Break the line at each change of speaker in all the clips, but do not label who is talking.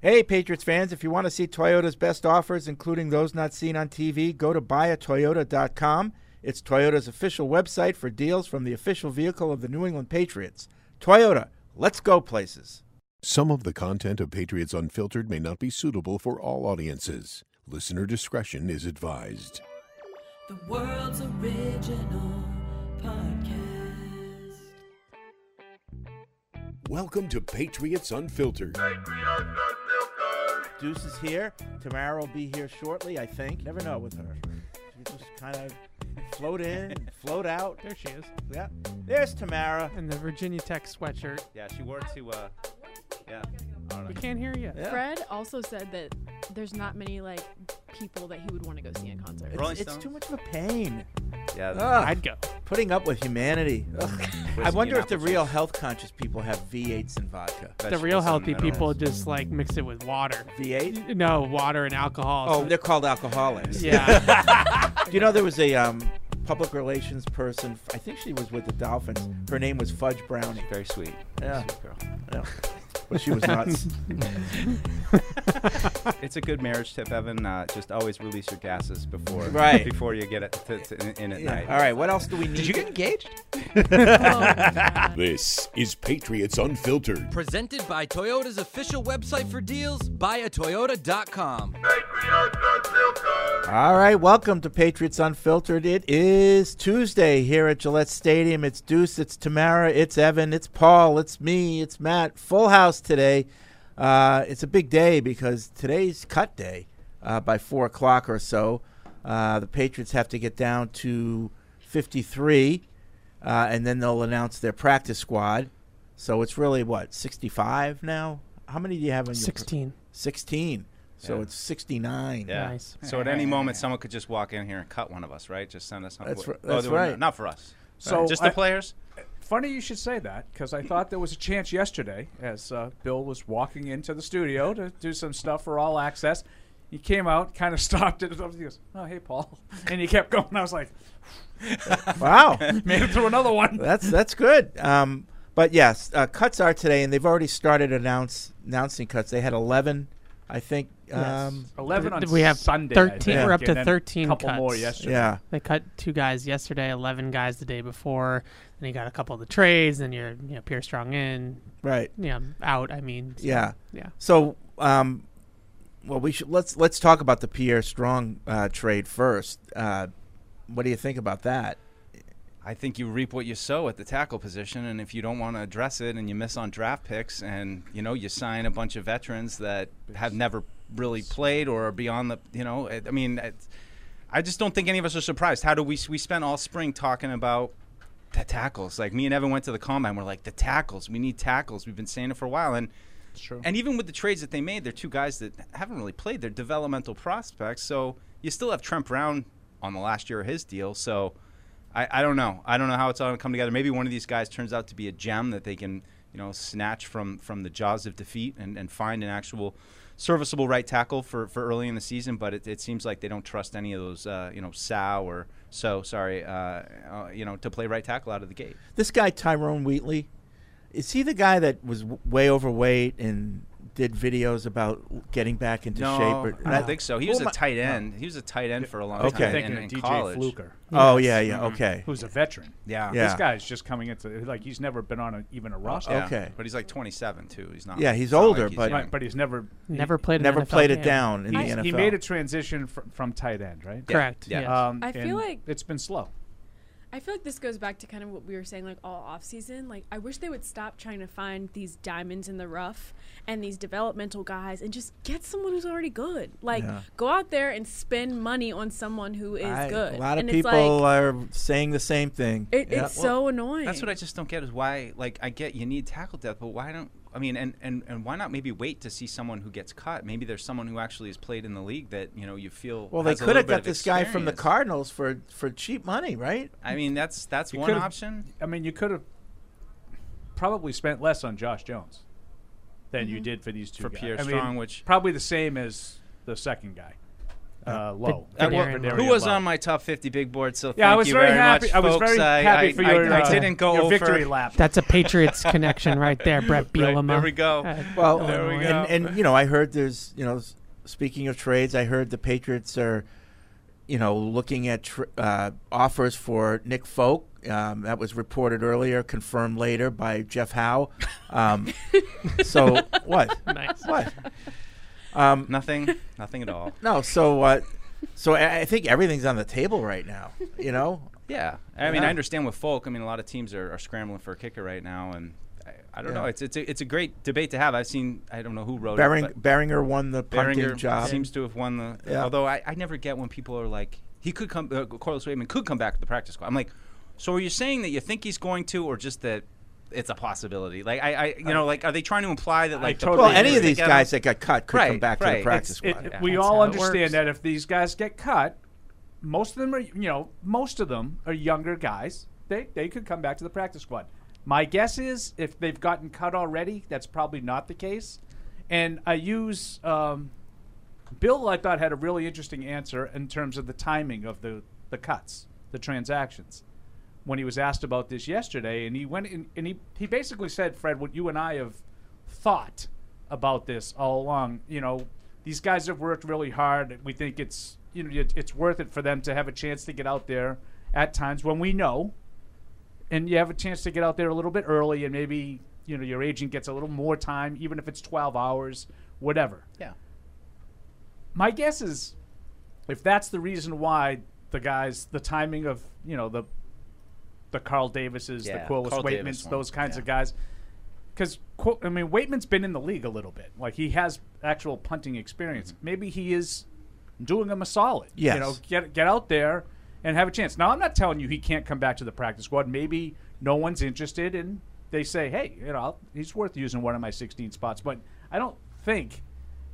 Hey, Patriots fans, if you want to see Toyota's best offers, including those not seen on TV, go to buyatoyota.com. It's Toyota's official website for deals from the official vehicle of the New England Patriots. Toyota, let's go places.
Some of the content of Patriots Unfiltered may not be suitable for all audiences. Listener discretion is advised.
The world's original podcast.
Welcome to Patriots Unfiltered.
Deuce is here. Tamara will be here shortly, I think. Never know with her. She just kind of float in, and float out.
There she is.
Yeah. There's Tamara.
In the Virginia Tech sweatshirt.
Yeah, she wore it to. Uh, yeah, I don't
We
know.
can't hear you.
Yeah.
Fred also said that there's not many like people that he would want to go see in concert.
Rolling
It's
Stones?
too much of a pain.
Yeah, Mm.
Ugh.
I'd go.
Putting up with humanity. Ugh. I
Wasting
wonder
an
if the
apple
real health conscious people have V8s and vodka.
The real healthy people just like mix it with water.
V8?
No, water and alcohol.
Oh,
So-
they're called alcoholics.
yeah.
Do you know there was a um, public relations person? I think she was with the Dolphins. Her name was Fudge Brownie.
Very sweet.
Yeah.
Sweet girl.
Yeah. But she was nuts.
It's a good marriage tip, Evan. Uh, just always release your gases before
Right.
before you get it to, to, in, in at
Yeah.
night.
All right, what else do we need?
Did you get engaged?
This is Patriots Unfiltered.
Presented by Toyota's official website for deals, buyatoyota.com.
All right, welcome to Patriots Unfiltered. It is Tuesday here at Gillette Stadium. It's Deuce, it's Tamara, it's Evan, it's Paul, it's me, it's Matt. Full house today. Uh, it's a big day because today's cut day uh, by 4 o'clock or so. Uh, the Patriots have to get down to 53, uh, and then they'll announce their practice squad. So it's really, what, 65 now? How many do you have on your.
16.
16. So
Yeah.
it's 69.
Yeah.
Nice.
So at any moment, someone could just walk in here and cut one of us, right? Just send us.
That's
oh,
ri-
they
that's
were not-
right.
Not for us.
So
just the
I-
players.
Funny you should say that because I thought there was a chance yesterday as uh, Bill was walking into the studio to do some stuff for All Access. He came out, kind of stopped it. and He goes, "Oh, hey, Paul," and he kept going. I was like,
Wow.
"Made it through another one."
that's that's good. Um, but yes, uh, cuts are today, and they've already started announce announcing cuts. They had eleven, I think. Um,
Eleven on
Did we have
Sunday.
13?
I think,
We're
up to
and then
13
A couple
cuts.
more yesterday.
Yeah,
They cut two guys yesterday, 11 guys the day before. Then you got a couple of the trades, then you're, you know, Pierre Strong in,
right.
you know, out, I mean. so,
Yeah.
Yeah.
So, um, well, we should let's let's talk about the Pierre Strong uh, trade first. Uh, what do you think about that?
I think you reap what you sow at the tackle position, and if you don't want to address it, and you miss on draft picks, and you know you sign a bunch of veterans that have never really played or are beyond the, you know, I I mean, it's, I just don't think any of us are surprised. How do we we spent all spring talking about the tackles? Like me and Evan went to the combine, we're like the tackles. We need tackles. We've been saying it for a while, and
true.
and even with the trades that they made, they're two guys that haven't really played. They're developmental prospects. So you still have Trent Brown on the last year of his deal. So I, I don't know. I don't know how it's all going to come together. Maybe one of these guys turns out to be a gem that they can, you know, snatch from, from the jaws of defeat and, and find an actual serviceable right tackle for, for early in the season. But it, it seems like they don't trust any of those, uh, you know, Sow or so, sorry, uh, uh, you know, to play right tackle out of the gate.
This guy Tyrone Wheatley, is he the guy that was w- way overweight and did videos about getting back into shape?
I don't think so. He
Who
was
am
a
I-
tight end. He was a tight end for a long
Okay.
time.
I'm thinking
in,
of
in
DJ
college.
Fluker,
Oh yeah,
Mm-hmm.
yeah. Okay.
who's a veteran.
Yeah.
Yeah.
This guy's just coming into like he's never been on a, even a roster.
Yeah.
Okay.
But he's like 27 too. He's not.
Yeah, he's
it's not
older,
like he's
but-
young.
Right, but he's never
Never played an
Never
NFL
played it
game.
down in
he's-
the NFL.
he made a transition from, from tight end, right?
Yeah.
Correct.
Yeah.
yes.
Um,
I feel
and
like-
it's been slow.
I feel like this goes back to kind of what we were saying, like all off season. Like I wish they would stop trying to find these diamonds in the rough and these developmental guys, and just get someone who's already good. Like
Yeah.
go out there and spend money on someone who is
I-
good.
A lot of
and
people
It's, like,
are saying the same thing.
it,
Yeah.
it's so annoying.
That's what I just don't get is why. Like I get you need tackle depth, but why don't I mean and and and why not maybe wait to see someone who gets cut? Maybe there's someone who actually has played in the league that you know you feel.
well, they
has a
could have
little bit
got
of
this guy from the
experience.
Cardinals for for cheap money, right?
I mean, that's that's
You
one
could've-
option.
I mean, you could have probably spent less on Josh Jones than you did for these two
For
guys.
Pierre
I mean,
Strong, which-
probably the same as the second guy.
uh, low.
Uh, well,
Panarin.
who was on my top 50 big board? So
Yeah, I
thank
was
you
very
much,
happy- I was
folks.
very
I-
happy
I-
for your,
I,
uh,
I didn't go
Your
over.
victory lap.
That's a Patriots connection right there, Brett
Right,
Bielema.
there we go.
Uh,
Well,
There we go.
and, and you know, I heard there's you know, s- speaking of trades, I heard the Patriots are, you know, looking at tr- uh, offers for Nick Folk. Um, that was reported earlier, confirmed later by Jeff Howe. Um, so what?
nice.
What? Um,
Nothing. Nothing at all.
no, so uh, so I, I think everything's on the table right now. You know,
Yeah, I mean,
Yeah.
I understand with folk. I mean, a lot of teams are, are scrambling for a kicker right now, and I, I don't
Yeah.
know. It's it's a, it's a great debate to have. I've seen. I don't know who wrote
Bering,
it.
Beringer won the
but
punting
Behringer
job.
seems to have won the.
Yeah.
Although I, I never get when people are like, he could come. Uh, Corliss Waitman could come back to the practice squad. I'm like, so are you saying that you think he's going to, or just that it's a possibility? Like I, I you know, like are they trying to imply that like the
totally
well,
players
any of
are
these
together?
guys that got cut could come
Right,
back to
right.
the
It's-
practice
It-
squad.
we
That's
all
how it works.
understand that if these guys get cut, most of them are you know most of them are younger guys. They they could come back to the practice squad. My guess is if they've gotten cut already, that's probably not the case. And I use um, Bill. I thought had a really interesting answer in terms of the timing of the the cuts, the transactions. When he was asked about this yesterday, and he went in, and he he basically said, Fred, what you and I have thought about this all along. You know, these guys have worked really hard. We think it's you know it, it's worth it for them to have a chance to get out there at times when we know, and you have a chance to get out there a little bit early, and maybe you know your agent gets a little more time, even if it's twelve hours, whatever.
Yeah.
My guess is, if that's the reason why the guys, the timing of you know the the Carl Davises,
Yeah,
the Quillis
Carl
Waitmans,
Davis one.
those kinds
Yeah.
of guys because I mean Waitman's been in the league a little bit. Like he has actual punting experience.
Mm-hmm.
Maybe he is doing him a solid.
Yes.
You know, get get out there and have a chance. Now I'm not telling you he can't come back to the practice squad. Maybe no one's interested and they say, hey, you know, I'll- he's worth using one of my 16 spots. But I don't think,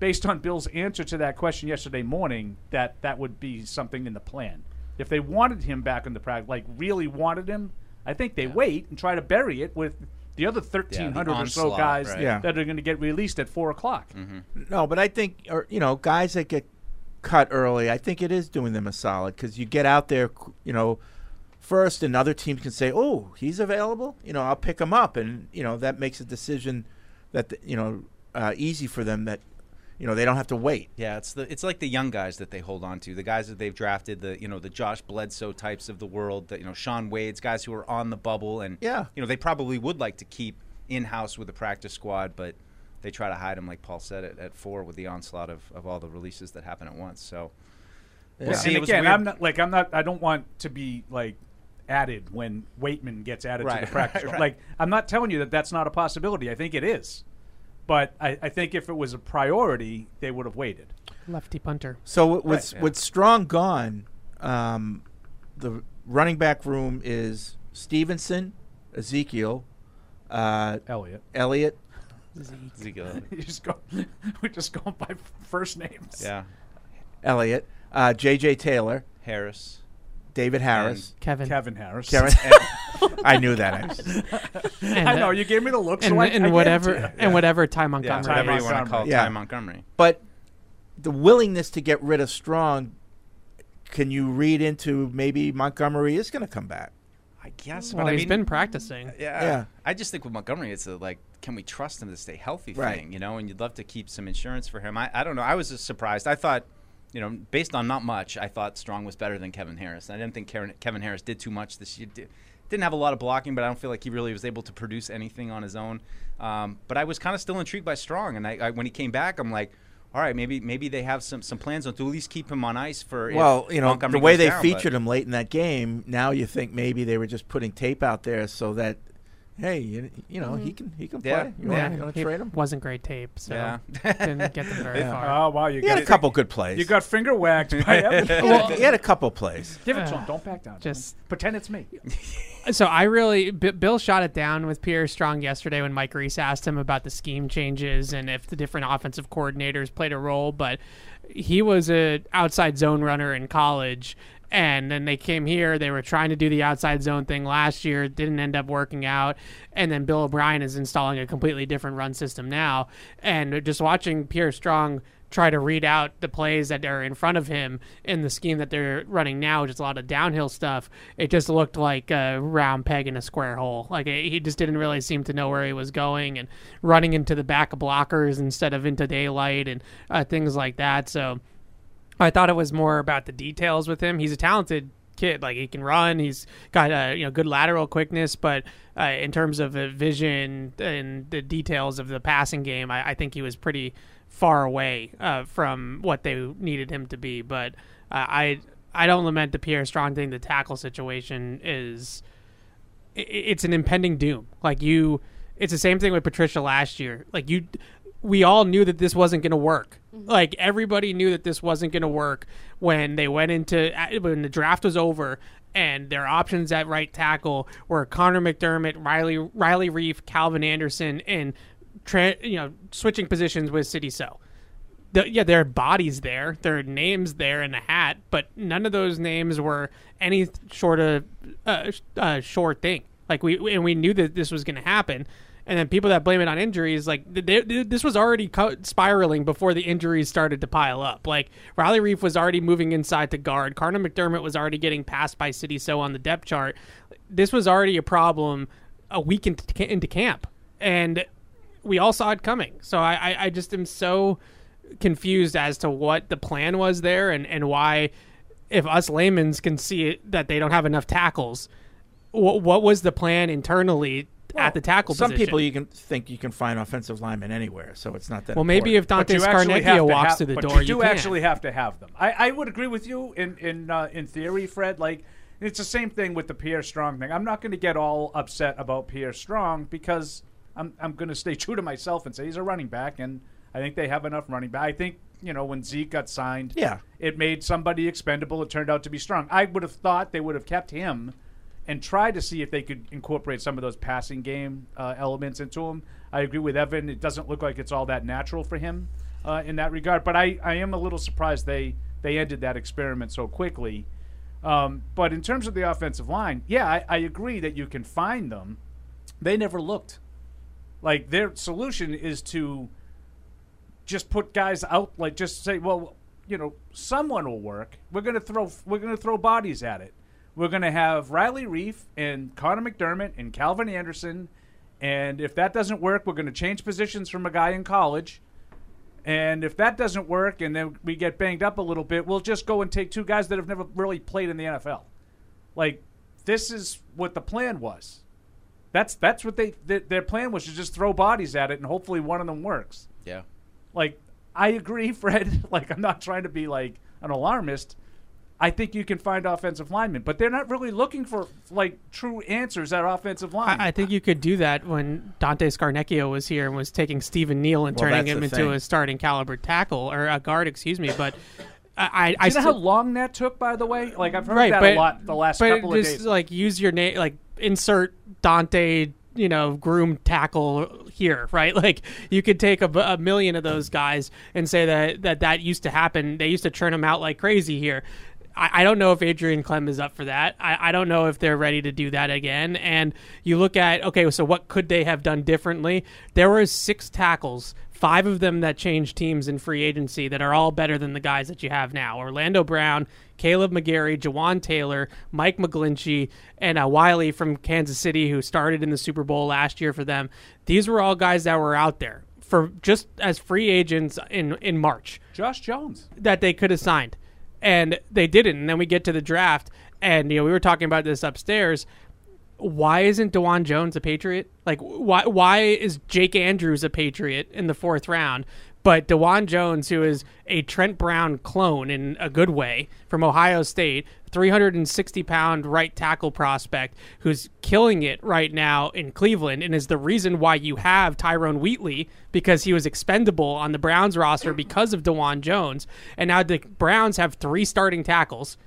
based on Bill's answer to that question yesterday morning, that that would be something in the plan. If they wanted him back in the practice, like really wanted him, I think they wait and try to bury it with the other 13
Yeah, the
1,300 or so
onslaught,
guys
right. Mm-hmm.
Yeah.
that are going to get released at 4 o'clock.
No, but I think, or, you know, guys that get cut early, I think it is doing them a solid because you get out there, qu- you know, first, and other teams can say, "Oh, he's available. You know, I'll pick him up," and you know that makes a decision that th- you know uh, easy for them that you know they don't have to wait.
Yeah, it's the it's like the young guys that they hold on to, the guys that they've drafted, the you know the Josh Bledsoe types of the world, that you know Sean Wade's guys who are on the bubble, and
Yeah.
you know they probably would like to keep in house with the practice squad, but they try to hide them, like Paul said, at, at four with the onslaught of, of all the releases that happen at once. So we'll
Yeah.
see.
And
It was
again,
weird.
I'm not like I'm not. I don't want to be like added when Waitman gets added
Right,
to the practice.
right,
squad.
right.
Like I'm not telling you that that's not a possibility. I think it is, but I, I think if it was a priority, they would have waited.
Lefty punter.
So with with,
yeah.
with Strong gone, um, the running back room is Stevenson, Ezekiel, uh,
Elliot,
Elliott.
Zeke, uh,
you just go. we just go by first names.
yeah,
Elliott, uh, J.J. Taylor,
Harris,
David Harris.
Kevin.
Kevin Harris.
Karen, I knew that. I was-
And,
I know
uh,
you gave me the look.
And,
so I, I
and
gave it
whatever
to you.
and whatever Ty
yeah,
Montgomery.
whatever
is.
you want to call
Yeah.
Ty Montgomery.
But the willingness to get rid of Strong, can you read into maybe Montgomery is going to come back?
I guess,
Well,
but I
he's
mean,
been practicing.
Yeah.
Yeah.
I just think with Montgomery, it's a, like, can we trust him to stay healthy
Right.
thing, you know? And you'd love to keep some insurance for him. I, I don't know. I was just surprised. I thought, you know, based on not much, I thought Strong was better than Kevin Harris. I didn't think Karen, Kevin Harris did too much this year. Did, didn't have a lot of blocking, but I don't feel like he really was able to produce anything on his own. Um, but I was kind of still intrigued by Strong, and I, I, when he came back, I'm like, all right, maybe maybe they have some, some plans on to at least keep him on ice for. if
Well, you know,
Montgomery
the way
goes
they
down, but-
featured him late in that game, now you think maybe they were just putting tape out there so that, hey, you, you know,
Mm-hmm.
he can he can
Yeah.
play. You
Yeah.
want
He
to trade him?
Wasn't great tape, so
Yeah.
didn't get them very far.
Oh wow, you
He had
got
a couple good plays.
You got finger whacked by
he,
Evan.
had, a- he had a couple plays.
Give it to him. Don't back down.
Uh, Just-
pretend it's me.
So I really, B- Bill shot it down with Pierre Strong yesterday when Mike Reese asked him about the scheme changes and if the different offensive coordinators played a role. But he was a outside zone runner in college, and then they came here. They were trying to do the outside zone thing last year, it didn't end up working out. And then Bill O'Brien is installing a completely different run system now. And just watching Pierre Strong try to read out the plays that are in front of him in the scheme that they're running now, which is a lot of downhill stuff, it just looked like a round peg in a square hole. Like eh, he just didn't really seem to know where he was going and running into the back of blockers instead of into daylight and uh, things like that. So I thought it was more about the details with him. He's a talented kid; like he can run. He's got uh, you know good lateral quickness, but uh, in terms of the vision and the details of the passing game, I, I think he was pretty far away uh, from what they needed him to be. But uh, I I don't lament the Pierre Strong thing. The tackle situation is i- i- it's an impending doom. Like you, it's the same thing with Patricia last year. Like you, we all knew that this wasn't going to work. Like everybody knew that this wasn't going to work when they went into uh, when the draft was over and their options at right tackle were Connor McDermott, Riley Riley Reef, Calvin Anderson, and tra- you know switching positions with City So the, yeah, there are bodies there, there are names there in a hat, but none of those names were any th- short of uh, sh- uh, short thing. Like we we- and we knew that this was going to happen, and then people that blame it on injuries, like th- they, th- this was already co- spiraling before the injuries started to pile up. Like Riley Reef was already moving inside to guard, Carter McDermott was already getting passed by City So on the depth chart. This was already a problem a week into, into camp, and we all saw it coming. So I, I, I just am so confused as to what the plan was there and, and why, if us laymen's can see it, that they don't have enough tackles, what, what was the plan internally at the tackle
Some
position?
people you can think you can find offensive linemen anywhere, so it's not that.
well, maybe if
important.
Dante
But you actually have
Scarnecchia
to
walks
have-
through the
but
door,
you do
can.
actually have to have them. I, I would agree with you in in uh, in theory, Fred. Like it's the same thing with the Pierre Strong thing. I'm not going to get all upset about Pierre Strong because I'm I'm going to stay true to myself and say he's a running back, and I think they have enough running back. I think you know when Zeke got signed,
Yeah.
it made somebody expendable. It turned out to be Strong. I would have thought they would have kept him. And tried to see if they could incorporate some of those passing game uh, elements into him. I agree with Evan. It doesn't look like it's all that natural for him uh, in that regard. But I, I am a little surprised they, they ended that experiment so quickly. Um, but in terms of the offensive line, yeah, I, I agree that you can find them. They never looked. Like their solution is to just put guys out. Like just say, well, you know, someone will work. We're gonna throw we're gonna throw bodies at it. We're gonna have Riley Reef and Connor McDermott and Calvin Anderson. And if that doesn't work, we're going to change positions from a guy in college. And if that doesn't work and then we get banged up a little bit, we'll just go and take two guys that have never really played in the NFL. Like this is what the plan was. That's that's what they th- their plan was to just throw bodies at it and hopefully one of them works.
Yeah.
Like I agree, Fred. Like I'm not trying to be like an alarmist. I think you can find offensive linemen, but they're not really looking for like true answers at offensive line.
I, I think you could do that when Dante Scarnecchio was here and was taking Stephen Neal and
Well,
turning
that's
him
the
into
thing.
a starting caliber tackle or a guard, excuse me. But I, I, I
you know
still-
how long that took, by the way? Like I've heard
right,
that
but,
a lot the last
but
couple of
just,
days.
Like use your name, like insert Dante, you know, groom tackle here, right? Like you could take a, bu- a million of those guys and say that that that used to happen. They used to churn them out like crazy here. I, I don't know if Adrian Clem is up for that. I, I don't know if they're ready to do that again. And you look at okay, so what could they have done differently? There were six tackles five of them that changed teams in free agency that are all better than the guys that you have now Orlando Brown, Caleb McGarry, Jawan Taylor, Mike McGlinchey, and uh, Wiley from Kansas City, who started in the Super Bowl last year for them. These were all guys that were out there for just as free agents in, in March
Josh Jones.
that they could have signed, and they didn't. And then we get to the draft, and you know we were talking about this upstairs. Why isn't Dewan Jones a Patriot? Like why why is Jake Andrews a Patriot in the fourth round? But Dewan Jones, who is a Trent Brown clone in a good way from Ohio State, 360 pound right tackle prospect who's killing it right now in Cleveland and is the reason why you have Tyrone Wheatley because he was expendable on the Browns roster because of Dewan Jones. And now the Browns have three starting tackles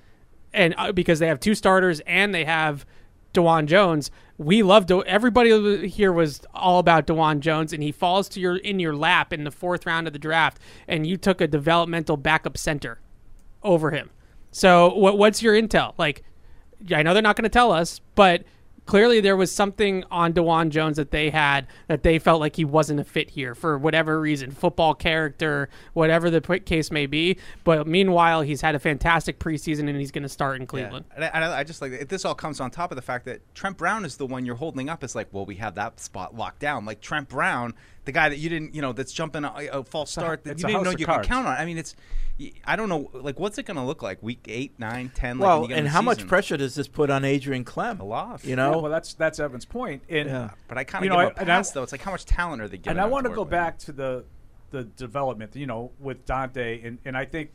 and uh, because they have two starters and they have Dewan Jones, we love De- everybody here was all about Dewan Jones, and he falls to your in your lap in the fourth round of the draft, and you took a developmental backup center over him. So what what's your intel? Like, I know they're not going to tell us, but clearly there was something on Dewan Jones that they had that they felt like he wasn't a fit here for whatever reason, football character, whatever the p- case may be. But meanwhile, he's had a fantastic preseason and he's going to start in Cleveland.
And I, and I- I just like that this all comes on top of the fact that Trent Brown is the one you're holding up. It's like, well, we have that spot locked down. Like Trent Brown, the guy that you didn't, you know, that's jumping a, a false start that
it's
you
a
didn't
house
know
of
you could
cards.
count on. I mean, it's, y- I don't know, like what's it going to look like week eight, nine, ten? like, when
well,
you get in
and
the
how much
season?
pressure does this put on Adrian Clem?
A lot.
You
Yeah,
know,
well, that's that's Evan's point. And
Yeah.
But I kind of
You
give
know,
a
I- and I-
pass though. It's like how much talent are they giving?
and I
up
want to
work
go
with?
back to the the development, you know, with Dante, and and I think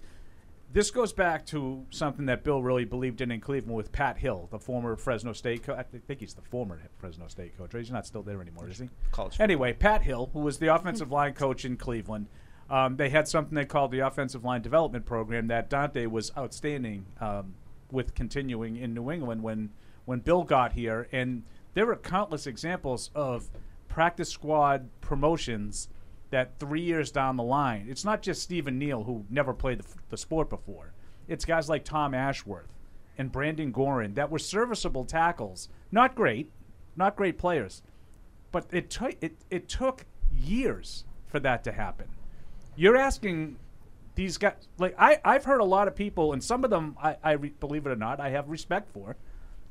this goes back to something that Bill really believed in in Cleveland with Pat Hill, the former Fresno State coach. I thi- think he's the former Fresno State coach. right? He's not still there anymore, is he?
College.
Anyway, Pat Hill, who was the offensive line coach in Cleveland. Um, they had something they called the offensive line development program that Dante was outstanding um, with continuing in New England when when Bill got here, and there were countless examples of practice squad promotions that three years down the line, it's not just Stephen Neal who never played the, f- the sport before. It's guys like Tom Ashworth and Brandon Gorin that were serviceable tackles, not great, not great players, but it took it, it took years for that to happen. You're asking these guys like I I've heard a lot of people and some of them I, I re- believe it or not I have respect for,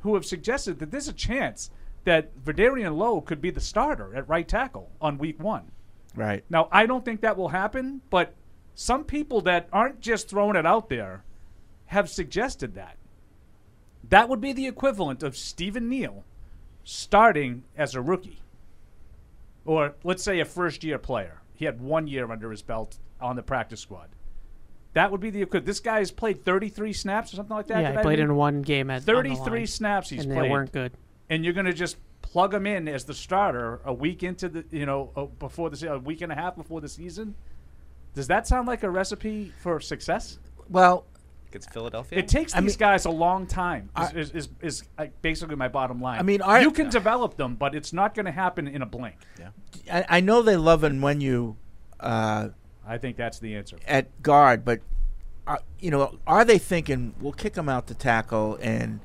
who have suggested that there's a chance that Verdarian Lowe could be the starter at right tackle on week one.
right?
Now, I don't think that will happen, but some people that aren't just throwing it out there have suggested that. That would be the equivalent of Stephen Neal starting as a rookie. Or let's say a first year player. He had one year under his belt on the practice squad. That would be the equivalent. This guy has played 33 snaps or something like that.
yeah,
did
he
I
played
read?
in one game at on the line,
33 snaps he's
and they
played
weren't good.
and you're going to just plug him in as the starter a week into the you know uh, before the se- a week and a half before the season. Does that sound like a recipe for success?
Well,
It's Philadelphia.
It takes these
mean-
guys a long time. Is, is, is, is uh, basically my bottom line.
I mean, our-
you can develop them, but it's not going to happen in a blink.
I, I know they love him when you uh,
I think that's the answer.
at guard, but uh, you know, are they thinking we'll kick him out to tackle? And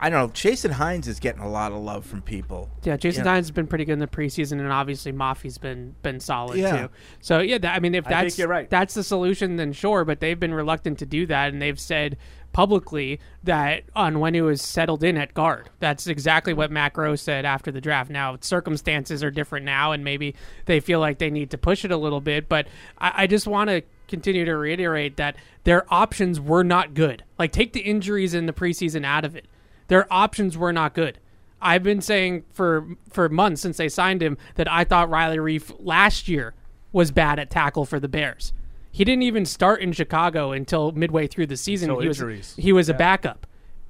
I don't know. Jason Hines is getting a lot of love from people.
Yeah, Jason
Yeah.
Dines has been pretty good in the preseason, and obviously Mafi's been been solid
Yeah.
too. So yeah, that, I mean, if
think
that's
you're right.
that's the solution, then sure. But they've been reluctant to do that, and they've said publicly that Onwenu is settled in at guard. That's exactly what Macro said after the draft. Now circumstances are different now, and maybe they feel like they need to push it a little bit. But I, I just want to continue to reiterate that their options were not good. Like take the injuries in the preseason out of it. Their options were not good. I've been saying for for months since they signed him that I thought Riley Reef last year was bad at tackle for the Bears. He didn't even start in Chicago until midway through the season.
Until
he was
injuries.
he was a backup,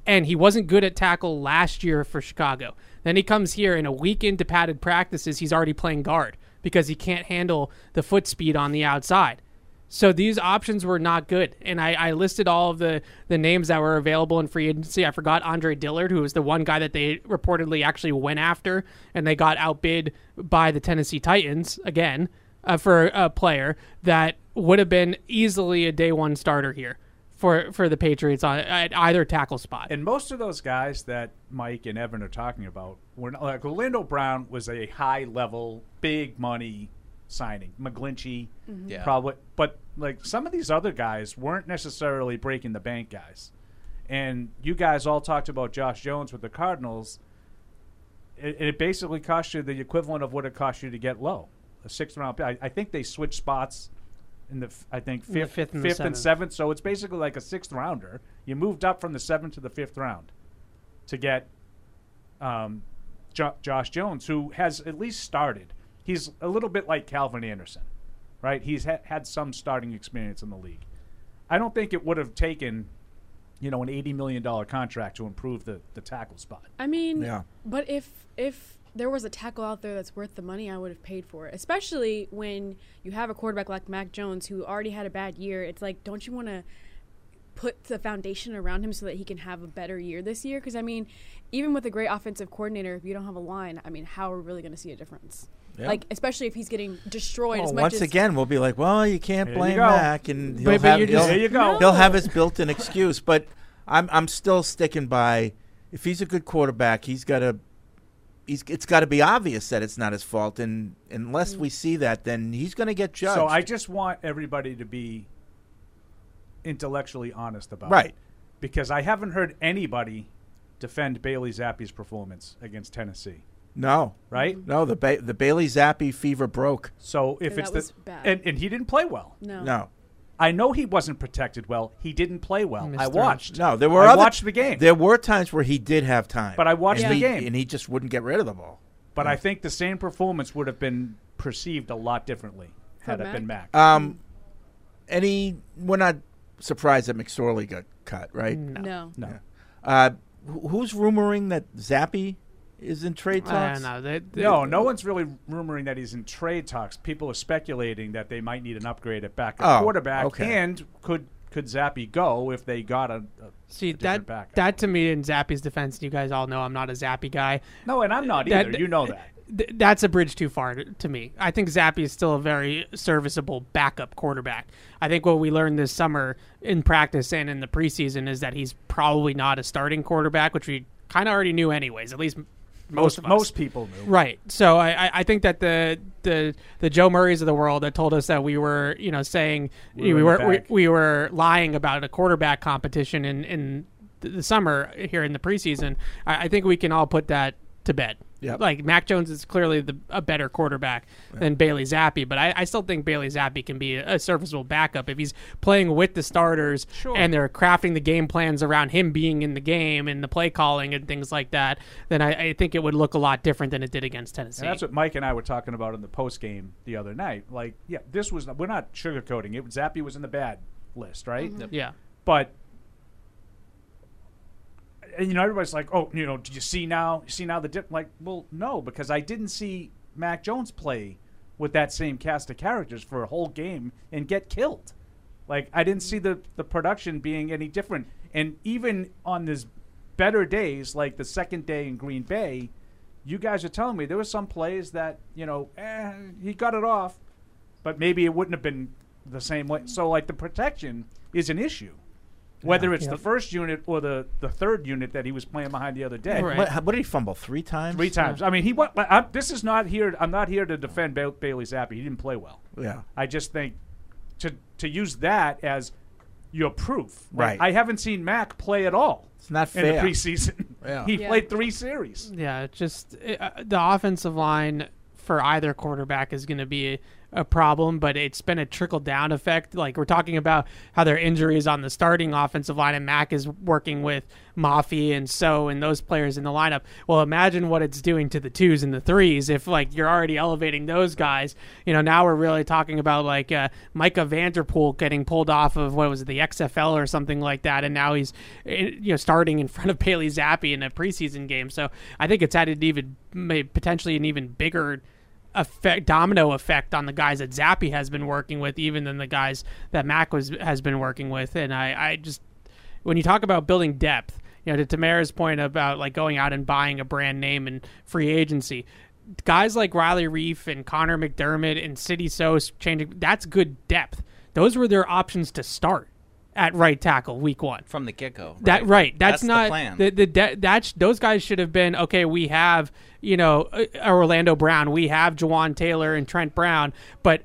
and he wasn't good at tackle last year for Chicago. Then he comes here in a week into padded practices, he's already playing guard because he can't handle the foot speed on the outside. So these options were not good. And I, I listed all of the, the names that were available in free agency. I forgot Andre Dillard, who was the one guy that they reportedly actually went after, and they got outbid by the Tennessee Titans again uh, for a player that would have been easily a day one starter here for, for the Patriots on, at either tackle spot.
And most of those guys that Mike and Evan are talking about were not, like Orlando Brown was a high level, big money signing. McGlinchey,
Yeah.
probably, but like some of these other guys weren't necessarily breaking the bank guys. And you guys all talked about Josh Jones with the Cardinals. It, it basically cost you the equivalent of what it cost you to get low, a sixth round. pick. I, I think they switched spots in the f- I think
In the
fifth,
fifth and the
fifth and
seventh.
seventh. So it's basically like a sixth rounder. You moved up from the seventh to the fifth round to get um, jo- Josh Jones, who has at least started. He's a little bit like Calvin Anderson, right? He's ha- had some starting experience in the league. I don't think it would have taken, you know, an eighty million dollar contract to improve the, the tackle spot.
I mean,
Yeah.
but if if there was a tackle out there that's worth the money, I would have paid for it. Especially when you have a quarterback like Mac Jones who already had a bad year. It's like, don't you want to put the foundation around him so that he can have a better year this year? Because I mean, even with a great offensive coordinator, if you don't have a line, I mean, how are we really going to see a difference? Like, especially if he's getting destroyed
Well,
as much
once
as
again, we'll be like, well, you can't
There you
blame
go.
Mac, and he'll
But- but
have
you're just-
he'll-
There you go.
He'll have his built-in excuse, but I'm I'm still sticking by. If he's a good quarterback, he's got to he's it's got to be obvious that it's not his fault, and unless
Mm.
we see that, then he's going to get judged.
So I just want everybody to be intellectually honest about it.
Right.
Because I haven't heard anybody defend Bailey Zappi's performance against Tennessee.
no,
Right?
Mm-hmm.
no, the ba- the Bailey Zappi fever broke.
So if
Yeah,
it's
that
the
was bad.
And, and he didn't play well.
No.
No,
I know he wasn't protected well. He didn't play well. I
Mr.
watched.
no, there were
Mm, I
other,
watched the game.
There were times where he did have time,
But I watched
and
the
he-
game.
and he just wouldn't get rid of the ball.
But I think the same performance would have been perceived a lot differently had
From
it been Mac.
Mac?
Um, any we're not surprised that McSorley got cut, right?
No.
no.
Uh, wh- who's rumoring that Zappi is in trade
I
talks?
don't know. They- they-
No, no one's really rumoring that he's in trade talks. People are speculating that they might need an upgrade at backup
Oh,
quarterback,
okay.
and could could Zappy go if they got a, a
See
a different
that
backup?
that to me in Zappy's defense, and you guys all know I'm not a Zappy guy.
no, and I'm not
that-
either. you know that.
Th- that's a bridge too far to, to me. I think Zappy is still a very serviceable backup quarterback. I think what we learned this summer in practice and in the preseason is that he's probably not a starting quarterback, which we kind of already knew anyways. At least m- most of us.
most people knew.
Right. So I, I- I think that the, the the Joe Murrays of the world that told us that we were, you know, saying
We
we,
were in the
were we,
bag.
we were lying about a quarterback competition in, in th- the summer here in the preseason, I, I think we can all put that to bed.
Yep.
Like Mac Jones is clearly the, a better quarterback than Bailey Zappi, but I, I still think Bailey Zappi can be a, serviceable backup if he's playing with the starters and they're crafting the game plans around him being in the game and the play calling and things like that. Then I, I think it would look a lot different than it did against Tennessee.
And that's what Mike and I were talking about in the post game the other night. Like, yeah, this was we're not sugarcoating it. Zappy was in the bad list, right?
yeah.
But and you know everybody's like, oh, you know, do you see now? You see now the dip? Like, well, no, because I didn't see Mac Jones play with that same cast of characters for a whole game and get killed. Like, I didn't see the the production being any different. And even on this better days, like the second day in Green Bay, you guys are telling me there were some plays that you know eh, he got it off, but maybe it wouldn't have been the same way. So like the protection is an issue, whether it's the first unit or the the third unit that he was playing behind the other day.
Right.
What, what did he fumble three times?
Three times. I mean, he. What? I, this is not here. I'm not here to defend ba- Bailey Zappi. He didn't play well.
Yeah.
I just think to to use that as your proof. Like,
Right.
I haven't seen Mac play at all.
It's not
in
fair.
the preseason.
Yeah.
he
Yeah.
played three series.
Yeah, it's just uh, the offensive line for either quarterback is going to be a, a problem, but it's been a trickle down effect. Like we're talking about how their injuries on the starting offensive line, and Mac is working with Mafi and So and those players in the lineup. Well, imagine what it's doing to the twos and the threes if like you're already elevating those guys. You know, now we're really talking about like uh, Micah Vanderpool getting pulled off of what was it, the XFL or something like that, and now he's eh, you know starting in front of Bailey Zappi in a preseason game. So I think it's had an even may- potentially an even bigger effect domino effect on the guys that Zappi has been working with, even than the guys that Mac was has been working with. And I, I just when you talk about building depth, you know, to Tamara's point about like going out and buying a brand name and free agency, guys like Riley Reef and Connor McDermott and City Sos changing that's good depth. Those were their options to start at right tackle week one.
from the get go.
That right. That's, not
the plan.
the the de- that's those guys should have been okay. We have you know uh, Orlando Brown, we have Jawan Taylor and Trent Brown, but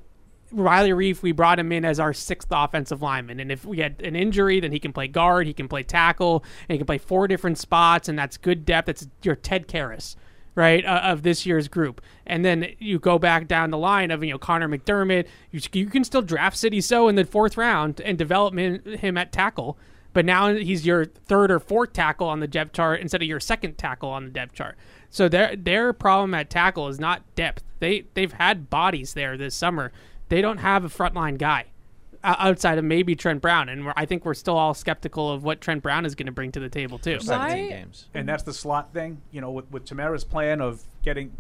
Riley Reef, we brought him in as our sixth offensive lineman, and if we had an injury, then he can play guard, he can play tackle, and he can play four different spots, and that's good depth. That's your Ted Karras right, uh, of this year's group. And then you go back down the line of, you know, Connor McDermott. You, you can still draft City So in the fourth round and develop him, him at tackle. But now he's your third or fourth tackle on the depth chart instead of your second tackle on the depth chart. So their their problem at tackle is not depth. They they've had bodies there this summer. They don't have a frontline guy o- outside of maybe Trent Brown, and we're, I think we're still all skeptical of what Trent Brown is going to bring to the table too.
17
Why-
games.
Mm-hmm.
and that's the slot thing. You know, with, with Tamara's plan of getting,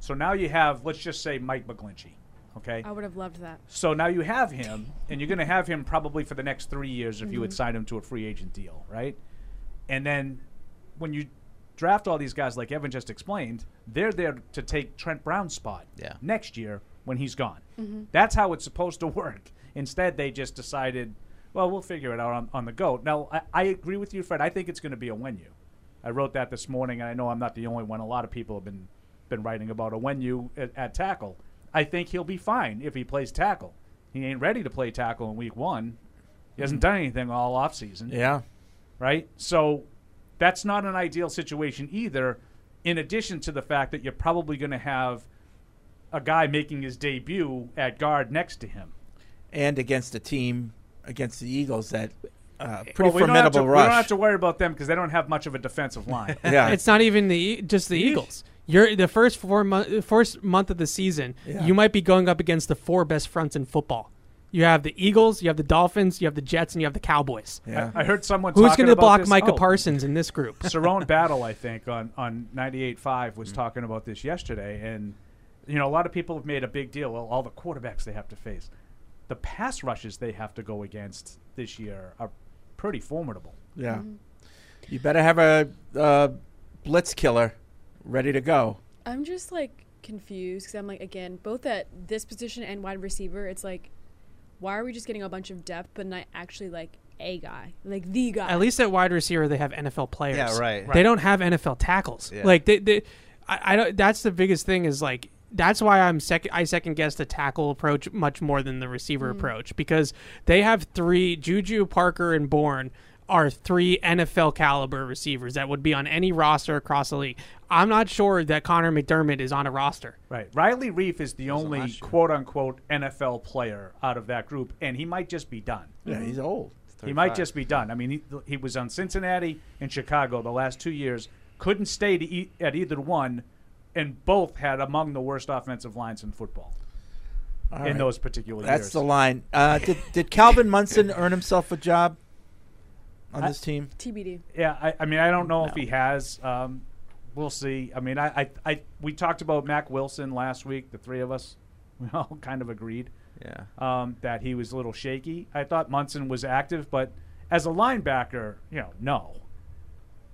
so now you have, let's just say Mike McGlinchey, okay.
I would have loved that.
So now you have him, and you're going to have him probably for the next three years if you would sign him to a free agent deal, right? And then when you draft all these guys, like Evan just explained, they're there to take Trent Brown's spot
Yeah.
next year when he's gone. That's how it's supposed to work. Instead, they just decided, well, we'll figure it out on, on the go. Now, I, I agree with you, Fred. I think it's going to be a win you. I wrote that this morning, and I know I'm not the only one. A lot of people have been been writing about a when you at, at tackle. I think he'll be fine if he plays tackle. He ain't ready to play tackle in week one. He hasn't done anything all offseason
Yeah.
right? So that's not an ideal situation either. In addition to the fact that you're probably going to have a guy making his debut at guard next to him.
And against a team, against the Eagles, that uh,
Well,
pretty
we don't have
formidable
to- We don't
rush.
have to worry about them because they don't have much of a defensive line.
yeah.
It's not even the E- just the Eagles. You're the first four mo- first month of the season.
Yeah.
You might be going up against the four best fronts in football. You have the Eagles, you have the Dolphins, you have the Jets, and you have the Cowboys.
yeah.
I heard someone
Who's
talking
going to
about
block
this-
Micah
oh,
Parsons in this group?
Saron Battle, I think, on on 98.5
Mm.
was talking about this yesterday, and you know a lot of people have made a big deal. Well, all the quarterbacks they have to face, the pass rushes they have to go against this year are pretty formidable.
Yeah.
Mm-hmm.
Mm-hmm.
You better have a uh, blitz killer ready to go.
I'm just like confused because I'm like again both at this position and wide receiver. It's like, why are we just getting a bunch of depth but not actually like a guy, like the guy?
At least at wide receiver, they have NFL players.
Yeah, right.
They don't have NFL tackles.
Yeah.
Like they, they I, I don't. That's the biggest thing is like that's why I'm second. I second guess the tackle approach much more than the receiver approach because they have three Juju, Parker, and Bourne are three NFL caliber receivers that would be on any roster across the league. I'm not sure that Connor McDermott is on a roster.
Right. Riley Reef is the only
last year.
quote unquote NFL player out of that group, and he might just be done.
Yeah,
Mm-hmm.
he's old.
He might
35.
just be done. I mean, he, he was on Cincinnati and Chicago the last two years, couldn't stay to eat at either one, and both had among the worst offensive lines in football
All
in
right.
those particular
That's
years.
the line. Uh, did, did Calvin Munson earn himself a job on this team?
TBD.
Yeah, I, I mean, I don't know if he has. Um, we'll see. I mean, I, I, I, we talked about Mac Wilson last week. The three of us, we all kind of agreed.
Yeah.
um, that he was a little shaky. I thought Munson was active, but as a linebacker, you know, no.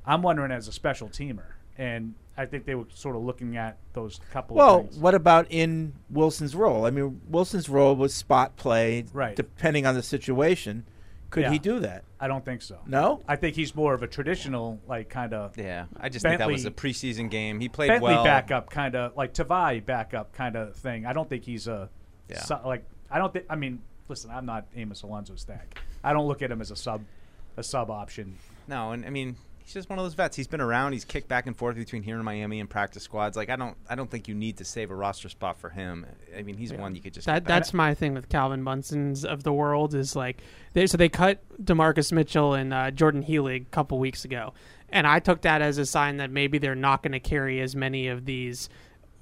I'm wondering as a special teamer, and I think they were sort of looking at those couple.
Well,
of things.
what about in Wilson's role? I mean, Wilson's role was spot play,
Right.
depending on the situation. Could
Yeah.
he do that?
I don't think so.
No?
I think he's more of a traditional, like kind of
Yeah, I just think that was a
Bentley-
preseason game. He played
Bentley
well.
backup, kind of like Tavai backup kind of thing. I don't think he's a
Yeah.
su- like. I don't think. I mean, listen, I'm not Amos Alonso Stack. I don't look at him as a sub, a sub option.
No, and I mean, he's just one of those vets. He's been around. He's kicked back and forth between here and Miami and practice squads. Like I don't, I don't think you need to save a roster spot for him. I mean, he's one you could just.
That
get back.
that's my thing with Calvin Munson's of the world is like they so they cut Demarcus Mitchell and uh, Jordan Healy a couple weeks ago, and I took that as a sign that maybe they're not going to carry as many of these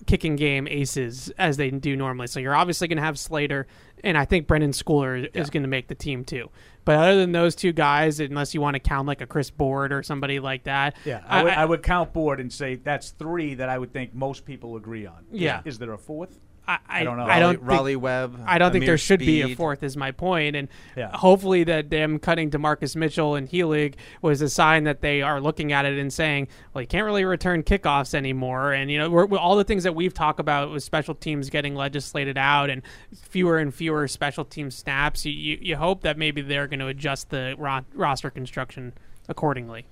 kicking game aces as they do normally. So you're obviously going to have Slater, and I think Brendan Schooler is going to make the team too. But other than those two guys, unless you want to count like a Chris Board or somebody like that,
Yeah, I would, I, would count board and say that's three that I would think most people agree on.
Yeah.
Is there a fourth?
I, I
don't know.
I don't
Raleigh, Raleigh
think-
Webb.
I don't think
Amir
there should be a
Speed.
fourth. Is my point, and
Yeah.
hopefully that them cutting Demarcus Mitchell and Helig was a sign that they are looking at it and saying, well, you can't really return kickoffs anymore, and you know we're, we're- all the things that we've talked about with special teams getting legislated out and fewer and fewer special team snaps. You you, you hope that maybe they're going to adjust the ro- roster construction accordingly.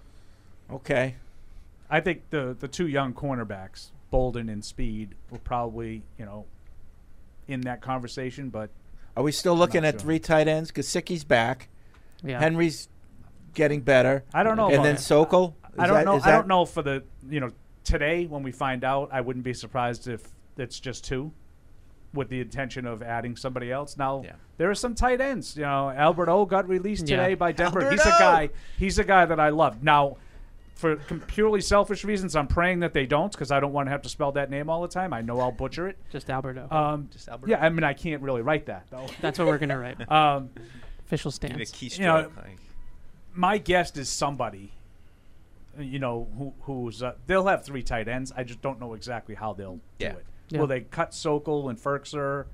Okay.
I think the the two young cornerbacks, Bolden and Speed, were probably you know in that conversation, but
Are we still looking
Not
at
sure.
three tight ends? Gasicki's back.
Yeah.
Henry's getting better.
I don't know
And
about
then
that.
Sokol.
I
Is
don't
that-
know.
is
I
that-
don't know for the you know today when we find out. I wouldn't be surprised if it's just two, with the intention of adding somebody else. Now
Yeah.
there are some tight ends. You know, Albert O got released
Yeah.
today by Denver.
Albert
he's a
O!
guy. He's a guy that I love. Now, for com- purely selfish reasons, I'm praying that they don't because I don't want to have to spell that name all the time. I know I'll butcher it.
Just Alberto.
Um,
Just Albert.
yeah, I mean I can't really write that though.
That's what we're going to write.
Um,
Official
Give it
stance.
a keystroke.
You know,
like,
my guest is somebody you know who, who's uh, they'll have three tight ends i just don't know exactly how they'll
Yeah.
do it
Yeah.
will they cut sokol and ferkser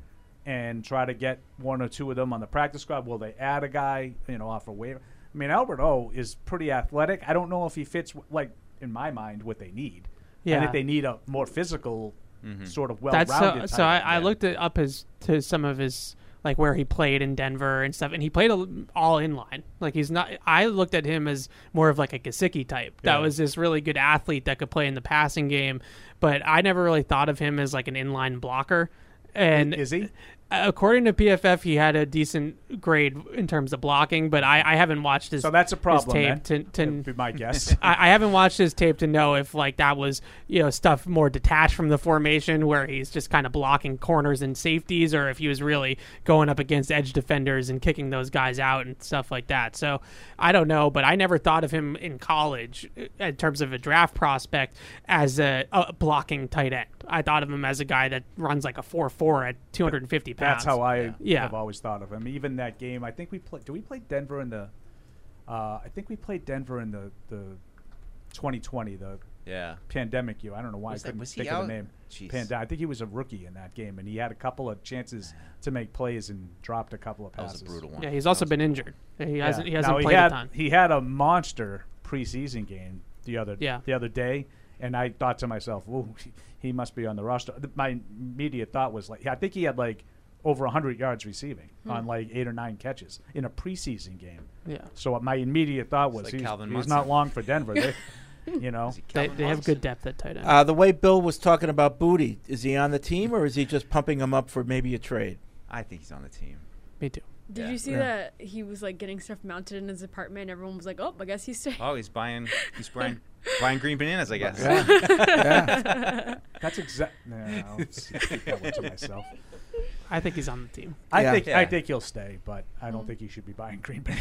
and try to get one or two of them on the practice squad will they add a guy you know off a waiver i mean albert o is pretty athletic i don't know if he fits like in my mind what they need i
Yeah.
think they need a more physical sort of well-rounded
That's uh, so. so
tight
I,
end.
I looked it up his to some of his like where he played in Denver and stuff. And he played a, all inline. Like he's not. I looked at him as more of like a Gasicki type. That was this really good athlete that could play in the passing game, but I never really thought of him as like an inline blocker. And
Is he?
According to PFF, he had a decent grade in terms of blocking, but I, I haven't watched his.
So that's a
his
problem.
tape
then,
to- to-
would be my guess.
I, I haven't watched his tape to know if like that was you know stuff more detached from the formation where he's just kind of blocking corners and safeties, or if he was really going up against edge defenders and kicking those guys out and stuff like that. So I don't know, but I never thought of him in college uh, in terms of a draft prospect as a, a blocking tight end. I thought of him as a guy that runs like a four four at two hundred and fifty pounds.
That's how I
Yeah.
have always thought of him. Even that game, I think we played. Do we play Denver in the? Uh, I think we played Denver in the the 2020 the
Yeah.
pandemic year. I don't know why
Was
I
that-
couldn't
was he
think of
out?
the name.
Jeez.
Panda. I think he was a rookie in that game, and he had a couple of chances to make plays and dropped a couple of
That
passes.
was a brutal one.
yeah, he's also been injured. He
Yeah.
hasn't he hasn't
Now,
played
he had,
a ton.
He had a monster preseason game the other
Yeah.
the other day, and I thought to myself, "Ooh, he must be on the roster." Th- My immediate thought was like, "I think he had like over 100 yards receiving
Hmm.
on like eight or nine catches in a preseason game."
Yeah.
So uh, my immediate thought was,
like
"He's,
Calvin
he's
Munson.
not long for Denver." They- you know,
They, they have good depth at tight end.
Uh, the way Bill was talking about Booty, is he on the team or is he just pumping him up for maybe a trade?
I think he's on the team.
Me too.
Did
Yeah.
you see
Yeah.
that he was like getting stuff mounted in his apartment? Everyone was like, "Oh, I guess he's staying."
Oh, he's buying. He's buying. buying green bananas, I guess.
that's exact. No, I'll keep that one to myself.
I think he's on the team. Mm-hmm.
I
Yeah.
think I
Yeah.
think he'll stay, but I don't think he should be buying green bananas.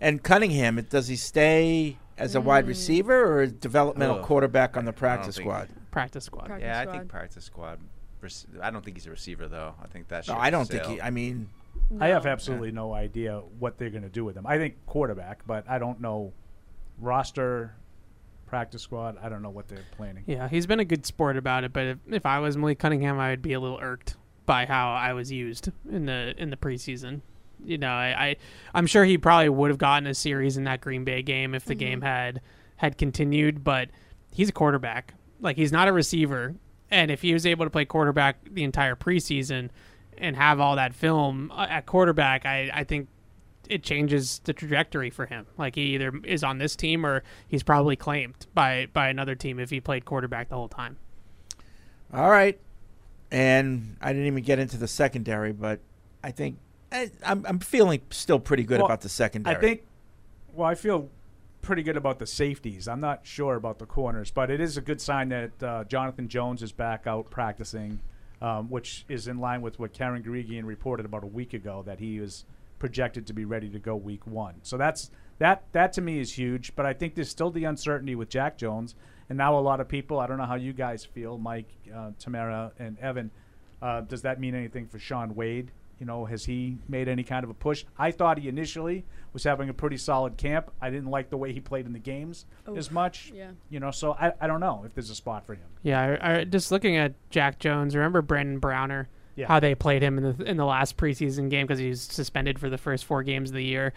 And Cunningham, it- does he stay as a
Mm.
wide receiver or a developmental
Ugh.
quarterback on the
don't
practice
think-
squad?
Practice squad.
Practice
Yeah, I
squad.
think practice squad. rec- I don't think he's a receiver though. I think that.
No,
ship
I don't
has
think
sailed.
he. I mean,
I have
No.
absolutely no idea what they're going to do with him. I think quarterback, but I don't know roster, practice squad. I don't know what they're planning.
Yeah, he's been a good sport about it, but if, if I was Malik Cunningham, I would be a little irked by how I was used in the in the preseason. You know, I, I I'm sure he probably would have gotten a series in that Green Bay game if the game had had continued, but he's a quarterback. Like he's not a receiver, and if he was able to play quarterback the entire preseason and have all that film uh, at quarterback, I I think it changes the trajectory for him. Like he either is on this team or he's probably claimed by by another team if he played quarterback the whole time.
all right. And I didn't even get into the secondary, but I think I, I'm, I'm feeling still pretty good
Well,
about the secondary.
I think. Well, I feel pretty good about the safeties. I'm not sure about the corners, but it is a good sign that uh, Jonathan Jones is back out practicing, um, which is in line with what Karen Grigian reported about a week ago that he is projected to be ready to go week one. So that's that. That to me is huge. But I think there's still the uncertainty with Jack Jones, and now a lot of people. I don't know how you guys feel, Mike, uh, Tamara, and Evan. Uh, does that mean anything for Sean Wade? You know, has he made any kind of a push? I thought he initially was having a pretty solid camp. I didn't like the way he played in the games as much.
yeah.
You know, so I, I don't know if there's a spot for him.
Yeah, I, I, just looking at Jack Jones. Remember Brandon Browner?
Yeah.
How they played him in the in the last preseason game because he was suspended for the first four games of the year.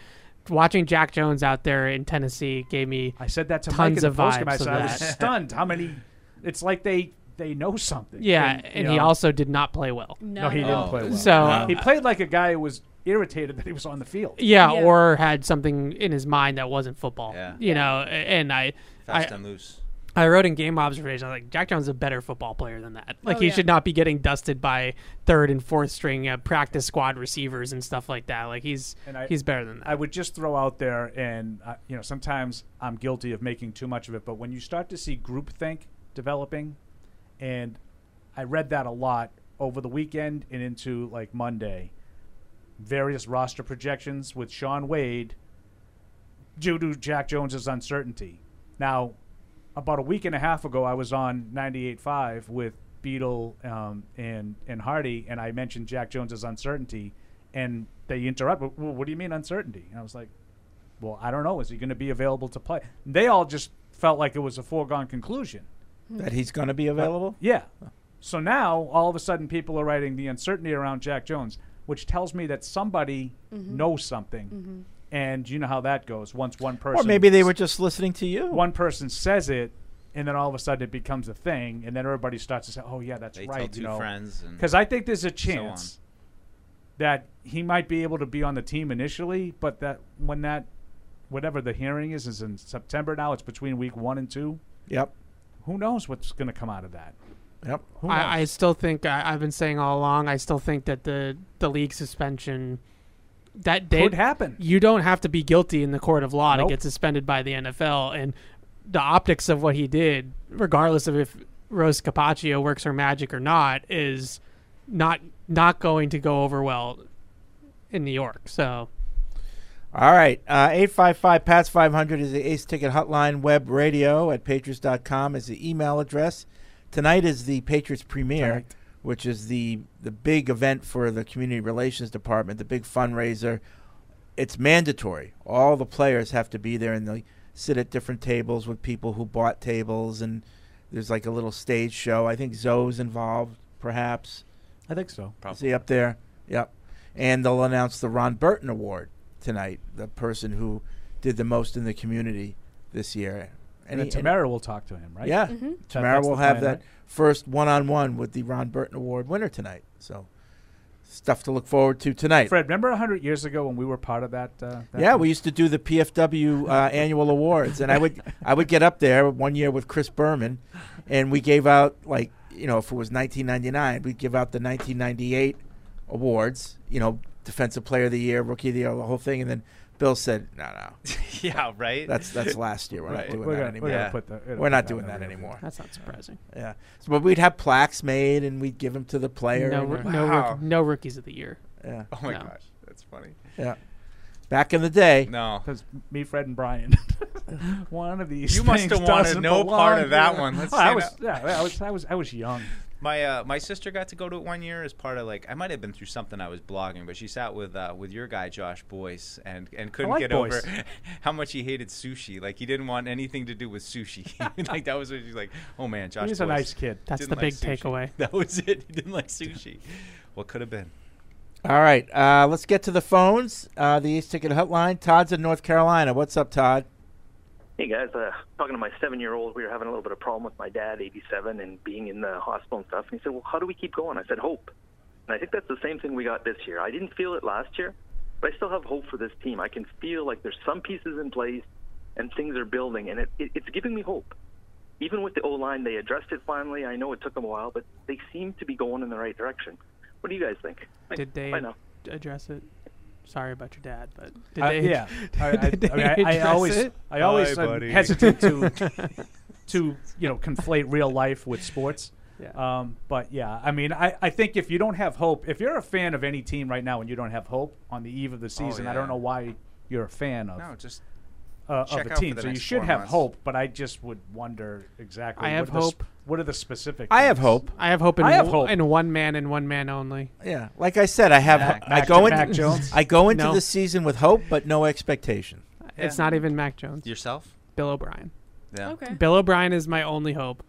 Watching Jack Jones out there in Tennessee gave me
I said that to
Tons
Mike in the
of
post-game.
vibes
I,
of
said, I was
that.
stunned how many. It's like they they know something.
yeah, and,
you
he
know,
also did not play well.
No,
no, he didn't play well.
So
he played like a guy who was irritated that he was on the field.
yeah,
Yeah.
or had something in his mind that wasn't football.
Yeah.
You know, a- and I
Fast
I,
and loose.
I wrote in game observation. I was like, Jack Jones is a better football player than that. Like,
Oh,
he
yeah.
should not be getting dusted by third and fourth string uh, practice squad receivers and stuff like that. Like, he's
And I-
he's better than that.
I would just throw out there, and uh, you know, sometimes I'm guilty of making too much of it. But when you start to see groupthink developing, and I read that a lot over the weekend and into like Monday, various roster projections with Sean Wade due to Jack Jones's uncertainty. Now, about a week and a half ago, I was on 98.5 with Beadle um, and and Hardy, and I mentioned Jack Jones's uncertainty, and they interrupt. Well, what do you mean uncertainty? And I was like, well, I don't know. Is he going to be available to play? They all just felt like it was a foregone conclusion.
that he's going to be available.
Yeah. So now all of a sudden people are writing the uncertainty around Jack Jones, which tells me that somebody knows something. And you know how that goes. Once one person
Or maybe they were just listening to you.
one person says it and then all of a sudden it becomes a thing and then everybody starts to say, "Oh yeah, that's
They
right."
tell
you
two
know.
friends and
Cuz I think there's a
on.
chance that he might be able to be on the team initially, but that when that whatever the hearing is is in September now, it's between week one and two.
Yep.
Who knows what's going to come out of that?
Yep.
Who knows?
I, I still think I, I've been saying all along. I still think that the the league suspension that they
Could happen.
You don't have to be guilty in the court of law
Nope.
to get suspended by the NFL, and the optics of what he did, regardless of if Rose Capaccio works her magic or not, is not not going to go over well in New York. So
All right. Uh, 855 PATS 500 is the Ace Ticket Hotline. Web radio at patriots.com is the email address. Tonight is the Patriots premiere, which is the, the big event for the Community Relations Department, the big fundraiser. It's mandatory. All the players have to be there and they sit at different tables with people who bought tables. And there's like a little stage show. I think Zoe's involved, perhaps.
I think so.
Is he up there? Yep. And they'll announce the Ron Burton Award tonight, the person who did the most in the community this year.
And,
Any-
then Tamara will talk to him, right?
Yeah.
That-
Tamara
that's
will
the
have
plan,
that
right?
first one on one with the Ron Burton Award winner tonight. So, stuff to look forward to tonight.
Fred, remember hundred years ago when we were part of that? Uh, that
Yeah, we used to do the PFW uh, annual awards, and I would I would get up there one year with Chris Berman, and we gave out like you know if it was 1999, we'd give out the 1998 awards, you know, Defensive Player of the Year, Rookie of the Year, the whole thing, and then Bill said, no, no,
yeah, right.
that's that's last year. We're
Right.
not doing
we're
that
gonna,
anymore.
We're, gonna
Yeah.
put the,
We're not doing that anymore.
that's not surprising.
Yeah, so, but we'd have plaques made, and we'd give them to the player.
No,
and-
roo- no,
Wow.
rook- no rookies of the year.
yeah,
oh my
No.
gosh, that's funny.
yeah. Back in the day,
No,
Because me, Fred, and Brian, one of these.
You must
things
have wanted
doesn't
no part
belong
of that
here.
one. Let's
Oh, I
say
was,
that.
yeah, I was, I was, I was young.
my uh, my sister got to go to it one year as part of like I might have been through something I was blogging, but she sat with uh, with your guy Josh Boyce and and couldn't
like
get
Boyce.
over how much he hated sushi. Like he didn't want anything to do with sushi. like that was what she's like. Oh man, Josh.
He's a
Boyce
nice kid.
That's
didn't
the
like
big
sushi."
takeaway.
That was it. He didn't like sushi. What could have been?
All right, uh, let's get to the phones. Uh, the East Ticket Hotline. Todd's in North Carolina. What's up, Todd?
Hey guys, uh, talking to my seven-year-old, we were having a little bit of problem with my dad, 87, and being in the hospital and stuff. And he said, "Well, how do we keep going?" I said, "Hope." And I think that's the same thing we got this year. I didn't feel it last year, but I still have hope for this team. I can feel like there's some pieces in place, and things are building, and it, it, it's giving me hope. Even with the O line, they addressed it finally. I know it took them a while, but they seem to be going in the right direction. What do you guys think? Thanks.
Did they
Bye now.
address it? Sorry about your dad, but did
I-
they?
Uh, yeah, I, I,
did
I, mean, I-
they
I
address
always,
it?
I always
Hi,
am
buddy.
hesitate to, to you know, conflate real life with sports.
Yeah.
Um, but yeah, I mean, I, I think if you don't have hope, if you're a fan of any team right now and you don't have hope on the eve of the season, I
Oh, yeah.
don't know why you're a fan of
No, just
uh,
check
of a
out for
team.
the
So you
next
should
four
have
months.
hope, but I just would wonder exactly.
I
what
have
the sp-
hope.
what are the specific?
I have
things?
hope.
I have hope in,
I have
one-
hope.
in one man and one man only.
Yeah, like I said, I have.
Mac-
I
Mac-
go
Mac
into.
Jones.
I go into
No.
the season with hope, but no expectation.
It's not even Mac Jones.
yourself.
Bill O'Brien.
Yeah.
Okay.
Bill O'Brien is my only hope.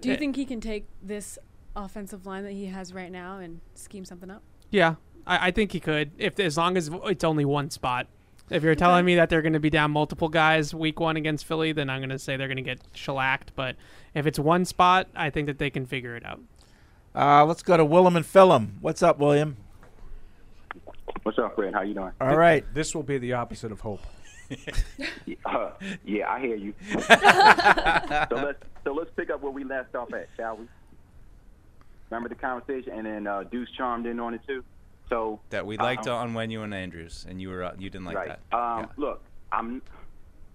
Do you
Eh.
think he can take this offensive line that he has right now and scheme something up?
Yeah, I, I think he could if as long as it's only one spot. If you're telling me that they're going to be down multiple guys week one against Philly, then I'm going to say they're going to get shellacked. But if it's one spot, I think that they can figure it out.
Uh, let's go to Willem and Phillum. What's up, William?
What's up, Fred? How you doing?
All right.
This will be the opposite of hope.
Uh, yeah, I hear you. so let's so let's pick up where we left off at, shall we? Remember the conversation, and then uh, Deuce chimed in on it too. So
That we
uh,
liked on when you and Andrews, and you were uh, you didn't like
right.
that.
Um,
Yeah.
Look, I'm.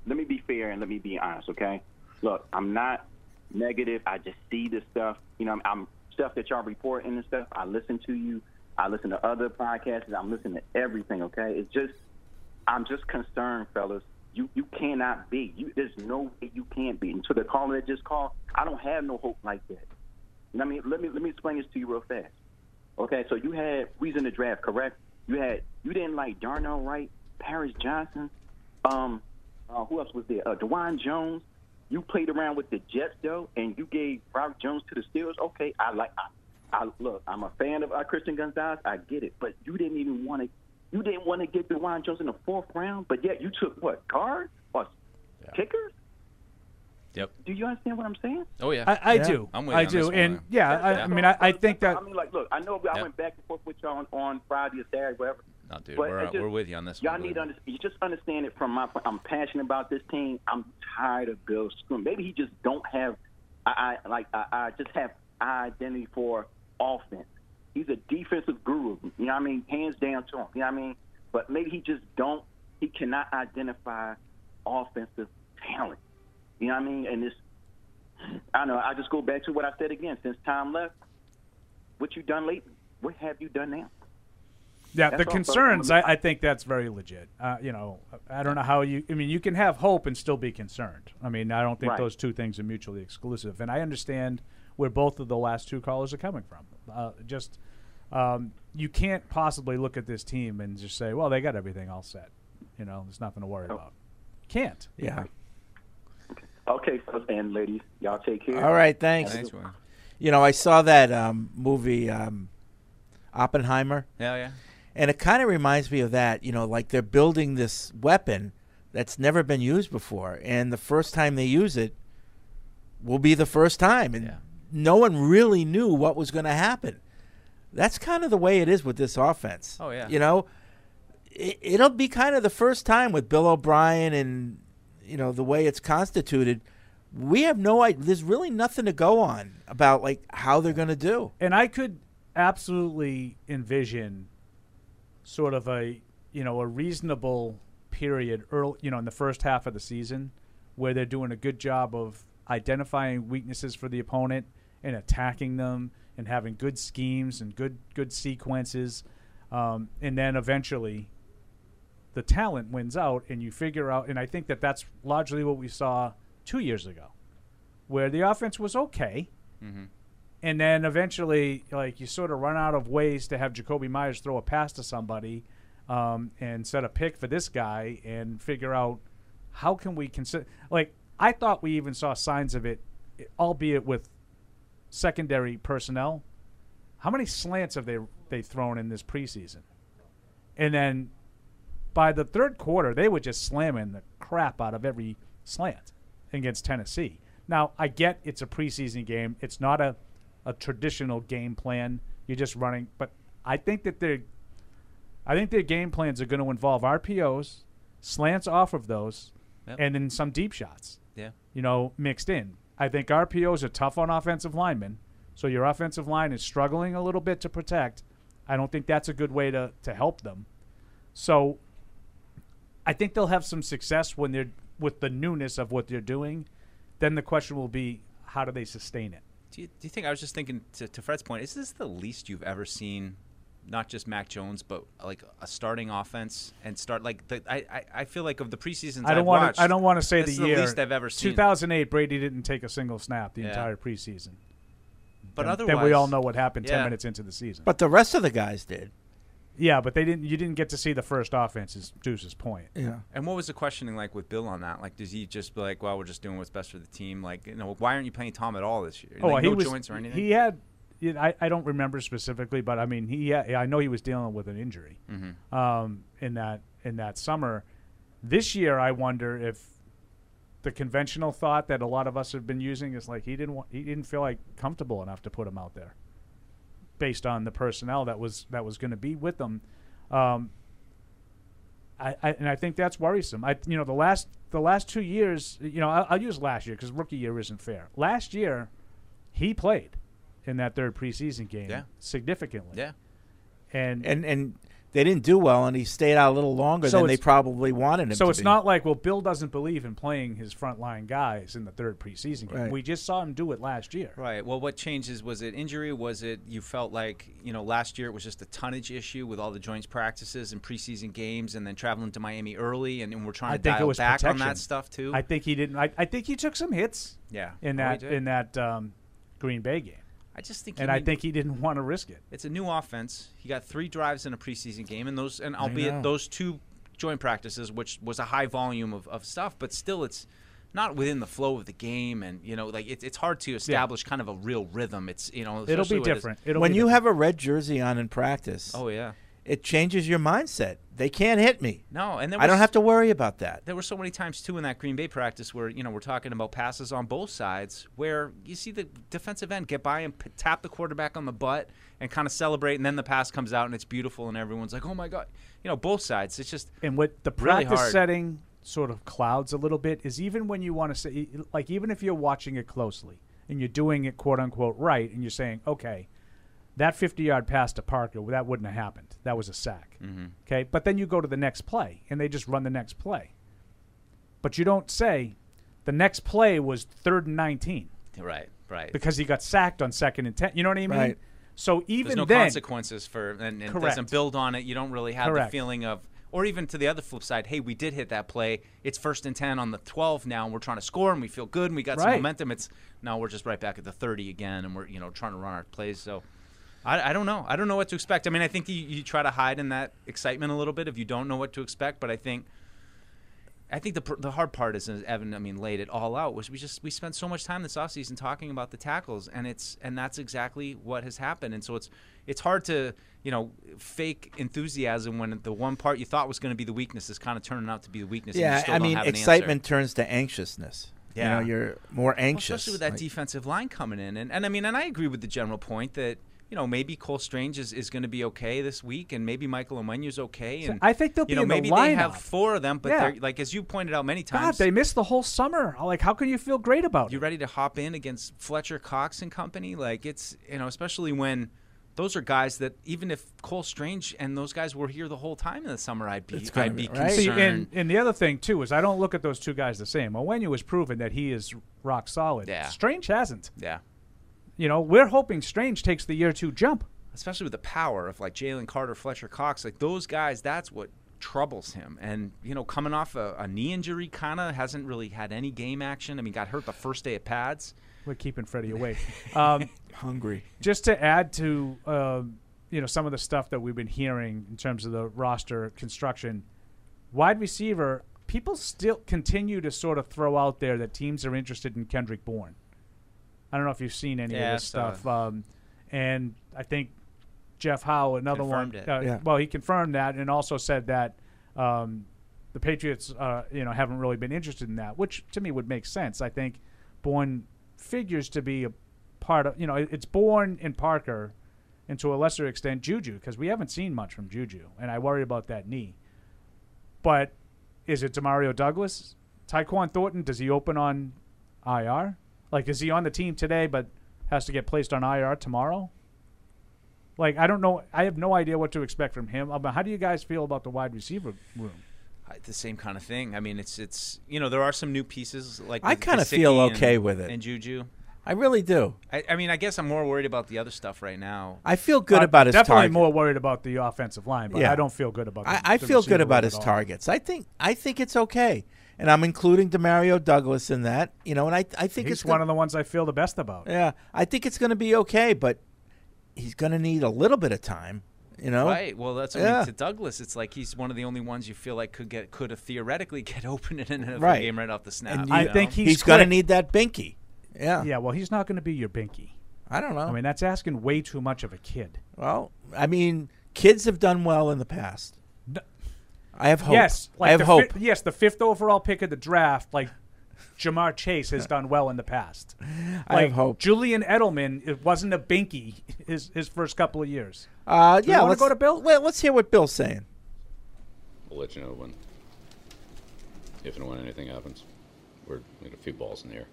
Let me be fair and let me be honest, okay? Look, I'm not negative. I just see this stuff. You know, I'm, I'm stuff that y'all reporting and stuff. I listen to you. I listen to other podcasts. I'm listening to everything. Okay, it's just I'm just concerned, fellas. You you cannot be. You, there's no way you can't be. And to the caller that just called, I don't have no hope like that. And I mean, let me let me explain this to you real fast. Okay, so you had reason to draft, correct? You had you didn't like Darnell Wright, Paris Johnson, um, uh, who else was there? Uh, Dewan Jones. You played around with the Jets though, and you gave Robert Jones to the Steelers. Okay, I like. I, I look. I'm a fan of uh, Christian Gonzalez. I get it, but you didn't even want to. You didn't want to get Dewan Jones in the fourth round, but yet you took what guard or kickers?
Yep.
Do you understand what I'm saying?
Oh yeah.
I, I do.
I'm with
I
you on
do.
this one,
and
man.
yeah, I, I mean, I, I think that
I mean, like, look, I know I
Yep.
went back and forth with y'all on, on Friday or Saturday, whatever.
No, dude,
But
we're,
I
on-
just-
we're with you on this
Y'all
one.
need to under, you just understand it from my point. I'm passionate about this team. I'm tired of Bill Scrum. Maybe he just don't have I, I like I, I just have identity for offense. He's a defensive guru. You know what I mean? Hands down to him. You know what I mean? But maybe he just don't he cannot identify offensive talent. You know what I mean? And it's I don't know, I just go back to what I said again. Since time left, what you done lately? What have you done now?
Yeah,
That's
the
all, but-
concerns. I, I think that's very legit. Uh, you know, I don't know how you. I mean, you can have hope and still be concerned. I mean, I don't think
Right.
those two things are mutually exclusive. And I understand where both of the last two callers are coming from. Uh, just um, you can't possibly look at this team and just say, "Well, they got everything all set." You know, there's nothing to worry
Oh.
about. Can't.
Yeah.
Okay, fellas and ladies, y'all take care.
All right, thanks.
Thanks, man.
You know, I saw that um, movie um, Oppenheimer,
Yeah, yeah.
and it kind of reminds me of that. You know, like they're building this weapon that's never been used before, and the first time they use it will be the first time, and
Yeah.
no one really knew what was going to happen. That's kind of the way it is with this offense.
Oh, yeah.
you know, it, it'll be kind of the first time with Bill O'Brien and you know the way it's constituted. We have no idea. There's really nothing to go on about like how they're going to do.
and I could absolutely envision sort of a you know a reasonable period early you know in the first half of the season where they're doing a good job of identifying weaknesses for the opponent and attacking them and having good schemes and good good sequences um, and then eventually the talent wins out and you figure out and I think that that's largely what we saw 2 years ago where the offense was okay and then eventually, like you sort of run out of ways to have Jacoby Myers throw a pass to somebody um, and set a pick for this guy and figure out how can we consider. Like I thought we even saw signs of it, albeit with secondary personnel. How many slants have they they thrown in this preseason? And then by the third quarter, they were just slamming the crap out of every slant against Tennessee. Now, I get it's a preseason game. It's not a, a traditional game plan. You're just running, but I think that their I think their game plans are going to involve RPOs, slants off of those,
Yep.
and then some deep shots
Yeah.
you know, mixed in. I think RPOs are tough on offensive linemen, so your offensive line is struggling a little bit to protect. I don't think that's a good way to, to help them. So I think they'll have some success when they're with the newness of what they're doing. Then the question will be how do they sustain it?
Do you, do you think I was just thinking to, to Fred's point? Is this the least you've ever seen, not just Mac Jones, but like a starting offense and start like the, I, I I feel like of the preseasons
I don't
I've
want
watched,
to I don't want to say
this
the
is
year.
the least I've ever seen.
2008 Brady didn't take a single snap the
Yeah.
entire preseason.
But
Then-
otherwise,
then we all know what happened 10
yeah.
minutes into the season.
But the rest of the guys did.
yeah, but they didn't you didn't get to see the first offense is Deuce's point.
Yeah.
And what was the questioning like with Bill on that? Like, does he just be like, "Well, we're just doing what's best for the team"? Like, you know, why aren't you playing Tom at all this year?
Oh,
like,
he
no
was,
joints or anything.
He had. you know, I, I don't remember specifically, but I mean, he. Yeah, I know he was dealing with an injury
Mm-hmm.
um, in that in that summer. This year, I wonder if the conventional thought that a lot of us have been using is like he didn't want, he didn't feel like comfortable enough to put him out there, based on the personnel that was that was going to be with him. Um, I, I and I think that's worrisome. I you know the last the last two years, you know, I'll, I'll use last year because rookie year isn't fair. Last year, he played in that third preseason game
Yeah.
significantly.
yeah.
And,
And and they didn't do well, and he stayed out a little longer
So
than they
it's-
probably wanted him.
so
to
it's
be.
not like well, Bill doesn't believe in playing his frontline guys in the third preseason game.
Right.
We just saw him do it last year.
Right. Well, what changes was it injury? Was it you felt like you know last year it was just a tonnage issue with all the joints practices and preseason games, and then traveling to Miami early, and, and we're trying
I
to
think it
dial
was
back on
protection.
that stuff too.
I think he didn't. I, I think he took some hits
yeah.
in
Oh, he
that
did.
in that um, Green Bay game,
I just think. you
and I
need-
think he didn't want to risk it.
it's a new offense. He got three drives in a preseason game, and those, and
know.
albeit those two joint practices, which was a high volume of, of stuff, but still, it's not within the flow of the game, and you know, like it's it's hard to establish kind of a real rhythm. It's you know, Oh,
It'll
especially
be
with this-
different. It'll
when
be
you
different.
have a red jersey on in practice.
Oh yeah,
it changes your mindset. They can't hit me.
No, and there
I don't
was-
have to worry about that.
There were so many times too in that Green Bay practice where you know we're talking about passes on both sides, where you see the defensive end get by and p- tap the quarterback on the butt and kind of celebrate, and then the pass comes out and it's beautiful, and everyone's like, "Oh my god!" You know, both sides. It's just
and what the
really
practice
hard.
setting sort of clouds a little bit is even when you want to say like even if you're watching it closely and you're doing it quote unquote right and you're saying okay that 50 yard pass to parker well, that wouldn't have happened that was a sack
Mhm.
okay but then you go to the next play and they just run the next play but you don't say the next play was third and 19
Right, right.
because he got sacked on second and 10 you know what i mean
Right.
so even
There's no
then
consequences for, and it
Correct.
doesn't build on it. You don't really have
Correct.
the feeling of, or even to the other flip side, hey, we did hit that play. It's first and ten on the twelve now, and we're trying to score, and we feel good, and we got some
Right.
momentum. It's now we're just right back at the thirty again, and we're you know trying to run our plays. So, I, I don't know. I don't know what to expect. I mean, I think you, you try to hide in that excitement a little bit if you don't know what to expect. But I think. I think the, pr- the hard part is, as Evan, I mean, laid it all out, was we just, we spent so much time this offseason talking about the tackles, and it's, and that's exactly what has happened. And so it's, it's hard to, you know, fake enthusiasm when the one part you thought was going to be the weakness is kind of turning out to be the weakness. and you
Yeah,
still
I
don't
mean,
have an answer.
excitement turns to anxiousness.
Yeah.
You know, you're more
Well,
anxious.
especially with that
Like,
defensive line coming in. And, and I mean, and I agree with the general point that, you know, maybe Cole Strange is, is going to be okay this week, and maybe Michael Omenu's okay.
So
And
I think they'll
you
be
know,
in the
maybe they have
lineup.
four of them, but
Yeah.
they're like as you pointed out many
god
times,
they missed the whole summer like how can you feel great about it
you ready to hop in against Fletcher Cox and company? Like it's you know, especially when those are guys that even if Cole Strange and those guys were here the whole time in the summer, I'd be
gonna
I'd be
right. See,
concerned.
and, and the other thing too is I don't look at those two guys the same. Owenu has proven that he is rock solid.
Yeah.
Strange hasn't.
yeah.
You know, we're hoping Strange takes the year two jump.
Especially with the power of like Jalen Carter, Fletcher Cox, like those guys, that's what troubles him. And you know, coming off a, a knee injury, kind of hasn't really had any game action. I mean, got hurt the first day at pads.
We're keeping Freddie awake. Um,
Hungry.
Just to add to um, you know some of the stuff that we've been hearing in terms of the roster construction, wide receiver people still continue to sort of throw out there that teams are interested in Kendrick Bourne. I don't know if you've seen any
Yeah, I
of this
saw
stuff, um, and I think Jeff Howe, another
Confirmed
one.
it.
uh,
Yeah.
Well, he confirmed that and also said that um, the Patriots, uh, you know, haven't really been interested in that, which to me would make sense. I think Bourne figures to be a part of, you know, it- it's Bourne and Parker, and to a lesser extent Juju, because we haven't seen much from Juju, and I worry about that knee. But is it Demario Douglas, Tyquan Thornton? Does he open on IR? Like, is he on the team today, but has to get placed on IR tomorrow? Like, I don't know. I have no idea what to expect from him. Um, How do you guys feel about the wide receiver room?
I- the same kind of thing. I mean, it's it's you know there are some new pieces like
I
with
kinda
Gesicki
feel
and-
okay with it.
and Juju.
I really do.
I, I mean, I guess I'm more worried about the other stuff right now.
I feel good
I'm
about his
Definitely
target.
more worried about the offensive line, but
Yeah.
I don't feel good about. The,
I, I
the
feel
receiver
good about
room
his
at all.
targets. I think I think it's okay, and I'm including Demario Douglas in that. You know, and I I think
He's
it's
one
gonna,
of the ones I feel the best about.
yeah. I think it's going to be okay, but he's going to need a little bit of time. You know,
Right. Well, that's what I mean,
yeah.
to Douglas. It's like he's one of the only ones you feel like could get could have theoretically get open in an NFL
Right.
game right off the snap.
And
you
I
know?
think
he's,
he's,
going to
quick.
need that binky. Yeah.
Yeah, well, he's not going to be your binky.
I don't know.
I mean, that's asking way too much of a kid.
well, I mean, kids have done well in the past.
No-
I have hope.
Yes, like
I have
the
hope.
Fi- yes, the fifth overall pick of the draft, like Jamar Chase has done well in the past. Like,
I have hope.
Julian Edelman, it wasn't a binky his his first couple of years.
Uh,
Do we
yeah,
wanna
let's
go to Bill?
Well, let's hear what Bill's saying.
We'll let you know when, if and when anything happens. We're we got a few balls in the air.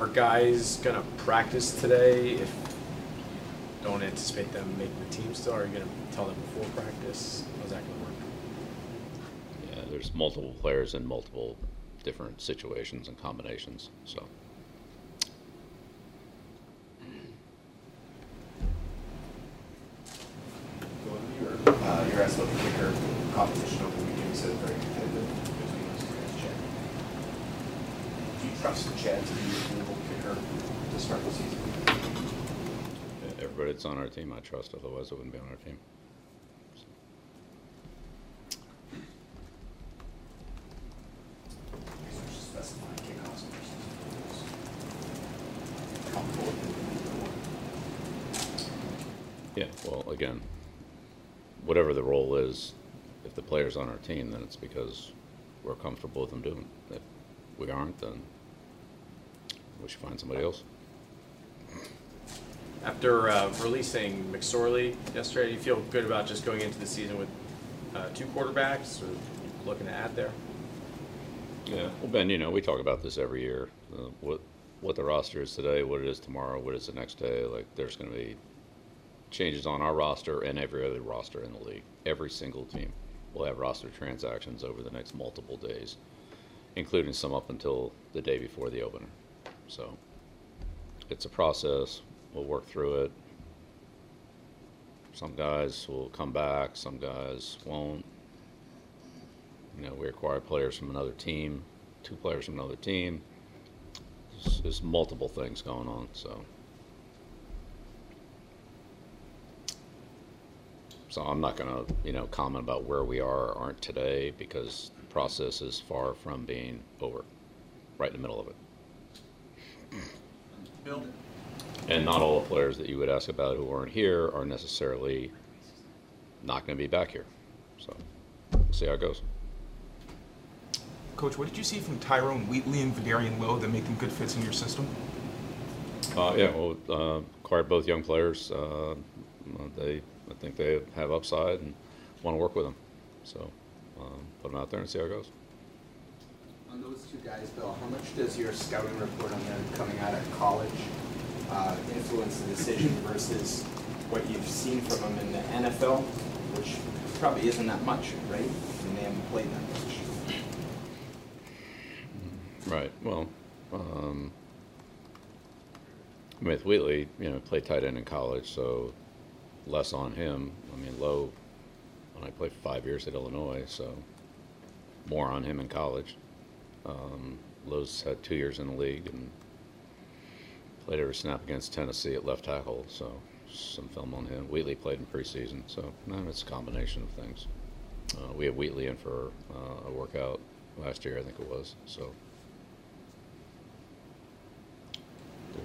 Are guys gonna practice today? If you don't anticipate them making the team still, are you gonna tell them before practice? How's that gonna work?
Yeah, there's multiple players in multiple different situations and combinations. So
Uh, your guys look quicker competition over the weekend, so very competitive between those two guys, Chad. Do you trust Chad to be a little kicker to start the season?
yeah, everybody that's on our team, I trust. Otherwise, it wouldn't be on our team.
Research to specify kickoffs versus field goals. Comfortable with it.
Yeah, well, again, whatever the role is, if the player's on our team, then it's because we're comfortable with them doing it. If we aren't, then we should find somebody else.
After uh, releasing McSorley yesterday, do you feel good about just going into the season with uh, two quarterbacks or looking to add there?
Yeah, well, Ben, you know, we talk about this every year. Uh, what what the roster is today, what it is tomorrow, what it's the next day. Like, there's going to be changes on our roster and every other roster in the league. Every single team will have roster transactions over the next multiple days, including some up until the day before the opener. So, it's a process. We'll work through it. Some guys will come back. Some guys won't you know, we acquire players from another team, two players from another team. There's, there's multiple things going on, so. So I'm not gonna, you know, comment about where we are or aren't today because the process is far from being over, right in the middle of it.
Bill,
And not all the players that you would ask about who aren't here are necessarily not gonna be back here. So, we'll see how it goes.
Coach, what did you see from Tyrone Wheatley and Vidarian Lowe that make them good fits in your system?
Uh, yeah, well, uh, acquired both young players. Uh, they, I think they have upside and want to work with them. So um, put them out there and see how it goes.
On those two guys, Bill, how much does your scouting report on them coming out of college uh, influence the decision versus what you've seen from them in the NFL, which probably isn't that much, right? And they haven't played that much.
Right. Well, um, I mean, with Wheatley, you know, played tight end in college, so less on him. I mean, Lowe, when I played five years at Illinois, so more on him in college. Um, Lowe's had two years in the league and played every snap against Tennessee at left tackle, so some film on him. Wheatley played in preseason, so no, it's a combination of things. Uh, we had Wheatley in for uh, a workout last year, I think it was, so.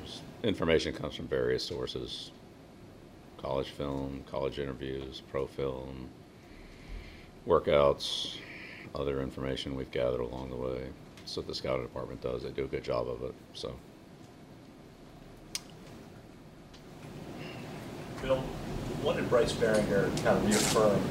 there's information comes from various sources college film college interviews pro film workouts other information we've gathered along the way that's what the scouting department does they do a good job of it so
Bill, what did Bryce Beringer kind of reaffirm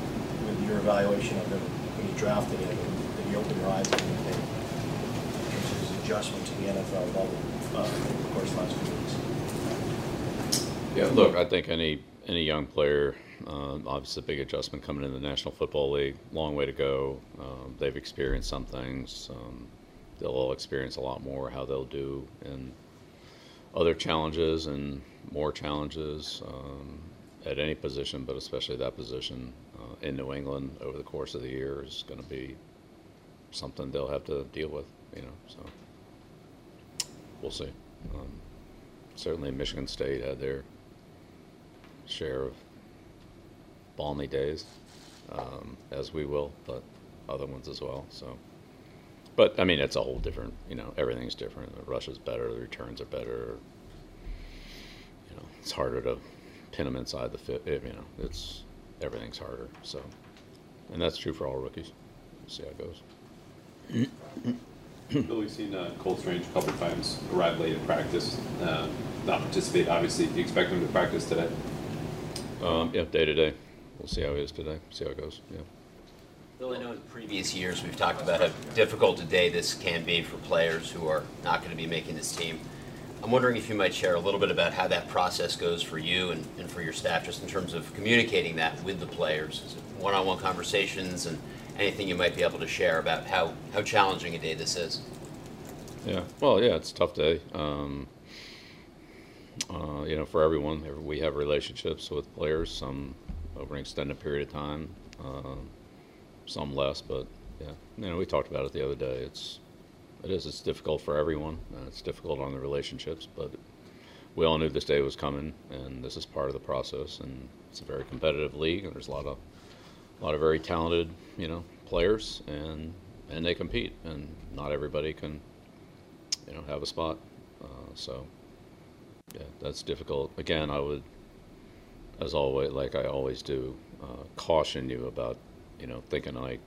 with your evaluation of him when you drafted him? and Did you open your eyes to anything in terms of his adjustment to the NFL level uh, over the course of the last few weeks?
Yeah, look, I think any any young player, um, obviously a big adjustment coming into the National Football League. Long way to go. Um, they've experienced some things. Um, they'll all experience a lot more. How they'll do and other challenges and more challenges um, at any position, but especially that position uh, in New England over the course of the year is going to be something they'll have to deal with. You know, so we'll see. Um, certainly, Michigan State had their share of balmy days, um, as we will, but other ones as well. So, but I mean, it's a whole different. You know, everything's different. The rush is better. The returns are better. You know, it's harder to pin them inside the fit. You know, it's everything's harder. So, and that's true for all rookies. We'll see how it goes.
Bill, we've seen uh, Cole Strange a couple times arrive late at practice, uh, not participate. Obviously, do you expect him to practice today?
Um, yeah, day to day. We'll see how it is today. See how it goes. Yeah.
Bill, I know in previous years we've talked about how difficult a day this can be for players who are not going to be making this team. I'm wondering if you might share a little bit about how that process goes for you and, and for your staff, just in terms of communicating that with the players. Is it one on one conversations and anything you might be able to share about how, how challenging a day this is?
Yeah. Well, yeah, it's a tough day. Um, uh, you know, for everyone, Every- we have relationships with players, some over an extended period of time, um, some less, but yeah. You know, we talked about it the other day. It's, it is, it's difficult for everyone. Uh, it's difficult on the relationships, but we all knew this day was coming, and this is part of the process. And it's a very competitive league, and there's a lot of, a lot of very talented, you know, players, and and they compete, and not everybody can you know, have a spot. Uh, so, yeah, that's difficult. Again, I would, as always, like I always do, uh, caution you about, you know, thinking like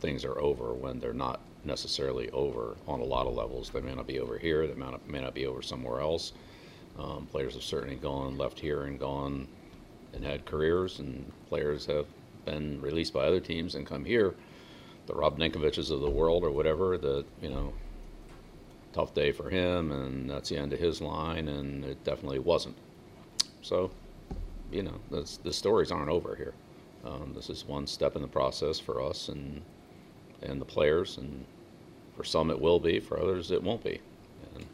things are over when they're not necessarily over on a lot of levels. They may not be over here. They may not, may not be over somewhere else. Um, players have certainly gone left here and gone and had careers, and players have been released by other teams and come here. The Rob Ninkoviches of the world, or whatever, that you know, tough day for him, and that's the end of his line, and it definitely wasn't. So, you know, that's, the stories aren't over here. Um, this is one step in the process for us and and the players, and for some it will be, for others it won't be. And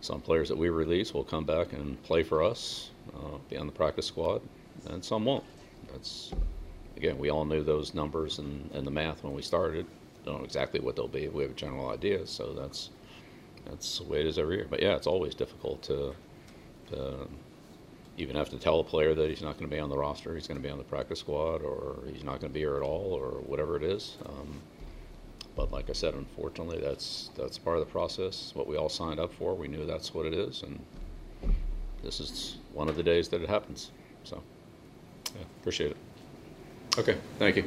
some players that we release will come back and play for us, uh, be on the practice squad, and some won't. That's again, we all knew those numbers and, and the math when we started. Don't know exactly what they'll be. We have a general idea, so that's that's the way it is every year. But yeah, it's always difficult to, to even have to tell a player that he's not going to be on the roster, he's going to be on the practice squad, or he's not going to be here at all, or whatever it is. Um, but like I said, unfortunately, that's that's part of the process. What we all signed up for, we knew that's what it is, and this is one of the days that it happens. So, yeah, appreciate it. Okay, thank you.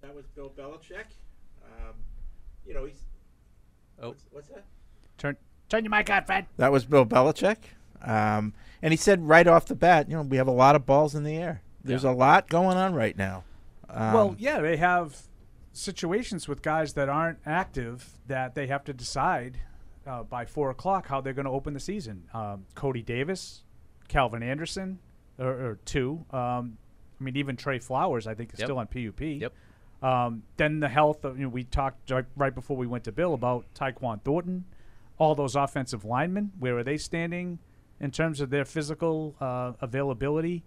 That was Bill Belichick. Um, you know, he's.
Oh.
What's, what's that?
Turn turn your mic on, Fred.
That was Bill Belichick. Um, and he said right off the bat, you know, we have a lot of balls in the air. There's a lot going on right now. Um,
well, yeah, they have situations with guys that aren't active that they have to decide uh, by four o'clock how they're going to open the season. Um, Cody Davis, Calvin Anderson, or, or two. Um, I mean, even Trey Flowers, I think, is
Yep.
still on PUP.
Yep.
Um, then the health of you know, we talked right- right before we went to Bill about Tyquan Thornton, all those offensive linemen. Where are they standing in terms of their physical uh, availability?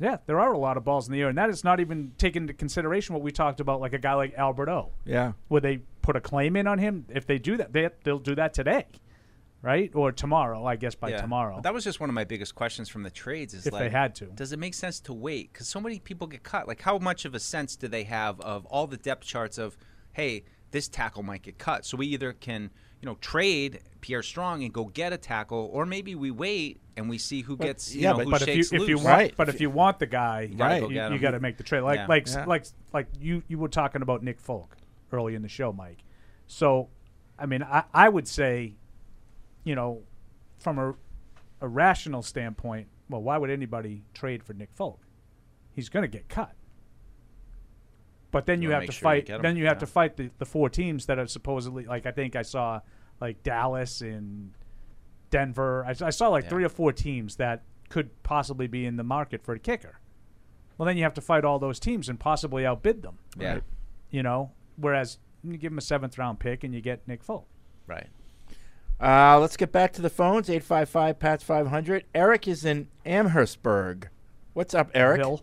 Yeah, there are a lot of balls in the air, and that is not even taken into consideration what we talked about, like a guy like Alberto.
Yeah.
Would they put a claim in on him? If they do that, they, they'll do that today, right? Or tomorrow, I guess by
Yeah.
tomorrow.
That was just one of my biggest questions from the trades. Is
If they
like,
had to.
does it make sense to wait? Because so many people get cut. Like, how much of a sense do they have of all the depth charts of, hey, this tackle might get cut? So we either can, you know, trade Pierre Strong and go get a tackle, or maybe we wait and we see who gets, you know, who
but if
shakes
you if
loose.
you want but if you want the guy,
You gotta
right,
go get
you,
him.
got to make the trade. Like
Yeah.
like
Yeah.
like like you you were talking about Nick Folk early in the show, Mike. So, I mean, I I would say, you know, from a a rational standpoint, well, why would anybody trade for Nick Folk? He's going to get cut. But then
You
you,
wanna
have
make
to
sure you
fight.
get 'em,
then you have
yeah.
to fight the, the four teams that are supposedly like I think I saw like Dallas and Denver. I, I saw like
Yeah.
three or four teams that could possibly be in the market for a kicker. Well, then you have to fight all those teams and possibly outbid them.
Yeah. Right.
You know, whereas you give them a seventh round pick and you get Nick Folk.
Right. Uh, let's get back to the phones. 855 Pats 500. Eric is in Amherstburg. What's up, Eric?
Bill.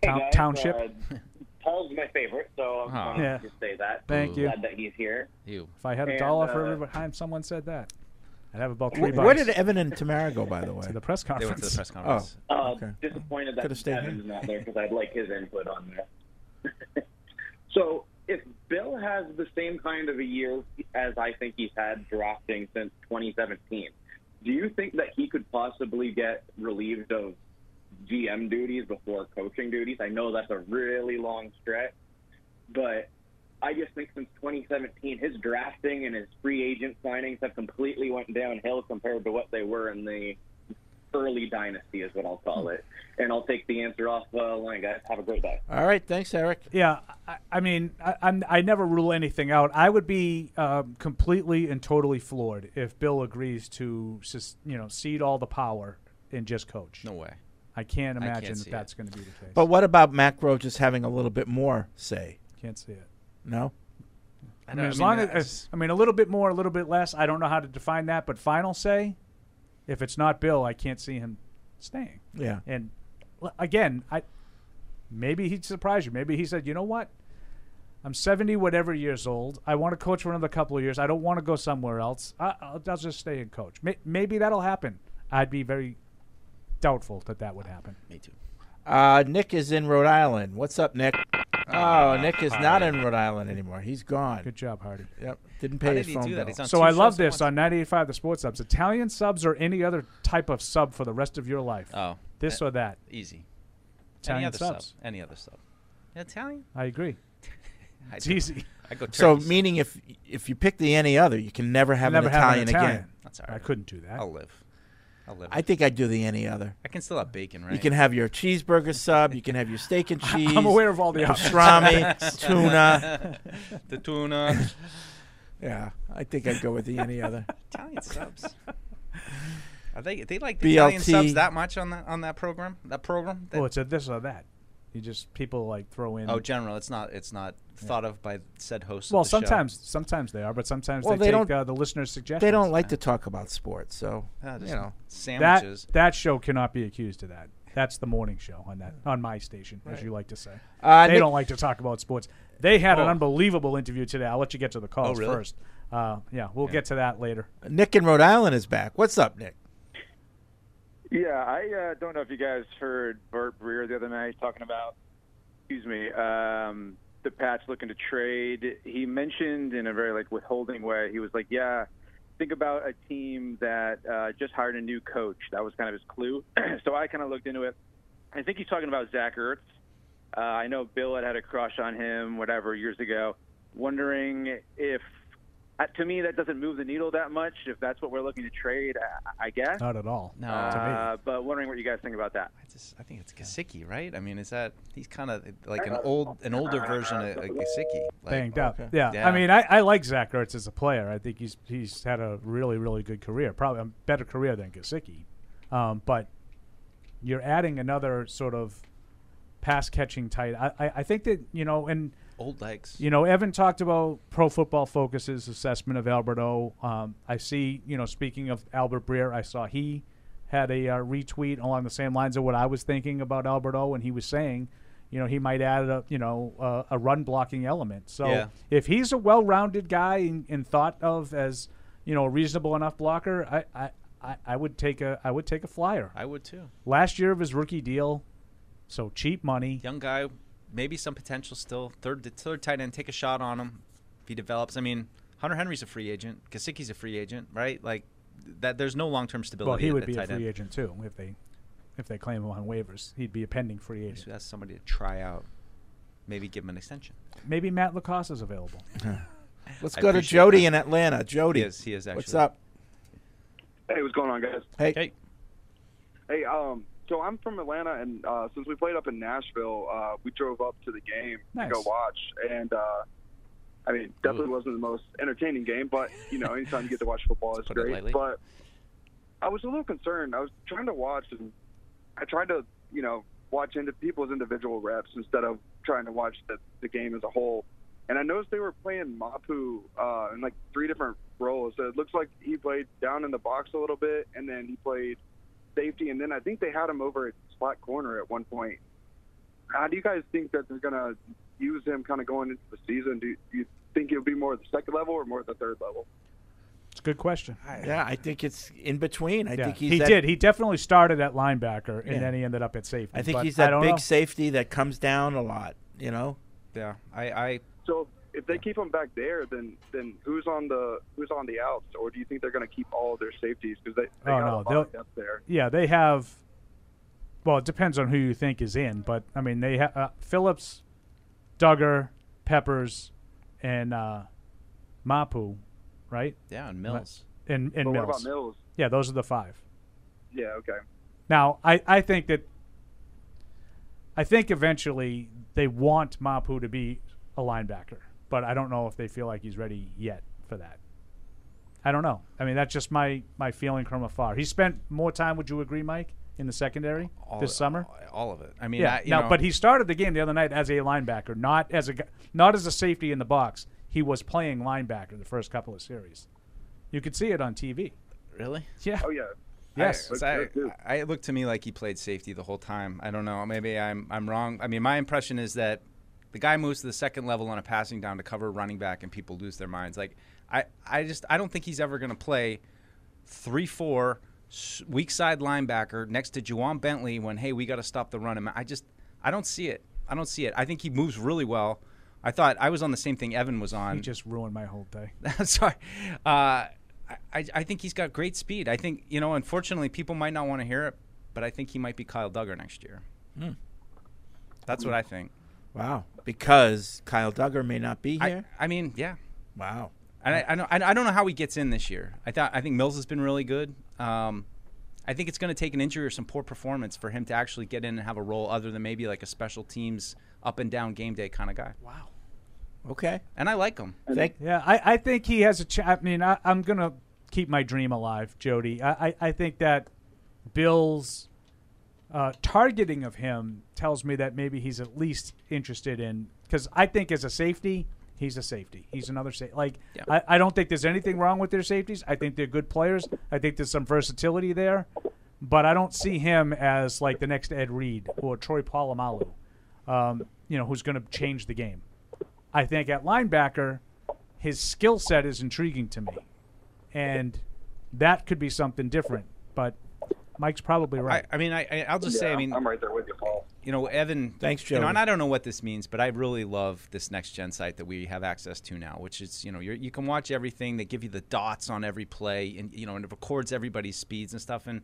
Hey,
Town-
guys,
township.
uh, Paul's my favorite, so I'm
Aw.
going
Yeah.
to just say that.
Thank you.
Glad that he's here.
You.
If I had a
And,
dollar for
uh,
every time someone said that, I'd have about three
Wh-
bucks.
Where did Evan and Tamara go, by the way?
To the press They went to the conference. press conference.
Oh,
Uh,
okay.
Disappointed
Coulda
that
stayed here.
Evan's not there because I'd like his input on that. so if Bill has the same kind of a year as I think he's had drafting since 2017, do you think that he could possibly get relieved of GM duties before coaching duties? I know that's a really long stretch, but I just think since 2017, his drafting and his free agent signings have completely went downhill compared to what they were in the early dynasty, is what I'll call it. And I'll take the answer off the line, guys. Have a great day.
All right. Thanks, Eric.
Yeah, I, I mean, I, I'm, I never rule anything out. I would be um, completely and totally floored if Bill agrees to, sus- you know, cede all the power and just coach. No
way.
I can't
I can't
imagine
see
that
it.
that's going to be the case.
But what about Macro just having a little bit more say?
Can't see it.
No?
I, mean, as long as I mean, a little bit more, a little bit less. I don't know how to define that, but final say, if it's not Bill, I can't see him staying.
Yeah.
And l- again, I maybe he'd surprise you. Maybe he said, you know what, I'm 70 whatever years old. I want to coach for another couple of years. I don't want to go somewhere else. I, I'll, I'll just stay and coach. May, maybe that'll happen. I'd be very doubtful that that would happen.
Me too.
Uh, Nick is in Rhode Island. What's up, Nick? Oh, Nick is not in Rhode Island anymore. He's gone. Good
job, Hardy.
Yep. Didn't pay his phone bill.
So I love this on 98.5 The Sports Subs. Italian subs or any other type of sub for the rest of your life.
Oh.
This
Eh,
or that.
Easy.
Italian
any other
subs.
sub. Any other sub. Italian?
I agree.
I
It's
don't-
easy.
I go turkey
So
sub.
meaning if if you pick the any other, you can never have
Never
an
have an
Italian, again.
Italian.
That's
all right. I couldn't do that.
I'll live. I'll live.
I think I'd do the any other.
I can still have bacon, right?
You can have your cheeseburger sub. You can have your steak and
I'm
cheese.
aware of all the options.
pastrami, tuna.
The tuna.
Yeah, I think I'd go with the any other.
Italian subs. Are they they like
BLT.
the Italian subs that much on that on that program? That program? That-
Well, Oh, it's a this or that. You just people like throw in.
oh, general. It's not it's not thought of by said host. of
well,
the show.
sometimes sometimes they are, but sometimes
Well,
they,
they
take
don't-
uh, the listener's suggestions.
They don't like to talk about sports, so
Ah,
you
just
know
sandwiches.
That, that show cannot be accused of that. That's the morning show on that on my station, as
Right.
you like to say.
Uh,
they
Nick-
don't like to talk about sports. They had an
Oh.
unbelievable interview today. I'll let you
Oh,
get to the calls
really?
first. Uh, yeah, we'll get to that later.
Nick in Rhode Island is back. What's up, Nick?
Yeah, I uh, don't know if you guys heard Bert Breer the other night talking about, excuse me, um, the Pats looking to trade. He mentioned in a very like withholding way. He was like, "Yeah, think about a team that uh, just hired a new coach." That was kind of his clue. so I kind of looked into it. I think he's talking about Zach Ertz. Uh, I know Bill had had a crush on him, whatever, years ago. Wondering if, uh, to me, that doesn't move the needle that much. If that's what we're looking to trade, I, I guess.
Not at all.
No.
Uh, but wondering what you guys think about that.
I, just, I think it's Gasicki, right? I mean, is that he's kind of like an old, an older version of, of Gasicki? Like,
Banged up. Yeah. I mean, I, I like Zach Ertz as a player. I think he's he's had a really really good career, probably a better career than Gasicki. Um, but you're adding another sort of pass catching tight. I, I I think that you know and
old legs.
You know, Evan talked about Pro Football Focus's assessment of Alberto. Um, I see, you know, speaking of Albert Breer, I saw he had a uh, retweet along the same lines of what I was thinking about Alberto, and he was saying, you know, he might add a, you know, uh, a run blocking element. So
Yeah.
if he's a well rounded guy and, and thought of as, you know, a reasonable enough blocker, I, I, I, I would take a I would take a flyer.
I would too.
Last year of his rookie deal, so cheap money.
young guy, maybe some potential still. Third, third tight end, take a shot on him if he develops. I mean, Hunter Henry's a free agent. Gasicki's a free agent, right? Like that. There's no long term stability.
Well, he
at
would
the
be a
tight
free
end.
agent too if they if they claim him on waivers. He'd be a pending free agent.
So that's somebody to try out. Maybe give him an extension.
Maybe Matt Lacoste is available.
Let's
I
go to
appreciate
Jody
that.
in Atlanta. Jody,
He is- he is
What's
actually.
up?
Hey, what's going on, guys?
Hey.
Hey, um, so I'm from Atlanta, and uh, since we played up in Nashville, uh, we drove up to the game
Nice.
to go watch, and uh, I mean, definitely wasn't the most entertaining game, but you know, anytime you get to watch football, it's
put it
great.
lightly.
But I was a little concerned. I was trying to watch, and I tried to, you know, watch into people's individual reps instead of trying to watch the, the game as a whole. And I noticed they were playing Mapu uh, in like three different roles. So it looks like he played down in the box a little bit, and then he played safety, and then I think they had him over at slot corner at one point. How do you guys think that they're going to use him kind of going into the season? Do you, do you think he'll be more at the second level or more at the third level?
It's a good question.
Yeah, I think it's in between. I
Yeah,
think he's
he
that-
did. He definitely started at linebacker, and
Yeah.
then he ended up at safety.
I think
but
he's
I
that
don't
big
know.
safety that comes down a lot. You know.
Yeah, I. I
So if they keep him back there, then then who's on the who's on the outs, or do you think they're going to keep all of their safeties because they, they
Oh,
got
no,
a
they'll-
lot up there?
Yeah, they have. Well, it depends on who you think is in, but I mean, they have uh, Phillips, Duggar, Peppers, and uh, Mapu, right?
Yeah, and Mills.
And and
But what
Mills.
about Mills?
Yeah, those are the five.
Yeah, okay.
Now, I, I think that I think eventually they want Mapu to be a linebacker, but I don't know if they feel like he's ready yet for that. I don't know. I mean, that's just my my feeling from afar. He spent more time. Would you agree, Mike, in the secondary
All
this
of-
summer?
all of it. I mean,
yeah.
I- you
now,
know-
but he started the game the other night as a linebacker, not as a gu- not as a safety in the box. He was playing linebacker the first couple of series. You could see it on TV.
Really?
Yeah.
Oh yeah.
Yes.
I, 'cause I, I- it looked to me like he played safety the whole time. I don't know. Maybe I'm I'm wrong. I mean, my impression is that the guy moves to the second level on a passing down to cover a running back, and people lose their minds. Like I, I just I don't think he's ever going to play three four s- weak side linebacker next to Juwan Bentley when hey we got to stop the run. And I just I don't see it. I- I don't see it. I think he moves really well. I thought I was on the same thing Evan was on.
You just ruined my whole day.
I'm sorry. Uh, I, I think he's got great speed. I think, you know, unfortunately, people might not want to hear it, but I think he might be Kyle Duggar next year.
Hmm.
That's what I think.
Wow. Because Kyle Duggar may not be
I,
here.
I mean, yeah.
Wow.
And I, I, don't, I I don't know how he gets in this year. I thought I think Mills has been really good. Um, I think it's going to take an injury or some poor performance for him to actually get in and have a role other than maybe like a special teams up and down game day kind of guy.
Wow.
Okay.
And I like him.
yeah, I, I think he has a ch- I mean, I, I'm going to keep my dream alive, Jody. I, I, I think that Bill's uh, targeting of him tells me that maybe he's at least interested in because I think as a safety, he's a safety. He's another safety. Like I, I don't think there's anything wrong with their safeties. I think they're good players. I think there's some versatility there, but I don't see him as like the next Ed Reed or Troy Polamalu, um, you know, who's going to change the game. I think at linebacker, his skill set is intriguing to me, and that could be something different. But Mike's probably right.
I, I mean, I, I- I'll just say, I mean,
I'm
right there with you, Paul. You know, Evan.
Thanks,
You know,
Jody.
and I don't know what this means, but I really love this next gen site that we have access to now, which is, you know, you're, you can watch everything. They give you the dots on every play, and you know, and it records everybody's speeds and stuff. And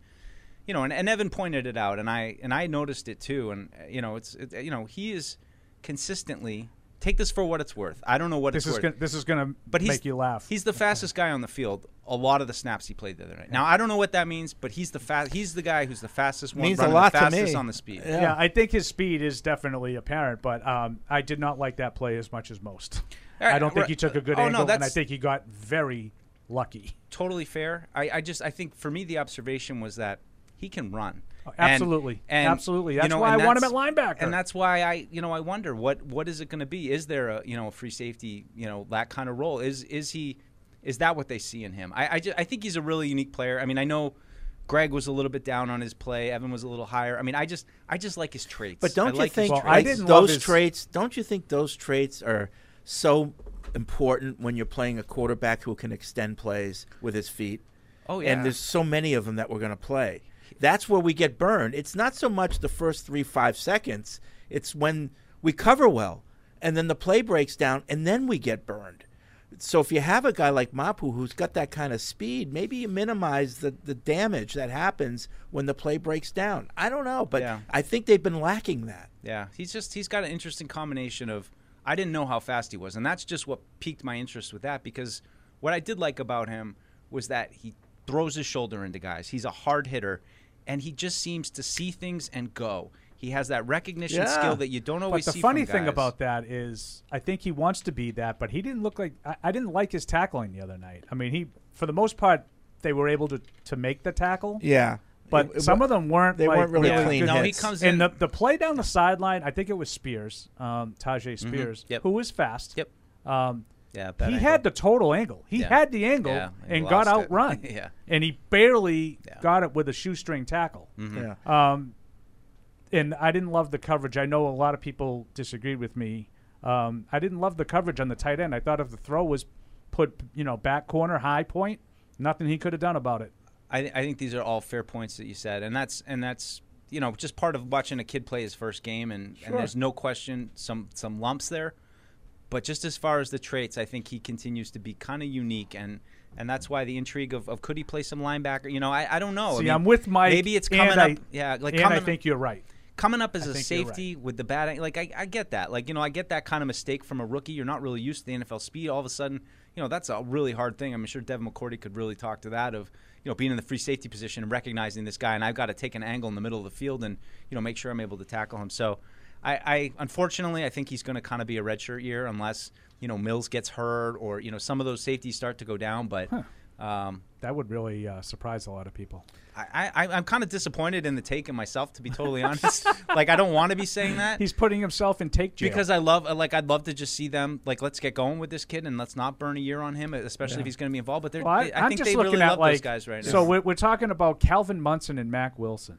you know, and, and Evan pointed it out, and I and I noticed it too. And uh, you know, it's it, you know, he is consistently. Take this for what it's worth. I don't know what
This
it's
is
worth.
gonna- this is gonna
but he's-
make you laugh.
He's the fastest guy on the field. A lot of the snaps he played the other night. Now I don't know what that means, but he's the fast. He's the guy who's the fastest one. running the fastest on the speed.
Yeah. I think his speed is definitely apparent, but um, I did not like that play as much as most.
All right,
I don't think
we're-
he took a good
oh, no,
angle, and I
that's-
think he got very lucky.
totally fair. I, I just I think for me the observation was that he can run. And-
Oh, absolutely.
and,
Absolutely.
you
That's
know,
why
and
I want him
that's-
at linebacker.
And that's why I you know I wonder what what is it going to be? Is there a you know a free safety you know that kind of role? Is is he is that what they see in him? I I, ju- I think he's a really unique player. I mean I know. Greg was a little bit down on his play. Evan was a little higher. I mean, I just, I just like his traits.
But don't
I
you
like his
think
traits.
like, those traits? Don't you think those traits are so important when you're playing a quarterback who can extend plays with his feet?
Oh, yeah.
And there's so many of them that we're going to play. That's where we get burned. It's not so much the first three five seconds. It's when we cover well, and then the play breaks down, and then we get burned. So if you have a guy like Mapu who's got that kind of speed, maybe you minimize the, the damage that happens when the play breaks down. I don't know, but
Yeah.
I think they've been lacking that.
Yeah, he's just he's got an interesting combination of I didn't know how fast he was, and that's just what piqued my interest with that because what I did like about him was that he throws his shoulder into guys. He's a hard hitter, and he just seems to see things and go. He has that recognition skill that you don't always
But the
see.
funny
from
thing
guys.
about that is, I think he wants to be that, but he didn't look like. I, I didn't like his tackling the other night. I mean, he for the most part they were able to to make the tackle.
Yeah.
but
It- it
some
wa-
of them weren't.
they
like,
weren't really clean
good
No, he
hits.
comes
and the, the play down the sideline. I think it was Spears, um, Tajay Spears,
Mm-hmm. Yep.
who was fast.
Yep.
Um,
yeah,
he
that angle.
had the total angle. He
Yeah.
had the angle
Yeah, he
and got
lost it.
outrun.
Yeah.
and he barely got it with a shoestring tackle.
Mhm.
Um, and I didn't love the coverage. I know a lot of people disagreed with me. Um, I didn't love the coverage on the tight end. I thought if the throw was put, you know, back corner, high point, nothing he could have done about it.
I, I think these are all fair points that you said, and that's and that's you know just part of watching a kid play his first game, and,
Sure.
and there's no question some some lumps there, but just as far as the traits, I think he continues to be kind of unique, and and that's why the intrigue of, of could he play some linebacker? You know, I, I don't know. I
See,
mean,
I'm with Mike.
Maybe it's
and
coming
I-
up. Yeah, like
and
coming
I think you're right.
coming up as
I
a
think you're right.
safety with the bad ang- like I, I get that like you know i get that kind of mistake from a rookie you're not really used to the nfl speed all of a sudden you know that's a really hard thing i'm sure devin mccordy could really talk to that of you know being in the free safety position and recognizing this guy and i've got to take an angle in the middle of the field and you know make sure i'm able to tackle him so i, I unfortunately i think he's going to kind of be a redshirt year unless you know mills gets hurt or you know some of those safeties start to go down but um,
That would really uh, surprise a lot of people.
I, I, I'm kind of disappointed in the take in myself, to be totally honest. like, I don't want to be saying that.
He's putting himself in take jail.
Because I love, uh, like, I'd love to just see them, like, let's get going with this kid and let's not burn a year on him, especially
Yeah.
if he's going to be involved. But they're,
Well,
they, I
I'm
think
just
they
looking
really
at
love
like,
those guys right now.
So we're, we're talking about Calvin Munson and Mac Wilson.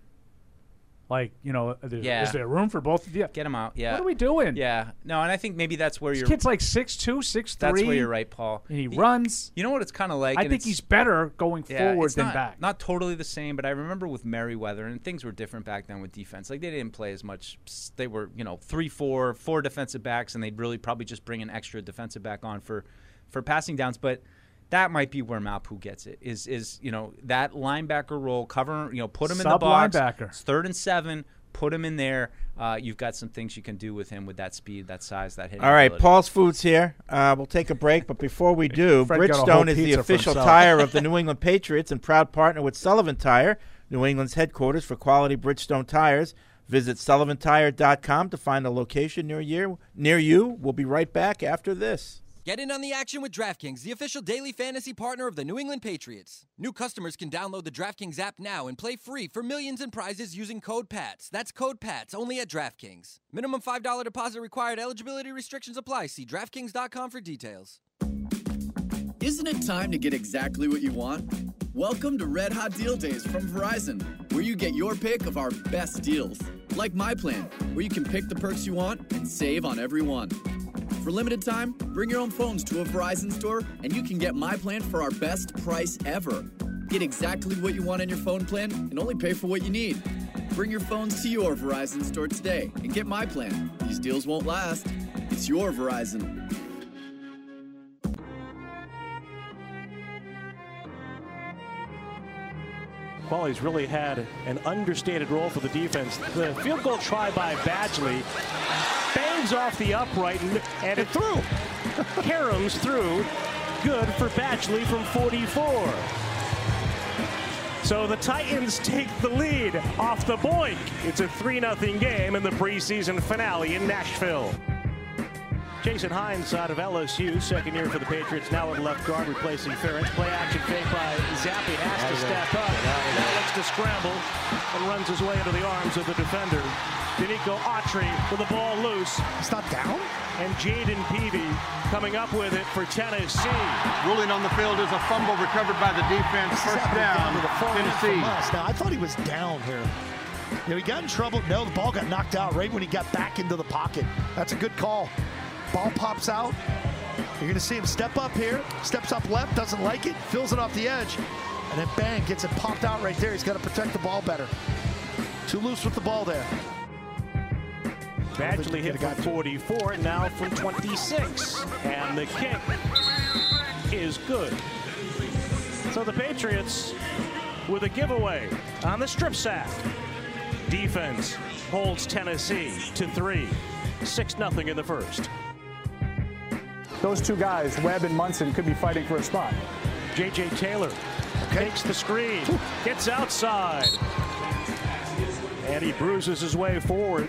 Like, you know, there's,
Yeah.
is there room for both? Yeah.
Get him out. Yeah.
What are we doing?
Yeah. No, and I think maybe that's where
This
you're.
kid's like 6'2", 6'3".
That's where you're right, Paul.
And he runs.
You know what it's kind of like.
I
and
think
it's-
he's better going
Yeah,
forward
it's
than
not,
back.
Not totally the same, but I remember with Merriweather and things were different back then with defense. Like they didn't play as much. s- They were you know three, four, four defensive backs, and they'd really probably just bring an extra defensive back on for for passing downs. But that might be where Mapu gets it. Is is you know that linebacker role cover? You know, put him in the
Sub
box.
linebacker.
It's third and seven. Put him in there. Uh, you've got some things you can do with him with that speed, that size, that hitting.
All right,
ability.
Paul's Foods here. Uh, we'll take a break, but before we do,
Fred got a whole
Bridgestone is the
pizza for
official
himself.
tire of the New England Patriots and proud partner with Sullivan Tire, New England's headquarters for quality Bridgestone tires. Visit sullivantire.com to find a location near you. Near you. We'll be right back after this.
Get in on the action with DraftKings, the official daily fantasy partner of the New England Patriots. New customers can download the DraftKings app now and play free for millions in prizes using code PATS. That's code PATS only at DraftKings. Minimum $5 deposit required. Eligibility restrictions apply. See DraftKings.com for details.
Isn't it time to get exactly what you want? Welcome to Red Hot Deal Days from Verizon, where you get your pick of our best deals. Like My Plan, where you can pick the perks you want and save on every one. For limited time, bring your own phones to a Verizon store and you can get My Plan for our best price ever. Get exactly what you want in your phone plan and only pay for what you need. Bring your phones to your Verizon store today and get My Plan. These deals won't last. It's your Verizon.
Quality's really had an understated role for the defense. The field goal try by Badgley bangs off the upright and, and it through. Karam's through. Good for Badgley from 44. So the Titans take the lead off the boink. It's a 3 0 game in the preseason finale in Nashville. Jason Hines out of LSU, second year for the Patriots, now at left guard, replacing Ferentz. Play action fake by Zappi has to step up. Now looks to scramble and runs his way into the arms of the defender. Denico Autry with the ball loose. Stop down? And Jaden Peavy coming up with it for Tennessee.
Ruling on the field is a fumble recovered by the defense. First down, Tennessee.
Now, I thought he was down here. You know, he got in trouble. No, the ball got knocked out right when he got back into the pocket. That's a good call. Ball pops out. You're going to see him step up here, steps up left, doesn't like it, fills it off the edge, and then bang, gets it popped out right there. He's got to protect the ball better. Too loose with the ball there.
Badgley hit from 44, now from 26. And the kick is good. So the Patriots with a giveaway on the strip sack. Defense holds Tennessee to three. 6 0 in the first.
Those two guys, Webb and Munson, could be fighting for a spot.
J.J. Taylor takes the screen, gets outside, and he bruises his way forward,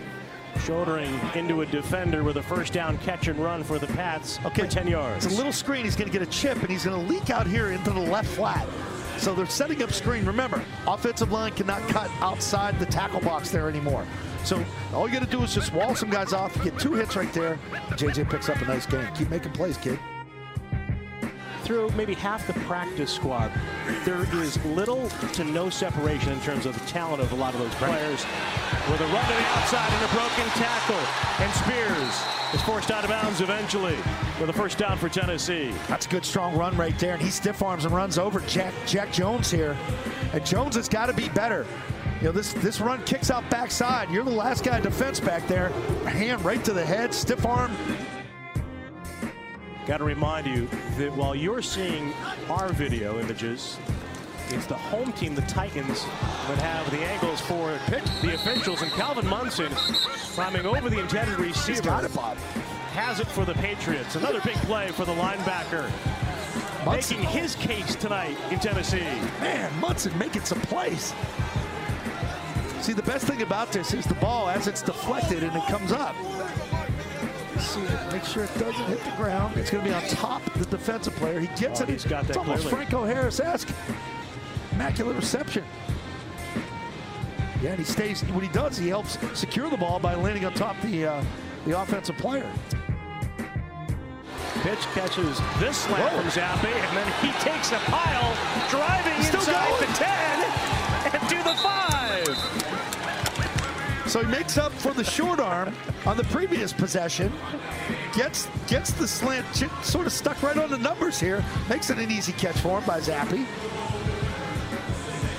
shouldering into a defender with a first down catch and run for the Pats for 10 yards.
It's a little screen. He's going to get a chip, and he's going to leak out here into the left flat. So they're setting up screen. Remember, offensive line cannot cut outside the tackle box there anymore. So all you got to do is just wall some guys off. You get two hits right there. JJ picks up a nice game. Keep making plays, kid.
through maybe half the practice squad, there is little to no separation in terms of the talent of a lot of those players. With a run to the outside and a broken tackle, and Spears is forced out of bounds eventually with a first down for Tennessee.
That's a good strong run right there, and he stiff arms and runs over Jack Jack Jones here. And Jones has got to be better. You know, this this run kicks out backside. You're the last guy in defense back there. Hand right to the head, stiff arm.
Got to remind you that while you're seeing our video images, it's the home team, the Titans, that have the angles for pick the officials, and Calvin Munson climbing over the intended receiver.
got it, Bob.
Has it for the Patriots. Another big play for the linebacker. Making his case tonight in Tennessee.
Man, Munson making some plays. See, the best thing about this is the ball as it's deflected and it comes up. See, make sure it doesn't hit the ground. It's going to be on top of the defensive player. He gets
Oh,
it.
he's got that
it's almost
clearly.
Franco Harris-esque. Immaculate reception. Yeah, and he stays. What he does, he helps secure the ball by landing on top the uh, the offensive player.
Pitch catches this slant from Zappi, and then he takes a pile, driving inside the 10 and to the 5.
So he makes up for the short arm on the previous possession, gets gets the slant, ch- sort of stuck right on the numbers here, makes it an easy catch for him by Zappi.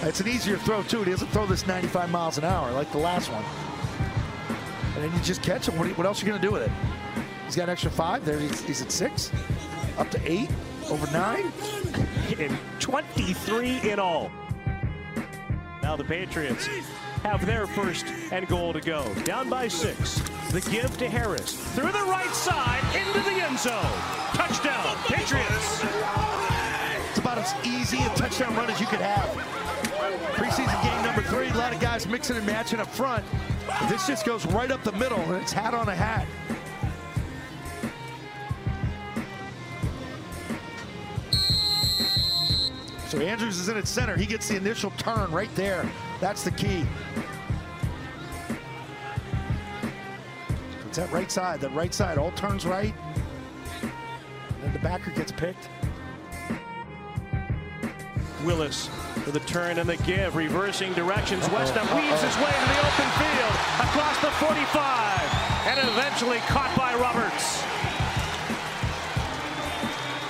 It's an easier throw too. He doesn't throw this 95 miles an hour like the last one. And then you just catch him. What, do you- what else are you going to do with it? He's got an extra five. There he's, he's at six, up to eight, over nine.
in 23 in all. Now the Patriots have their first and goal to go. Down by six. The give to Harris. Through the right side, into the end zone. Touchdown, Patriots.
It's about as easy a touchdown run as you could have. Preseason game number three, a lot of guys mixing and matching up front. This just goes right up the middle, and it's hat on a hat. So Andrews is in at center. He gets the initial turn right there. That's the key. It's that right side. That right side all turns right. And then the backer gets picked.
Willis for the turn and the give, reversing directions. Westham weaves his way to the open field, across the 45, and eventually caught by Roberts.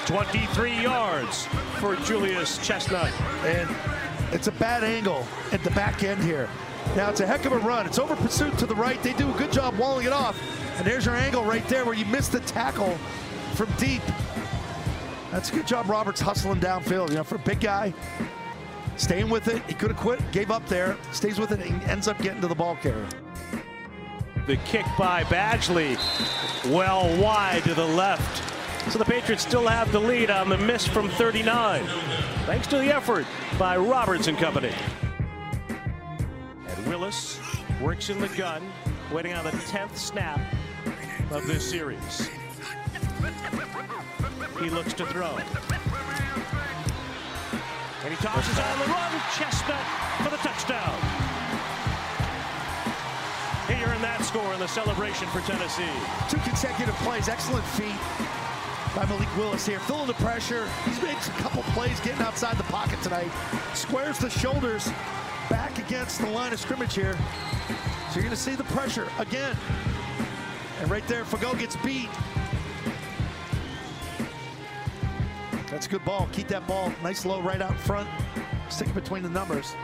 23 yards for Julius Chestnut.
And it's a bad angle at the back end here. Now it's a heck of a run. It's over pursuit to the right. They do a good job walling it off. And there's your angle right there where you missed the tackle from deep. That's a good job, Roberts, hustling downfield. You know, for a big guy, staying with it. He could have quit, gave up there, stays with it, and ends up getting to the ball carrier.
The kick by Badgley, well wide to the left. So the Patriots still have the lead on the miss from 39, thanks to the effort by Roberts and company. And Willis works in the gun, waiting on the 10th snap of this series. He looks to throw. And he tosses on the run. Chestnut for the touchdown. He earned that score in the celebration for Tennessee.
Two consecutive plays, excellent feet by Malik Willis here, feeling the pressure. He's made a couple plays getting outside the pocket tonight. Squares the shoulders back against the line of scrimmage here. So you're going to see the pressure again. And right there, Fago gets beat. That's a good ball. Keep that ball nice low right out front. Stick it between the numbers.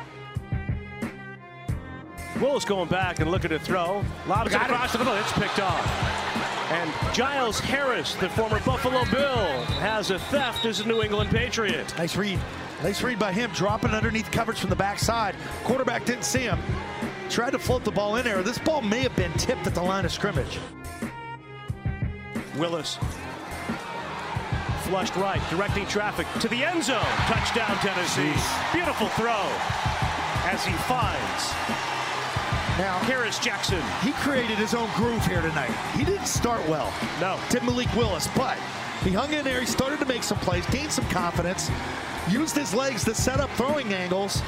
Willis going back and looking to throw. Lobs it
Got it.
across the middle. It's picked off. And Giles Harris, the former Buffalo Bill, has a theft as a New England Patriot.
Nice read. Nice read by him, dropping underneath coverage from the backside. Quarterback didn't see him. Tried to float the ball in there. This ball may have been tipped at the line of scrimmage.
Willis flushed right, directing traffic to the end zone. Touchdown, Tennessee. Beautiful throw as he finds
now
Harris Jackson.
He created his own groove here tonight. He didn't start well.
No.
Did Malik Willis, but he hung in there. He started to make some plays, gained some confidence, used his legs to set up throwing angles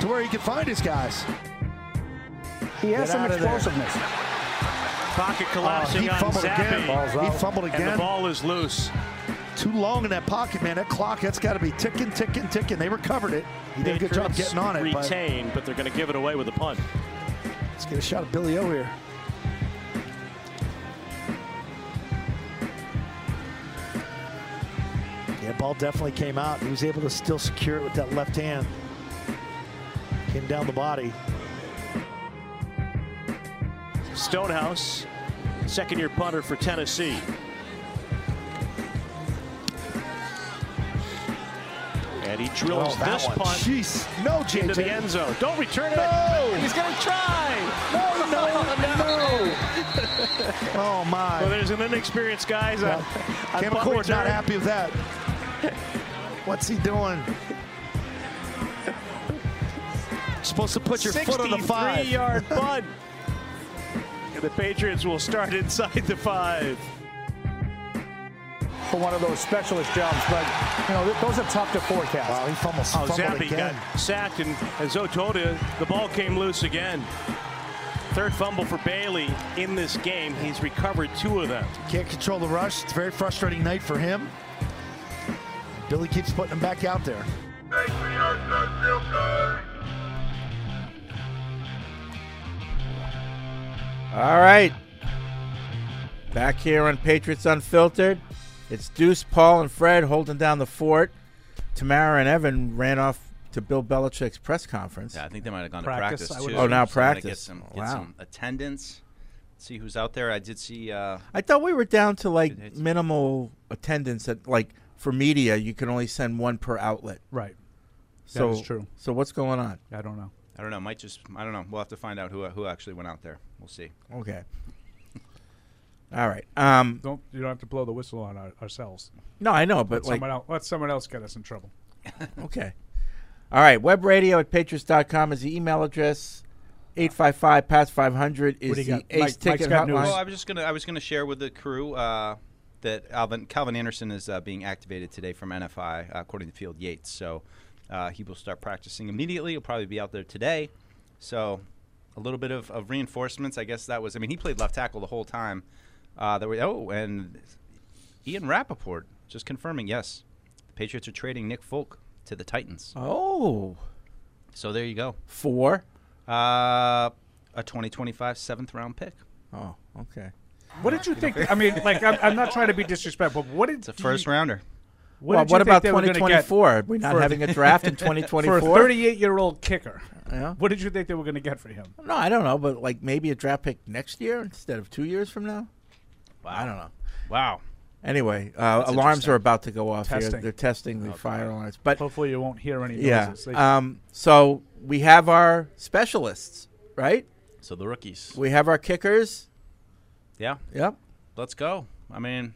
to where he could find his guys.
He has
Get
some
out of there.
explosiveness.
Pocket collapsing
Oh, he
on
fumbled
Zappi.
again. Ball's He out. fumbled
And the
again.
ball is loose.
Too long in that pocket, man. That clock, that's got to be ticking, ticking, ticking. They recovered it. He did a good job
Patriots
getting on it. But
Retain, but, they're going to give it away with a punt.
let's get a shot of Billy O here. Yeah, ball definitely came out. He was able to still secure it with that left hand. Came down the body.
Stonehouse, second year punter for Tennessee. And he drills
Oh, that
this
one.
punt
Jeez. No,
into the
JJ.
end zone. Don't return it.
No.
He's going to try.
No, no,
no.
Oh my!
Well, there's an inexperienced guy. He's a- a
Cam
punt
McCord not
return.
happy with that. What's he doing? Supposed to put your foot on the five.
63-yard punt. And the Patriots will start inside the five.
for one of those specialist jobs, but you know th- those are tough to forecast. Wow,
he fumbles,
Oh, Zappi got sacked, and as Otoda, the ball came loose again. Third fumble for Bailey in this game. He's recovered two of them.
Can't control the rush. It's a very frustrating night for him. Billy keeps putting him back out there.
All right. Back here on Patriots Unfiltered. It's Deuce, Paul, and Fred holding down the fort. Tamara and Evan ran off to Bill Belichick's press conference.
Yeah, I think they might have gone
Practice,
to
I
practice
would
too.
Oh, now
Just gonna Get
practice.
some, get
Wow.
some attendance. See who's out there. I did see. Uh,
I thought we were down to like minimal attendance at like for media, you can only send one per outlet.
Right.
So
that is true.
So what's going on?
I don't know.
I don't know. Might just. I don't know. We'll have to find out who who actually went out there. We'll see.
Okay. All right. Um,
Don't you don't have to blow the whistle on our, ourselves.
No, I know, but
let
like-
someone else, let someone else get us in trouble.
okay. All right. Web radio at patriots.com is the email address. 855 past 500 is
What do
the
you got?
Ace
Mike-
Ticket
Mike's
Hotline.
got Well, I was just gonna I was gonna share with the crew uh, that Alvin, Calvin Anderson is uh, being activated today from NFI, uh, according to Field Yates. So uh, he will start practicing immediately. He'll probably be out there today. So a little bit of, of reinforcements. I guess that was. I mean, he played left tackle the whole time. Uh, that we, oh, and Ian Rappaport just confirming yes, the Patriots are trading Nick Folk to the Titans.
Oh.
So there you go.
Four.
Uh, a 2025 seventh round pick.
Oh, okay.
What did you think? I mean, like I'm, I'm not trying to be disrespectful. But what did
It's a first rounder.
What
well,
did you
what
think
about
they were gonna get
2024? Are we not
for-
having a draft in
for
2024?
a 38 year old kicker?
Yeah.
What did you think they were going to get for him?
No, I don't know, but like maybe a draft pick next year instead of two years from now. I don't know.
Wow.
Anyway, uh,
That's
alarms
interesting.
are about to go off here.
Testing.
They're testing the fire alarms, but
hopefully you won't hear any
yeah.
noises. They-
Um, so we have our specialists, right?
So the rookies.
We have our kickers.
Yeah.
Yep.
Let's go. I mean,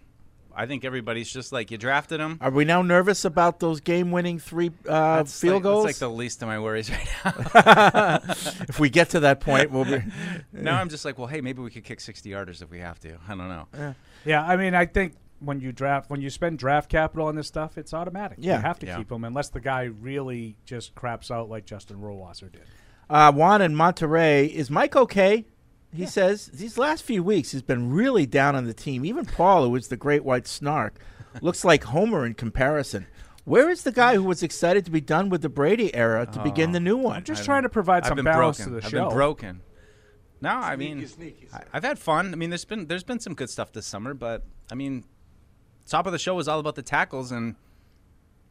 I think everybody's just like you drafted him.
Are we now nervous about those game-winning three uh,
That's
field
like,
goals?
That's like the least of my worries right now.
if we get to that point, we'll be.
now I'm just like, well, hey, maybe we could kick 60 yarders if we have to. I don't know.
Yeah, I mean, I think when you draft, when you spend draft capital on this stuff, it's automatic.
Yeah.
you have to
Yeah.
keep him unless the guy really just craps out like Justin Rohrwasser did.
Uh, Juan in Monterey, is Mike okay? He says these last few weeks has been really down on the team. Even Paul, who was the great white snark, looks like Homer in comparison. Where is the guy who was excited to be done with the Brady era to begin
Oh,
the new one?
I'm Oh. just trying to provide
I've
some
been
balance
broken.
to the
I've
show.
been broken. No, I
Sneaky,
mean,
sneaky,
I- I've had fun. I mean, there's been there's been some good stuff this summer, but I mean, top of the show was all about the tackles, and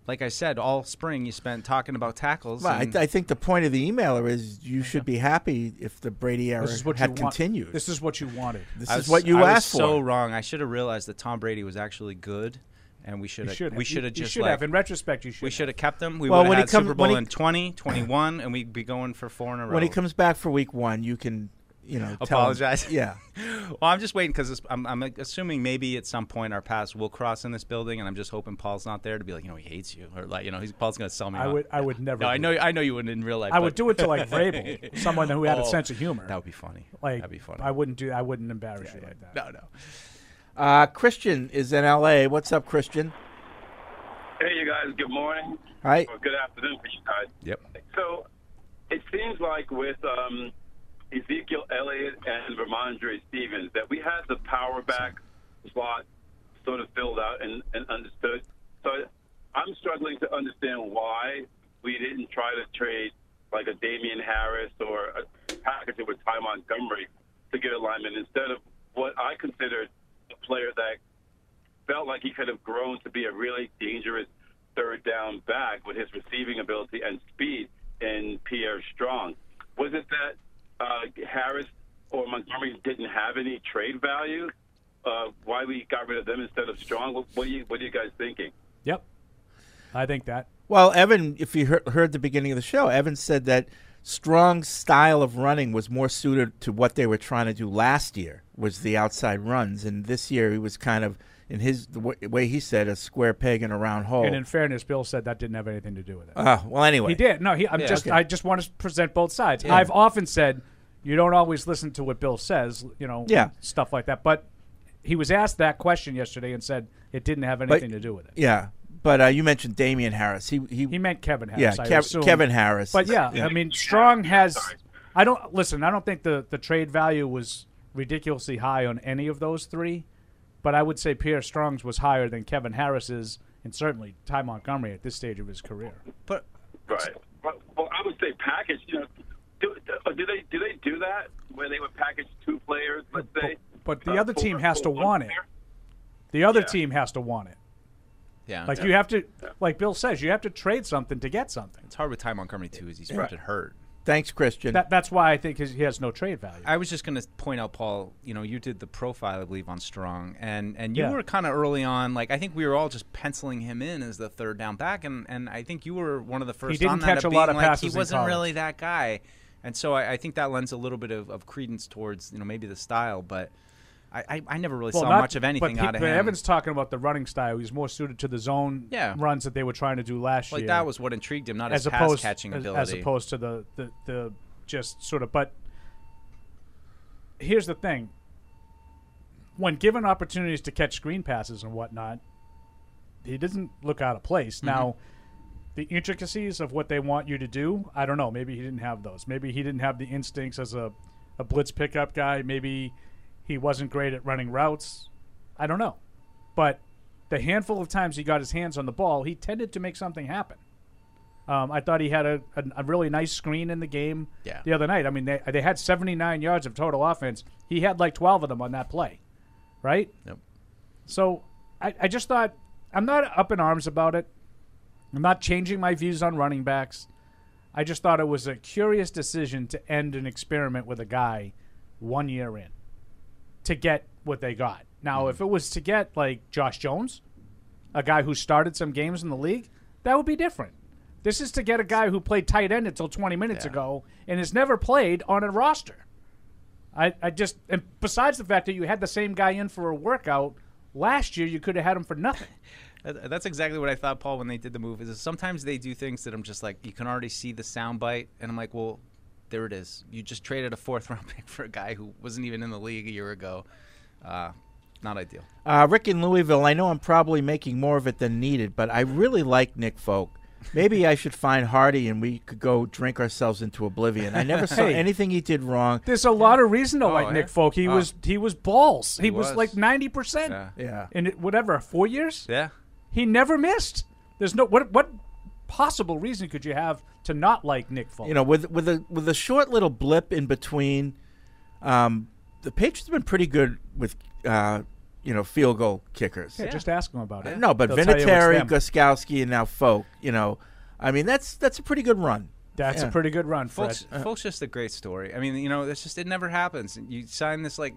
like I said, all spring you spent talking about tackles.
Well, I,
and-
I think the point of the emailer is you should be happy if the Brady era
This is what
had
you want-
continued.
This is what you wanted.
This
I
is
was-
what you
I was
asked for.
So wrong. I should have realized that Tom Brady was actually good, and we should
You should
have. We
have.
should
You-
have
you
just.
should
like-
have. In retrospect, you should
We should have kept them. We
Well,
would
when
have
he
had
come-
Super
when
Bowl
he-
in 20, 21, and we'd be going for four in a row.
When he comes back for week one, you can, you know, tell him-
apologize.
Yeah.
well, I'm just waiting because I'm, I'm assuming maybe at some point our paths will cross in this building, and I'm just hoping Paul's not there to be like, you know, he hates you, or like, you know, he's, Paul's going to sell me.
I
out.
would- I would never
No, I
do
know. I know you wouldn't in real life.
I would
but-
do it to like Vrabel, someone who had a
Oh,
sense of humor.
That would be funny.
Like
That'd be funny.
I wouldn't do. I wouldn't embarrass you like that.
No, no.
Uh, Christian is in L.A. What's up, Christian?
Hey, you guys. Good morning.
Hi.
Or good afternoon for you guys.
Yep.
So it seems like with um, Ezekiel Elliott and Ramondre Stevens that we had the power back slot sort of filled out and, and understood. So I'm struggling to understand why we didn't try to trade like a Damian Harris or a package with Ty Montgomery to get a lineman instead of what I considered a player that felt like he could have grown to be a really dangerous third down back with his receiving ability and speed in Pierre Strong. Was it that uh, Harris or Montgomery didn't have any trade value? Uh, why we got rid of them instead of Strong? What, what, are, you, what are you guys thinking?
Yep. I think that.
Well, Evan, if you heard, heard the beginning of the show, Evan said that Strong's style of running was more suited to what they were trying to do last year was the outside runs, and this year he was kind of in his the w- way he said a square peg in a round hole.
And in fairness, Bill said that didn't have anything to do with it.
Ah, well, anyway.
he did. No, he. I'm
Yeah.
just.
Okay.
I just want to present both sides.
Yeah.
I've often said you don't always listen to what Bill says. You know,
Yeah.
stuff like that. But he was asked that question yesterday and said it didn't have
But-
anything to do with it.
Yeah, but uh, you mentioned Damian Harris. He he,
he meant Kevin Harris.
Yeah,
I
Kev-
assume.
Kevin Harris.
But yeah, I mean, Strong has. I don't listen. I don't think the the trade value was ridiculously high on any of those three, but I would say Pierre Strong's was higher than Kevin Harris's, and certainly Ty Montgomery at this stage of his career.
But
Right. Well, well, uh, I would say package. You know, do, do they do they do that where they would package two players
Uh,
the other team has to want it. The other team has to want it.
Yeah.
Like you have to, like Bill says, you have to trade something to get something.
It's hard with Ty Montgomery too, as he's
Right.
been hurt.
Thanks, Christian.
That, that's why I think his, he has no trade value.
I was just going to point out, Paul. You know, you did the profile, I believe, on Strong, and and you
Yeah.
were kind of early on. Like I think we were all just penciling him in as the third down back, and and I think you were one of the first
didn't
on that
catch
of
a lot
being
of
like he
passes in
wasn't
college.
really that guy, and so I, I think that lends a little bit of, of credence towards you know maybe the style, but I I, I never really saw
not-
much of anything
but he-
out of
but
him.
Evan's talking about the running style. He's more suited to the zone
Yeah.
runs that they were trying to do last
like
year.
that was what intrigued him, not
uh, as
his pass
opposed
catching
as-
ability.
as opposed to the, the the just sort of. But here's the thing: when given opportunities to catch screen passes and whatnot, he doesn't look out of place.
Mhm.
Now, the intricacies of what they want you to do, I don't know. Maybe he didn't have those. Maybe he didn't have the instincts as a a blitz pickup guy. Maybe he wasn't great at running routes. I don't know. But the handful of times he got his hands on the ball, he tended to make something happen. Um, I thought he had a, a, a really nice screen in the game
Yeah.
the other night. I mean, they, they had 79 yards of total offense. He had like 12 of them on that play, right?
Yep.
So I, I just thought I'm not up in arms about it. I'm not changing my views on running backs. I just thought it was a curious decision to end an experiment with a guy one year in to get what they got. Now, if it was to get like Josh Jones, a guy who started some games in the league, that would be different. This is to get a guy who played tight end until 20 minutes ago and has never played on a roster. I, I just, and besides the fact that you had the same guy in for a workout last year, you could have had him for nothing.
That- That's exactly what I thought, Paul, when they did the move. Is sometimes they do things that I'm just like, you can already see the sound bite, and I'm like, well, there it is. You just traded a fourth round pick for a guy who wasn't even in the league a year ago. Uh, not ideal.
Uh, Rick in Louisville, I know I'm probably making more of it than needed, but I really like Nick Folk. Maybe I should find Hardy and we could go drink ourselves into oblivion. I never saw
Hey.
anything he did wrong.
There's a lot of reason to
Oh,
like
yeah?
Nick Folk. He
Oh.
was he was balls. He,
He
was,
was.
like 90%.
Yeah. Yeah.
In it- whatever, 4 years?
Yeah.
He never missed. There's no what what possible reason could you have to not like Nick Folk?
You know, with with a with a short little blip in between, um, the Patriots have been pretty good with uh, you know field goal kickers.
Yeah, just ask them about it.
No, but
They'll tell you it's
Vinatieri,
them.
Guskowski, and now Folk. You know, I mean that's that's a pretty good run. Yeah.
Folks,
Uh,
folks, just a great story. I mean, you know, it's just it never happens. You sign this like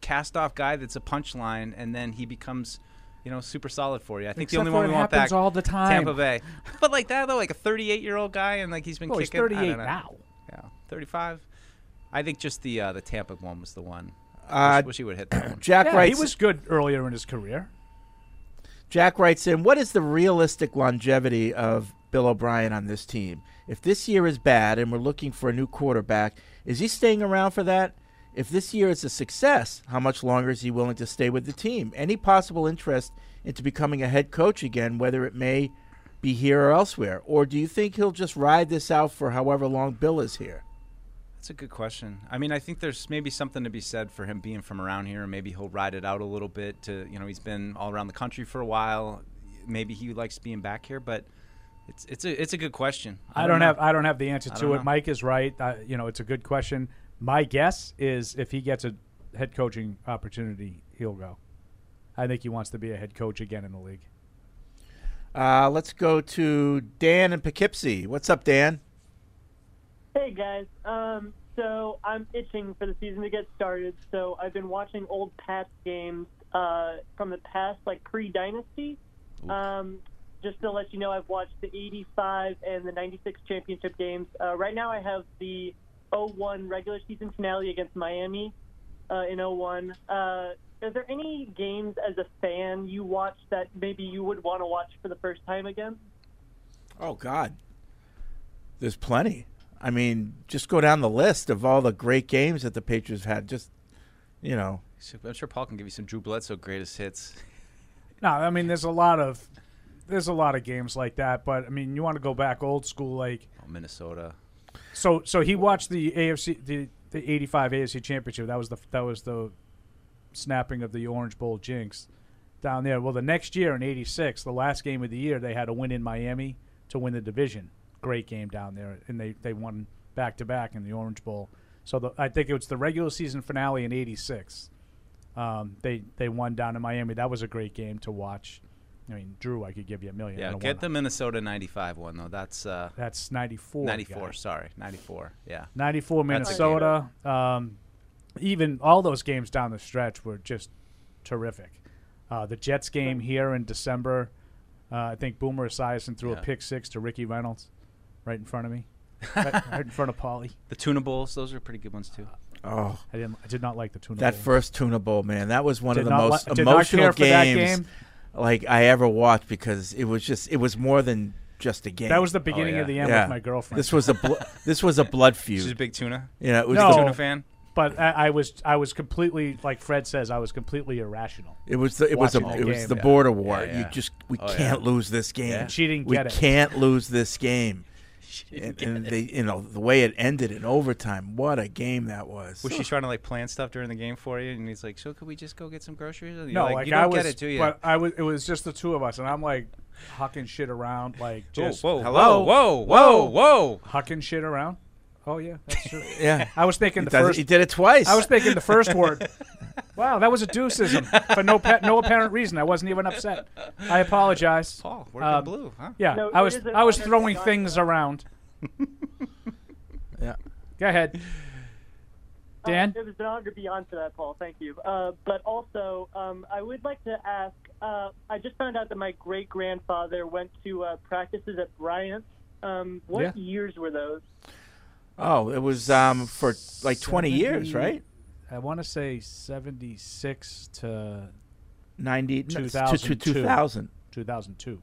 cast-off guy that's a punchline, and then he becomes, you know, super solid for you. I think
Except
the only
for
one
it
we want
happens
back
all the time.
Tampa Bay. But like that though, like a 38-year-old guy, and like he's been
Well, he's
kicking. I don't
38
know.
now.
Yeah, 35. I think just the uh, the Tampa one was the one.
Uh,
wish, wish he would hit that one.
Jack
yeah,
writes-
he was good earlier in his career.
Jack writes in, what is the realistic longevity of Bill O'Brien on this team? If this year is bad and we're looking for a new quarterback, is he staying around for that? If this year is a success, how much longer is he willing to stay with the team? Any possible interest into becoming a head coach again, whether it may be here or elsewhere? Or do you think he'll just ride this out for however long Bill is here?
That's a good question. I mean, I think there's maybe something to be said for him being from around here, and maybe he'll ride it out a little bit. To you know, he's been all around the country for a while. Maybe he likes being back here, but it's it's a it's a good question.
I don't
know.
have I don't have the answer
I
to
don't
it.
know.
Mike is right. Uh, you know, it's a good question. My guess is if he gets a head coaching opportunity, he'll go. I think he wants to be a head coach again in the league.
Uh, let's go to Dan in Poughkeepsie. What's up, Dan?
Hey guys, um, so I'm itching for the season to get started. So I've been watching old Pats games uh, from the past, like pre-dynasty. Um, just to let you know, I've watched the '85 and the '96 championship games. Uh, right now, I have the 01 regular season finale against Miami uh, in 01. Uh, are there any games as a fan you watch that maybe you would want to watch for the first time again?
Oh God, there's plenty. I mean, just go down the list of all the great games that the Patriots had. Just you know,
So I'm sure Paul can give you some Drew Bledsoe greatest hits.
No, I mean there's a lot of there's a lot of games like that, but I mean you want to go back old school like
Oh, Minnesota.
so so he watched the AFC the the 85 AFC championship. That was the that was the snapping of the Orange Bowl jinx down there. Well, the next year in 86, the last game of the year, they had a win in Miami to win the division. Great game down there and they they won back to back in the Orange Bowl. So the, I think it was the regular season finale in 86 Um, they they won down in Miami. That was a great game to watch. I mean, Drew, I could give you a million.
Yeah,
and a
get
one.
the Minnesota 95 one, though. That's uh,
That's 94,
94,
guy.
sorry. 94, yeah.
94
That's a
Minnesota. Um, even all those games down the stretch were just terrific. Uh, the Jets game here in December, uh, I think Boomer Esiason threw
Yeah.
a pick six to Ricky Reynolds right in front of me, right, right in front of Polly.
The tunables, those are pretty good ones, too.
Oh.
I didn't. I did not like the tuna.
That
bowl.
first Tuna Bowl, man, that was one
Did
of the
not
most
li- did not
emotional
care for that
games
game.
like I ever watched because it was just it was more than just a game.
That was the beginning Oh, of yeah. the end with my girlfriend.
This was a bl- this was a blood feud.
She's a big tuna?
Yeah, it was
no,
the-
But I, I was I was completely like Fred says I was completely irrational.
It was the, it was a,
watching that
it was
game.
the border war.
Yeah, yeah.
You just we
Oh, yeah.
can't lose this game.
And she didn't
we
get it.
can't lose this game. And,
didn't
and they, you know, the way it ended in overtime. What a game that was.
Was she trying to like plan stuff during the game for you? And he's like, "So could we just go get some groceries?" And you're
No,
like,
like,
you
I
don't
was,
get it, do you?
but I was. It was just the two of us, and I'm like hucking shit around, like
Whoa,
just
whoa, whoa, whoa, whoa.
hucking shit around. Oh yeah, that's true.
Yeah.
I was thinking
He
the
does it-
first.
he did it twice.
I was thinking the first word. Wow, that was a deucism for no pa- no apparent reason. I wasn't even upset. I apologize. Paul,
working blue, huh?
Yeah,
No,
I
it
was
is an
I was
honor to
throwing
God.
things around.
yeah.
Go ahead.
Oh.
Dan?
Uh, it was an honor to be on for that, Paul. Thank you. Uh, but also, um, I would like to ask uh, I just found out that my great grandfather went to uh, practices at Bryant. Um, what
Yeah.
years were those?
Oh, it was um for like 20 years,
70
right?
I want to say 76 to
90 to- to
2002.
2000.
2002.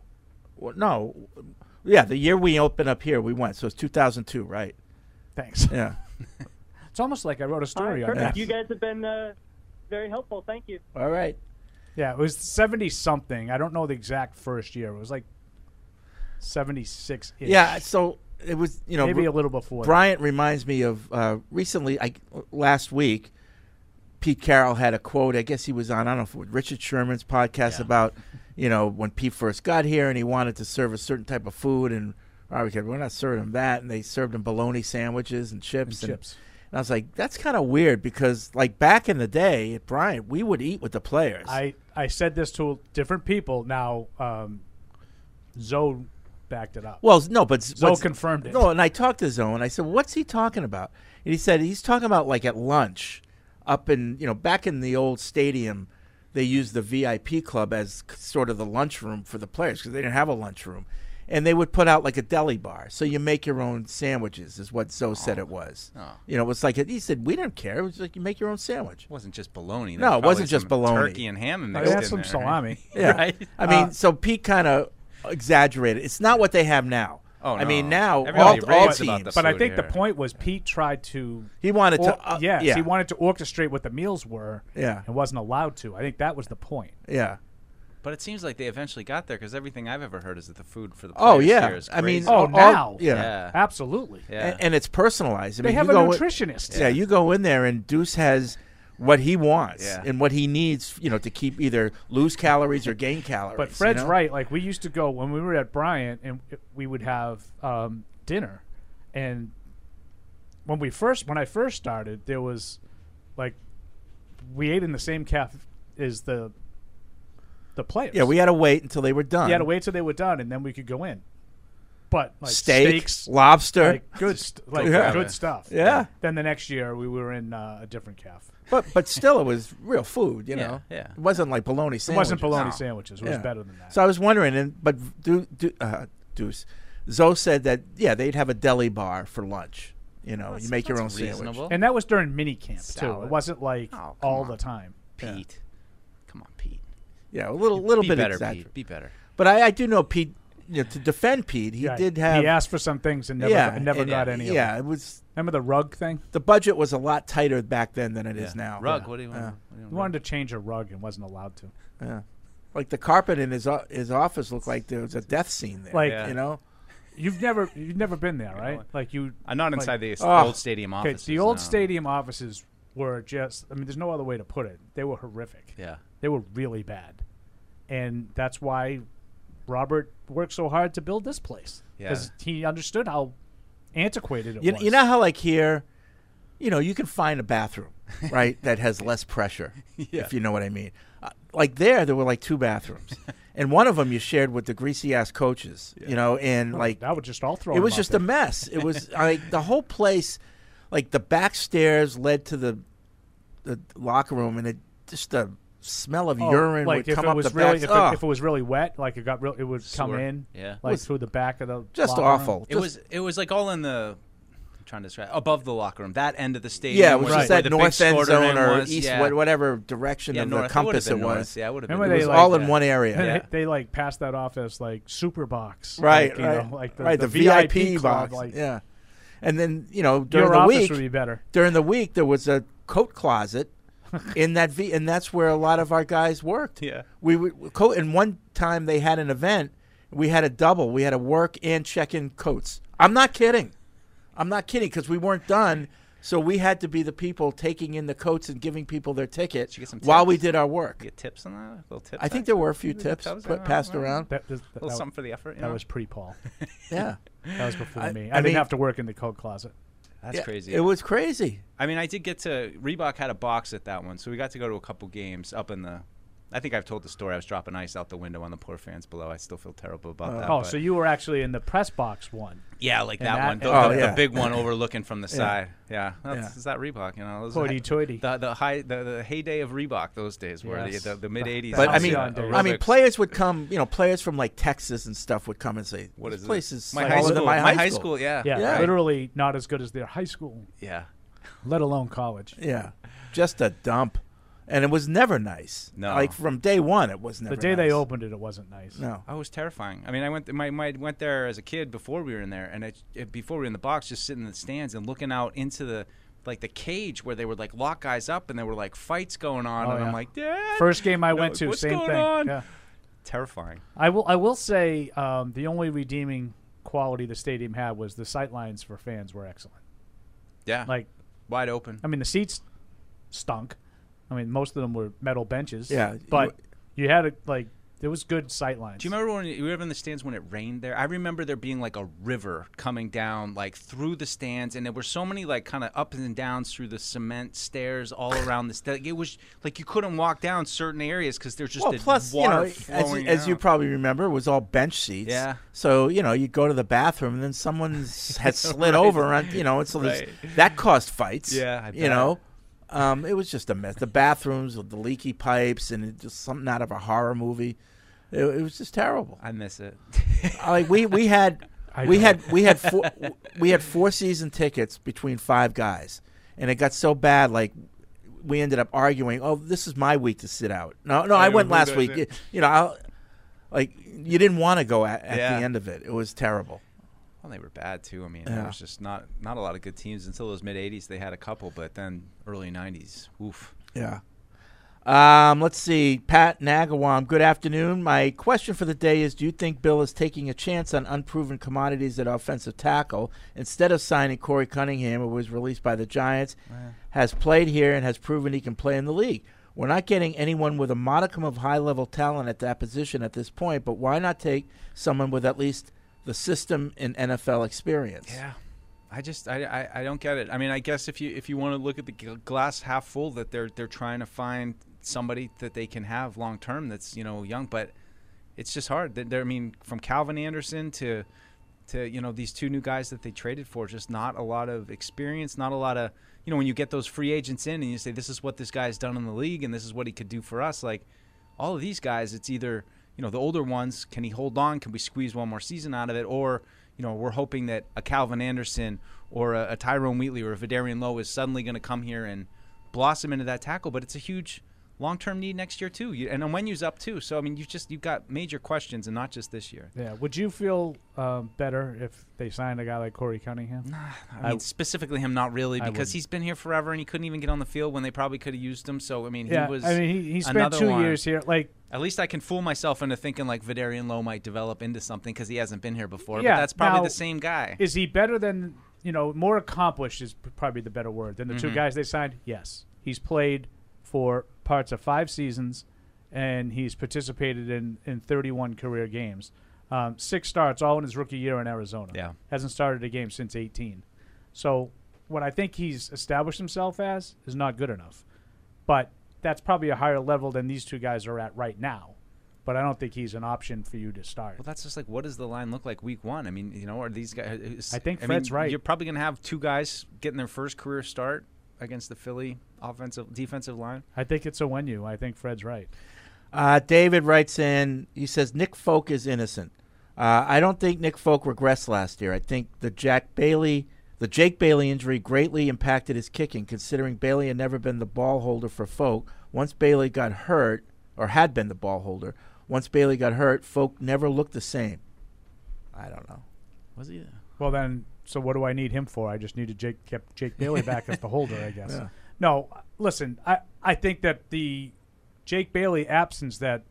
Well, no, yeah, the year we opened up here, we went. So it's 2002, right?
Thanks.
Yeah.
It's almost like I wrote a story on
perfect.
that.
You guys have been uh, very helpful. Thank you.
All right.
Yeah, it was 70 something. I don't know the exact first year. It was like 76
Yeah, so it was you know
maybe
Br-
a little before. that.
Bryant reminds me of uh, recently, I last week, Pete Carroll had a quote. I guess he was on I don't know if it was Richard Sherman's podcast about you know when Pete first got here and he wanted to serve a certain type of food and oh, we said, we're not serving him that and they served him bologna sandwiches and chips and,
chips.
And I was like, that's kind of weird because like back in the day at Bryant, we would eat with the players.
I, I said this to different people. Now, um, Zoe backed it up.
Well, no, but
Zoe
what's-
confirmed it.
No, and I talked to Zoe, and I said, "What's he talking about?" And he said, "He's talking about like at lunch, up in you know back in the old stadium, they used the VIP club as c- sort of the lunchroom for the players because they didn't have a lunchroom, and they would put out like a deli bar, so you make your own sandwiches." Is what Zoe said it was.
Oh.
You know, it was like he said, "We didn't care. It was like you make your own sandwich."
It wasn't just bologna.
No, it
There's
wasn't
probably
just
some
bologna.
Turkey and ham and
Oh, They
mixed
had
in
some
there,
salami. Uh,
Yeah.
right?
I mean, so Pete kind of exaggerated. It's not what they have now.
Oh,
I mean,
no.
now all,
Everybody
all
raves
teams.
about the
but I think the point was Pete tried to.
He wanted to- uh,
yes,
yeah.
he wanted to orchestrate what the meals were.
Yeah.
and wasn't allowed to. I think that was the point.
Yeah.
But it seems like they eventually got there because everything I've ever heard is that the food for the
Oh,
players
yeah.
here is
I mean,
crazy.
all- all- yeah.
absolutely.
Yeah.
And, and it's personalized. I
They
mean,
have
you
a
go in-
nutritionist.
yeah, you go in there and Deuce has what he wants
Yeah.
and what he needs, you know, to keep either lose calories or gain calories.
But
you
Fred's
know?
right. Like we used to go when we were at Bryant, and it- we would have um, dinner. And when we first, when I first started, there was like we ate in the same caf as the the players.
Yeah, we had to wait until they were done.
You had to wait till they were done, and then we could go in. But like
Steak,
steaks,
lobster.
like, good, st- like
Yeah.
good stuff.
Yeah.
Then the next year we were in uh, a different calf.
But but still, it was real food. You
Yeah,
know,
yeah.
It wasn't like bologna sandwiches.
It wasn't bologna No. sandwiches. It was better than
that. So I was wondering, and but Do, Do, uh, Deuce, Zoe said that yeah, they'd have a deli bar for lunch. Oh, You know, you make your own sandwich.
and that was during mini camp too.
Salad.
It wasn't like
Oh, come
all
on.
the time.
Pete, come on, Pete.
Yeah, a little little
Be
bit
better,
exaggerated.
Pete. Be better.
But I, I do know Pete. You know, to defend Pete, he
Yeah,
did have.
He asked for some things and never,
yeah,
and never
and-
got any. of
Yeah,
them.
it was.
Remember the rug thing?
The budget was a lot tighter back then than it is now.
Rug, what do you want?
Yeah.
What do you
He
want?
wanted to change a rug and wasn't allowed to.
Yeah. Like the carpet in his o- his office looked like there was a death scene there.
Like
you know,
you've never you've never been there, right? Like you.
I'm not
like-
inside the s-
Oh.
old stadium
'Kay,
offices.
The old
no.
stadium offices were just. I mean, there's no other way to put it. They were horrific.
Yeah.
They were really bad, and that's why Robert worked so hard to build this place. Because he understood how antiquated it
you,
was.
you know how like here, you know, you can find a bathroom. right? That has less pressure,
Yeah.
if you know what I mean. Uh, like there, there were like two bathrooms, and one of them you shared with the greasy ass coaches, you know, and
Well,
like
that would just all throw
It
'em
was
out
just a
there.
mess. It was like the whole place, like the back stairs led to the the locker room, and it just the smell of
Oh,
urine
like
would
if
come
it
up
was
the
really,
back. Ah.
If,
Ugh.
it, if it was really wet, like it got real, it would come
Sewer.
in,
Yeah.
like
Was
through the back of the
just
locker room.
awful.
It was it was like all in the I'm trying to describe above the locker room, that end of the stadium.
Yeah, it was
where-
just
where
that
the big
north end
sporter
zone
end
or
was,
east,
yeah.
wha- whatever direction
Yeah,
of
north. It
the
would've
compass it,
been north,
was.
Yeah, it would have
it
been.
was
north.
all in one area.
They, they, like passed that off as like super box,
right,
Like, you
right,
know, like the,
right,
the,
VIP,
club,
box,
like,
yeah. And then you know during
Your
the
office
week
would be better.
During the week, there was a coat closet in that V, and that's where a lot of our guys worked.
Yeah,
we would coat. And one time they had an event, we had a double. We had a work and check-in coats. I'm not kidding. I'm not kidding because we weren't done. So we had to be the people taking in the coats and giving people their ticket while we did our work.
Get tips on that? Little tips.
I think there were a few tips put, passed around.
That, that,
Little
that-
something for the effort, you
That
know?
was pre-Paul.
Yeah.
that was before
I-
me.
I
I,
mean-
didn't have to work in the coat closet.
That's crazy.
It was crazy.
I mean, I did get to Reebok had a box at that one, so we got to go to a couple games up in the. I think I've told the story. I was dropping ice out the window on the poor fans below. I still feel terrible about
Uh,
that.
oh,
but-
so you were actually in the press box one?
Yeah, like
And
that, one, the,
Oh,
and-
the- the big one overlooking from the side. Yeah, that's
Yeah.
Is that Reebok. You know, Those-
Hoity-toity.
The, the high, the, the heyday of Reebok. Those days were
Yes.
the, the, the mid '80s.
But I mean, I mean, players would come. You know, players from like Texas and stuff would come and say,
What
"This
is
place
this?
is
My
smaller
high
than
school-
My
my
high,
high school, yeah.
yeah,
Yeah.
literally not as good as their high school.
Yeah,
let alone college.
Yeah, just a dump, and it was never nice.
No.
like from day one, it was never.
the day
nice.
they opened it, it wasn't nice.
No.
I Oh, was terrifying. I mean, I went my, my went there as a kid before we were in there, and it, it, before we were in the box, just sitting in the stands and looking out into the like the cage where they would like lock guys up, and there were like fights going on,
Oh,
and I'm
yeah.
like, Dad,
First game I
You know,
went
like,
to,
what's
same
going
thing.
on?"
Yeah.
Terrifying.
I will. I will say um, the only redeeming quality the stadium had was the sight lines for fans were excellent.
Yeah,
Like
wide open.
I mean, the seats stunk. I mean, most of them were metal benches.
Yeah,
but you, had a, like there was good sight lines.
Do you remember when you were in the stands when it rained there? I remember there being like a river coming down like through the stands, and there were so many like kind of ups and downs through the cement stairs all around the sta It was like you couldn't walk down certain areas because there's just
well,
a
plus, you know,
water
as,
flowing
as you
out.
probably remember, it was all bench seats.
Yeah.
So you know, you go to the bathroom, and then someone had slid
Right.
over on you know, and so there's-
Right.
that caused fights.
Yeah, I
you
bet.
know, um, it was just a mess. The bathrooms, with the leaky pipes, and it just something out of a horror movie. It, it was just terrible.
I miss it.
like we we had
I
we
know.
had we had four we had four season tickets between five guys, and it got so bad like. We ended up arguing. Oh, this is my week to sit out. No, no,
I
I,
know
went
who
last
does
week.
it.
You, you know, I'll, like you didn't want to go at, at
Yeah.
the end of it. It was terrible.
Well, they were bad too. I mean,
Yeah.
there was just not not a lot of good teams until those mid '80s. They had a couple, but then early '90s, oof.
Yeah. Um, let's see. Pat Nagawam, good afternoon. My question for the day is Do you think Bill is taking a chance on unproven commodities at offensive tackle instead of signing Corey Cunningham, who was released by the Giants,
Wow.
has played here and has proven he can play in the league? We're not getting anyone with a modicum of high level talent at that position at this point, but why not take someone with at least the system and NFL experience?
Yeah, I just I, I, I don't get it. I mean, I guess if you if you want to look at the gl- glass half full, that they're they're trying to find somebody that they can have long term that's you know young, but it's just hard. They- They're, I mean, from Calvin Anderson to to you know these two new guys that they traded for, just not a lot of experience, not a lot of you know when you get those free agents in and you say this is what this guy's done in the league and this is what he could do for us, like all of these guys, it's either you know the older ones, can he hold on? Can we squeeze one more season out of it? Or you know we're hoping that a Calvin Anderson or a, a Tyrone Wheatley or a Vidarian Lowe is suddenly going to come here and blossom into that tackle. But it's a huge long-term need next year too, you, and Onwenu's up too. So I mean, you just you've got major questions, and not just this year.
Yeah. Would you feel um, better if they signed a guy like Corey Cunningham?
I mean, specifically him, not really,
I
because
wouldn't.
he's been here forever and he couldn't even get on the field when they probably could have used him. So I mean,
Yeah,
he was.
I mean, he- he spent
another
two
one.
years here, like-
at least I can fool myself into thinking like Vidarian Lowe might develop into something because he hasn't been here before.
Yeah,
but that's probably
now,
the same guy.
Is he better than you know? More accomplished is p- probably the better word than the two
Mhm.
guys they signed. Yes, he's played for parts of five seasons, and he's participated in in 31 career games, um, six starts all in his rookie year in Arizona.
Yeah.
hasn't started a game since 18. So what I think he's established himself as is not good enough. But that's probably a higher level than these two guys are at right now. But I don't think he's an option for you to start.
Well, that's just like what does the line look like week one? I mean, you know, are these guys? is-
I think
mean,
Fred's right.
You're probably going to have two guys getting their first career start against the Philly offensive defensive line.
I think it's a when you. I think Fred's right.
Uh, David writes in. He says Nick Folk is innocent. Uh, I don't think Nick Folk regressed last year. I think the Jack Bailey, the Jake Bailey injury greatly impacted his kicking, considering Bailey had never been the ball holder for Folk. Once Bailey got hurt, or had been the ball holder, once Bailey got hurt, Folk never looked the same. I don't know.
Was he?
Well, then, so what do I need him for? I just need to Jake kept Jake Bailey back as the holder, I guess.
Yeah.
No, listen, I I think that the Jake Bailey absence that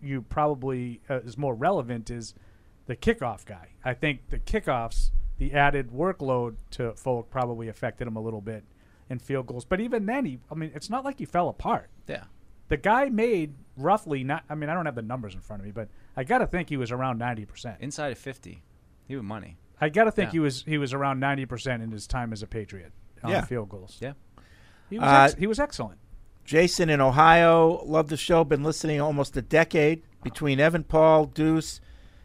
you probably uh, is more relevant is the kickoff guy. I think the kickoffs, the added workload to Folk probably affected him a little bit in field goals. But even then, he I mean, it's not like he fell apart.
Yeah.
The guy made roughly not. I mean, I don't have the numbers in front of me, but I got to think he was around ninety percent
inside of fifty. He was money.
I got to think
Yeah.
he was he was around ninety percent in his time as a Patriot on
Yeah.
field goals.
Yeah,
he was,
Uh,
ex- he was excellent.
Jason in Ohio, love the show. Been listening almost a decade. Between Evan Paul, Deuce,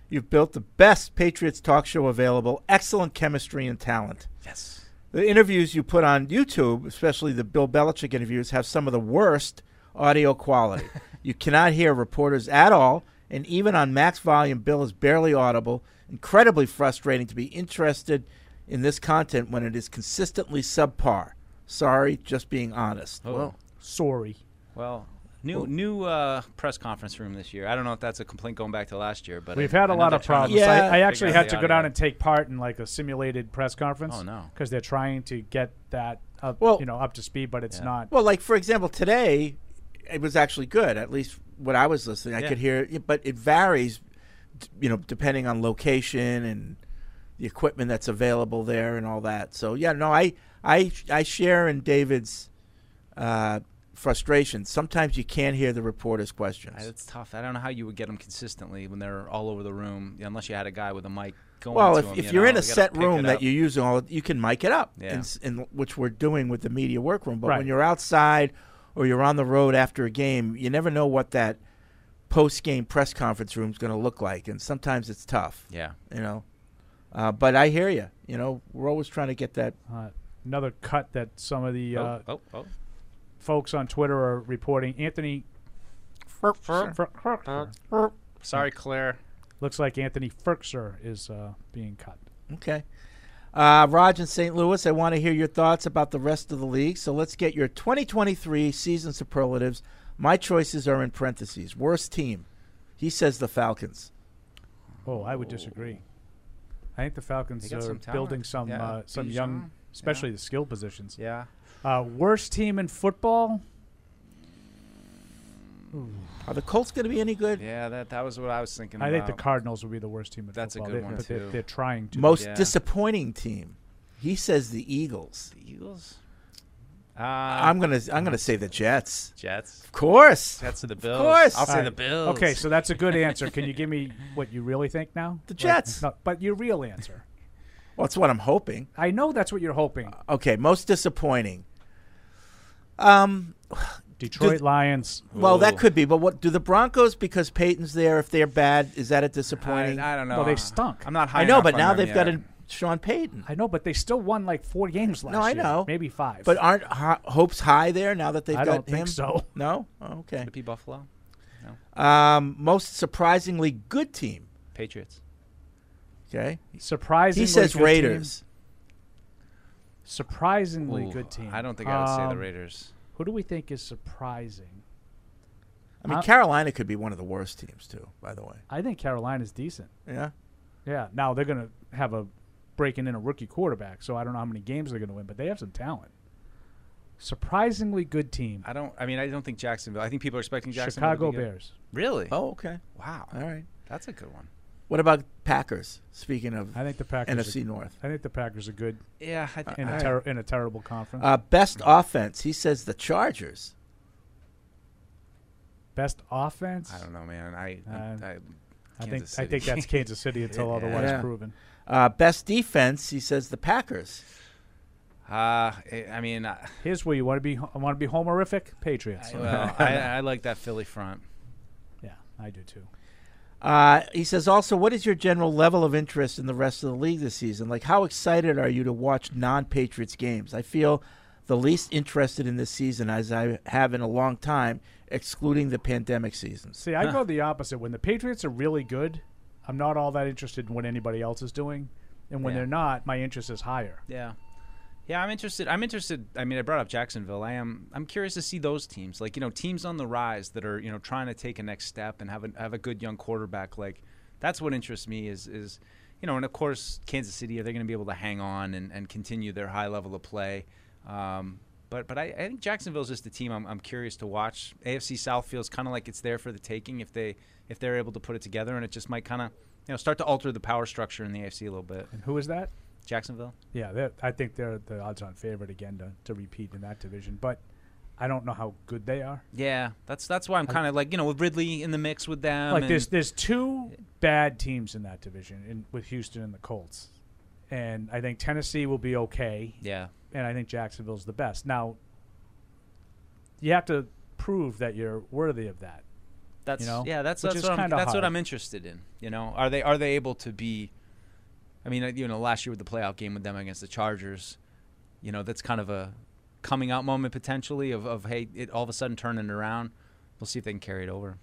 you've built the best Patriots talk show available. Excellent chemistry and talent.
Yes.
The interviews you put on YouTube, especially the Bill Belichick interviews, have some of the worst audio quality. you cannot hear reporters at all, and even on max volume, Bill is barely audible. Incredibly frustrating to be interested in this content when it is consistently subpar. Sorry, just being honest.
Oh.
Well,
sorry.
Well, new
Well-
new uh, press conference room this year. I don't know if that's a complaint going back to last year, but
We've
I-
had
I
a
know
lot
they're
of
trying
problems.
figure out
I, I actually
the
had to
audio.
go down and take part in like a simulated press conference.
Oh, no.
because they're trying to get that up, you know up to speed, but it's not.
Well, like for example, today it was actually good. At least what I was listening, I
Yeah.
could hear. But it varies, d- you know, depending on location and the equipment that's available there and all that. So yeah, no, I I I share in David's uh, frustration. Sometimes you can't hear the reporter's questions.
I- It's tough. I don't know how you would get them consistently when they're all over the room, unless you had a guy with a mic going.
well,
to
if,
'em,
if
you
you're
know,
in a
they gotta
set
pick
room
it
that
up.
you're using all, you can mic it up,
Yeah.
and, s- and which we're doing with the media workroom. But
Right.
when you're outside or you're on the road after a game, you never know what that post-game press conference room is going to look like, and sometimes it's tough.
Yeah.
you know. Uh, but I hear you. You know, we're always trying to get that.
Uh, another cut that some of the
Oh,
uh,
oh, oh.
folks on Twitter are reporting. Anthony,
Sure. Sorry, Claire.
looks like Anthony Ferkser is uh, being cut.
Okay. Uh, Raj in St. Louis, I want to hear your thoughts about the rest of the league. So let's get your 2023 season superlatives. My choices are in parentheses. Worst team. He says the Falcons.
Oh, I would disagree. I think the Falcons
Oh. They
are
got some
building
talent.
some
Yeah,
uh, some
Bijan,
young, especially the skill positions.
Yeah.
Uh, worst team in football.
Are the Colts going to be any good?
Yeah, that that was what I was thinking.
I think the
about.
Cardinals would be the worst team in
That's a
football.
good
They-
one,
but they're-
too.
They're trying to.
Most
Yeah.
disappointing team. He says the Eagles.
The Eagles.
I'm gonna I'm gonna say the Jets.
Uh, Jets.
Of course.
Jets or the
Of
Bills.
course.
I'll say
All
the
right.
Bills.
Okay, so that's a good answer. Can you give me what you really think now? The
Jets.
but your real answer.
Well, that's what I'm hoping.
I know that's what you're hoping.
Okay, most disappointing. Um,
Detroit Lions.
Well, that
Ooh.
could be, but what do the Broncos? Because Peyton's there. If they're bad, is that a disappointing?
I don't know.
Well, they stunk.
I'm not high
I know,
enough
but
on
now
them
they've got
yet.
a Sean Payton.
I know, but they still won like four games last
No, I
year,
know.
maybe five.
But aren't ho- hopes high there now that they've
I
got
don't think
him?
so.
No. Oh, okay.
Would it be Buffalo?
Um, most surprisingly good team.
Patriots.
Okay.
surprisingly,
He says
good team.
Raiders.
Surprisingly
Ooh,
good team.
I don't think I would say the
Um,
Raiders.
Who do we think is surprising?
I mean,
Uh,
Carolina could be one of the worst teams too. By the way.
I think Carolina's decent.
Yeah.
Yeah. Now they're going to have a breaking in a rookie quarterback, so I don't know how many games they're going to win, but they have some talent. Surprisingly good team.
I don't. I mean, I don't think Jacksonville. I think people are expecting Jacksonville. to
Chicago
be good.
Bears.
Really?
Oh, okay.
Wow.
All right.
That's a good one.
What about Packers? Speaking of,
I think the Packers
NFC
are,
North.
I think the Packers are good.
Yeah, I think-
in a,
Alright.
ter- in a terrible conference.
Uh, best offense. He says the Chargers.
Best offense.
I don't know, man. I.
Uh,
I,
I think
Kansas
I
City.
think that's Kansas City until
Yeah.
otherwise proven.
Uh, best defense. He says the Packers.
Uh, I I mean, I,
Here's where you want to be. I want to be homerific. Patriots.
well, I, I like that Philly front.
yeah, I do too.
Uh, he says also, what is your general level of interest in the rest of the league this season? Like, how excited are you to watch non Patriots games? I feel the least interested in this season as I have in a long time, excluding the pandemic seasons.
See, I go the opposite. When the Patriots are really good, I'm not all that interested in what anybody else is doing, and when
Yeah.
they're not, my interest is higher.
Yeah. Yeah, I'm interested. I'm interested. I mean, I brought up Jacksonville. I am. I'm curious to see those teams, like you know, teams on the rise that are you know trying to take a next step and have a have a good young quarterback. Like that's what interests me. Is is you know, and of course, Kansas City are they going to be able to hang on and, and continue their high level of play? Um, but but I, I think Jacksonville's just a team I'm, I'm curious to watch. AFC South feels kind of like it's there for the taking if they if they're able to put it together, and it just might kind of you know start to alter the power structure in the AFC a little bit.
And who is that?
Jacksonville.
Yeah, they're- I think they're the odds-on favorite again to, to repeat in that division, but I don't know how good they are.
Yeah, that's that's why I'm kind of like you know with Ridley in the mix with them.
like
and-
there's there's two bad teams in that division, in, with Houston and the Colts, and I think Tennessee will be okay.
Yeah.
and I think Jacksonville's the best. Now, you have to prove that you're worthy of that.
that's
you know?
yeah that's
Which
that's,
is
what I'm,
kinda
that's what
hard.
I'm interested in. You know, are they are they able to be? I mean, uh, you know, last year with the playoff game with them against the Chargers, you know, that's kind of a coming out moment potentially of, of hey, it all of a sudden turning around. We'll see if they can carry it over.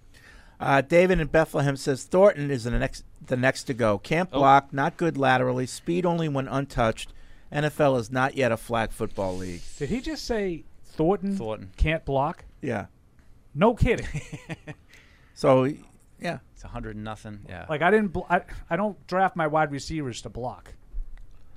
Uh, David in Bethlehem says Thornton is the next the next to go. Can't
Oh.
block, not good laterally, speed only when untouched. NFL is not yet a flag football league.
Did he just say Thornton,
Thornton.
can't block?
Yeah.
No kidding.
so yeah,
it's a hundred and nothing. Yeah,
like I didn't. Bl- I, I don't draft my wide receivers to block.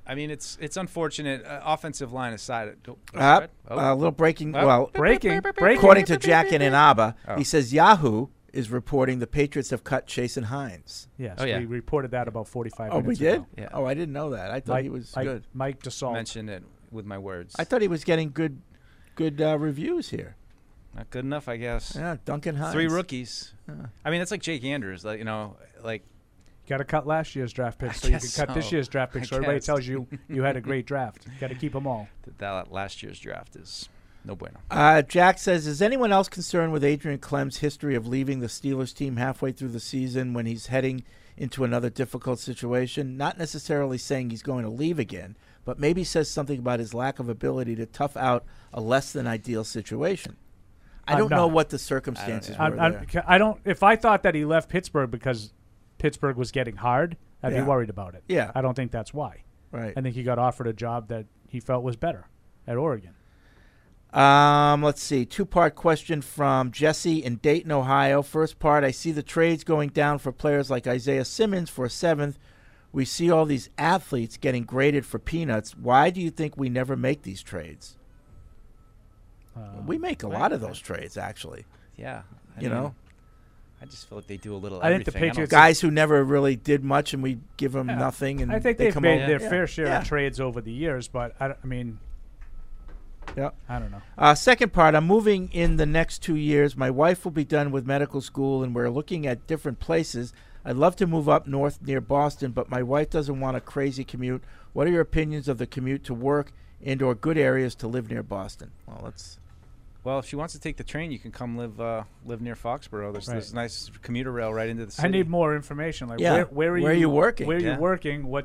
I mean, it's it's unfortunate. Uh, offensive line aside, oh,
Uh,
oh.
a little breaking.
Oh.
Well, According to Jack and Inaba,
Oh.
he says Yahoo is reporting the Patriots have cut Chase and Hines.
Yes,
Oh, yeah.
we reported that about 45
Oh, we
minutes
did.
ago.
Oh, I didn't know that. I thought
Mike-
he was
Mike-
good.
Mike DeSalt.
mentioned it with my words.
I thought he was getting good, good uh, reviews here.
Not good enough, I guess.
Yeah, Duncan Hines.
Three rookies.
Yeah.
I mean, it's like Jake Andrews. Like, you know, like
Got to cut last year's draft picks so
I
you can
guess
cut this
so.
year's draft
I
picks. So everybody
guess.
tells you you had a great draft. Got to keep them all.
th- that last year's draft is no bueno.
Uh, Jack says, is anyone else concerned with Adrian Clem's history of leaving the Steelers team halfway through the season when he's heading into another difficult situation? Not necessarily saying he's going to leave again, but maybe says something about his lack of ability to tough out a less than ideal situation. I
I'm
don't know
not.
what the circumstances
I'm-
were
I'm-
there.
ca- I don't. If I thought that he left Pittsburgh because Pittsburgh was getting hard, I'd
Yeah.
be worried about it.
Yeah.
I don't think that's why.
Right.
I think he got offered a job that he felt was better at Oregon.
Um, let's see. Two part question from Jesse in Dayton, Ohio. First part I see the trades going down for players like Isaiah Simmons for a seventh. We see all these athletes getting graded for peanuts. Why do you think we never make these trades?
Uh,
we make a lot of those trades, actually.
Yeah, I
You
mean,
know?
I just feel like they do a little.
I think the
everything. don't-
guys who never really did much, and we give them
Yeah.
nothing, and
I think
they
have
come
made
over.
their
Yeah.
fair share
Yeah.
of trades over the years, but I, don't- I mean,
yeah,
I don't know.
Uh, second part, I'm moving in the next two years. My wife will be done with medical school, and we're looking at different places. I'd love to move up north near Boston, but my wife doesn't want a crazy commute. What are your opinions of the commute to work and/or good areas to live near Boston? Well, that's
Well, if she wants to take the train, you can come live uh, live near Foxborough. There's
Right.
this nice commuter rail right into the city.
I need more information. Like,
Yeah.
where, where are
Where are
you?
you working?
Where are
Yeah.
you working? What?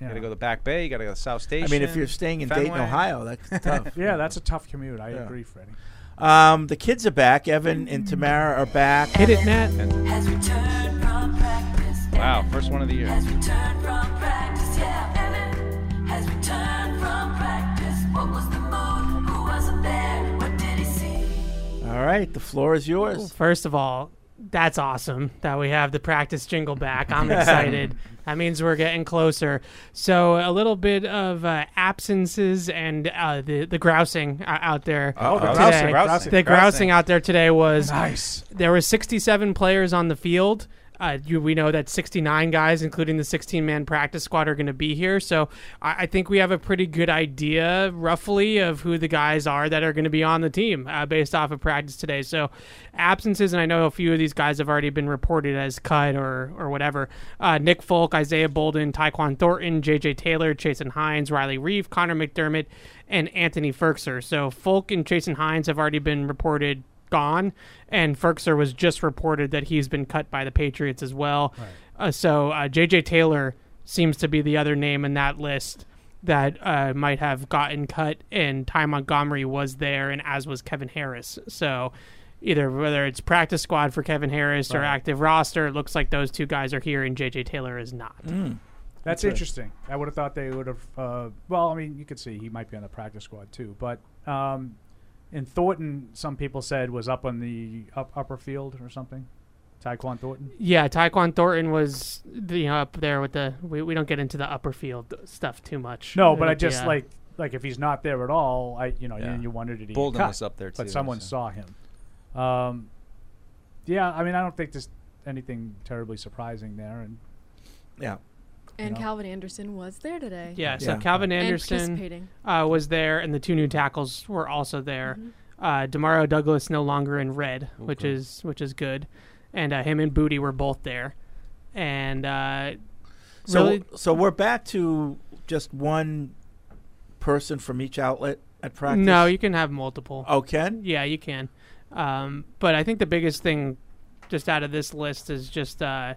You
you
gotta
know.
go to the Back Bay. You gotta go to South
I
Station.
mean, if you're staying in Dayton,
Fenway.
Ohio, that's tough.
yeah, that's a tough commute. I
Yeah.
agree, Freddie.
Um, the kids are back. Evan and Tamara are back. Hit it, Matt.
Has returned from practice.
Wow, first one of the year.
Has returned from practice. Yeah, Evan has returned from practice. What was the mood? Who wasn't there? What did he see?
All right, the floor is yours.
First of all, that's awesome that we have the practice jingle back. I'm excited. that means we're getting closer. So a little bit of uh, absences and uh, the the grousing uh, out there.
Oh, the
today.
grousing, grousing,
The
grousing.
grousing out there today was
Nice.
There were 67 players on the field. Uh, you, we know that 69 guys, including the 16 man practice squad, are going to be here. So I, I think we have a pretty good idea, roughly, of who the guys are that are going to be on the team uh, based off of practice today. So absences, and I know a few of these guys have already been reported as cut or, or whatever. Uh, Nick Folk, Isaiah Bolden, Tyquan Thornton, JJ Taylor, Chasen Hines, Riley Reeve, Connor McDermott, and Anthony Ferkser. So Folk and Chasen Hines have already been reported gone, and Ferkser was just reported that he's been cut by the Patriots as well. Uh, so uh, JJ Taylor seems to be the other name in that list that uh, might have gotten cut, and Ty Montgomery was there, and as was Kevin Harris. So either whether it's practice squad for Kevin Harris or
Right.
active roster, it looks like those two guys are here, and JJ Taylor is not.
Hmm.
Hmm.
That's
Okay.
interesting. I would have thought they would have. Uh, well, I mean, you could see he might be on the practice squad too. But um, and Thornton, some people said was up on the up, upper field or something. Tyquan Thornton.
Yeah, Tyquan Thornton was you know, up there with the. We, we don't get into the upper field stuff too much.
No, but I
It'd be,
just
uh,
like like if he's not there at all, I you know, and you wondered did he get
Bolden
cut?
was up there,
but
too,
someone
so.
saw him. Um, yeah, I mean, I don't think there's anything terribly surprising there, and
yeah,
And Calvin Anderson was there today.
Yeah, so Calvin
And
Anderson
participating.
uh, was there, and the two new tackles were also there.
Mm-hmm.
Uh, Demario Douglas no longer in red, which
Okay.
is which is good, and uh, him and Booty were both there, and uh,
So,
really,
so we're back to just one person from each outlet at practice.
No, you can have multiple.
Oh, can?
Yeah, you can. Um, but I think the biggest thing, just out of this list, is just uh,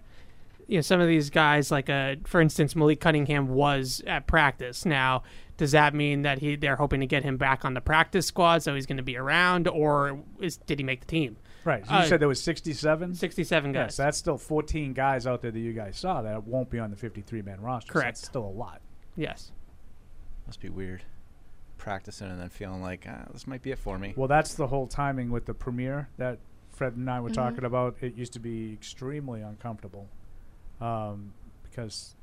you know some of these guys, like uh, for instance, Malik Cunningham was at practice. Now, does that mean that he they're hoping to get him back on the practice squad, so he's going to be around, or is, did he make the team?
Right. So you
Uh,
said there was 67?
67
Yeah,
guys.
so that's still 14 guys out there that you guys saw that won't be on the 53-man roster. So
Correct.
that's still a lot.
Yes.
Must be weird. Practicing and then feeling like
uh,
ah, this might be it for me.
Well, that's the whole timing with the premiere that Fred and I were
Mhm.
talking about. It used to be extremely uncomfortable um, because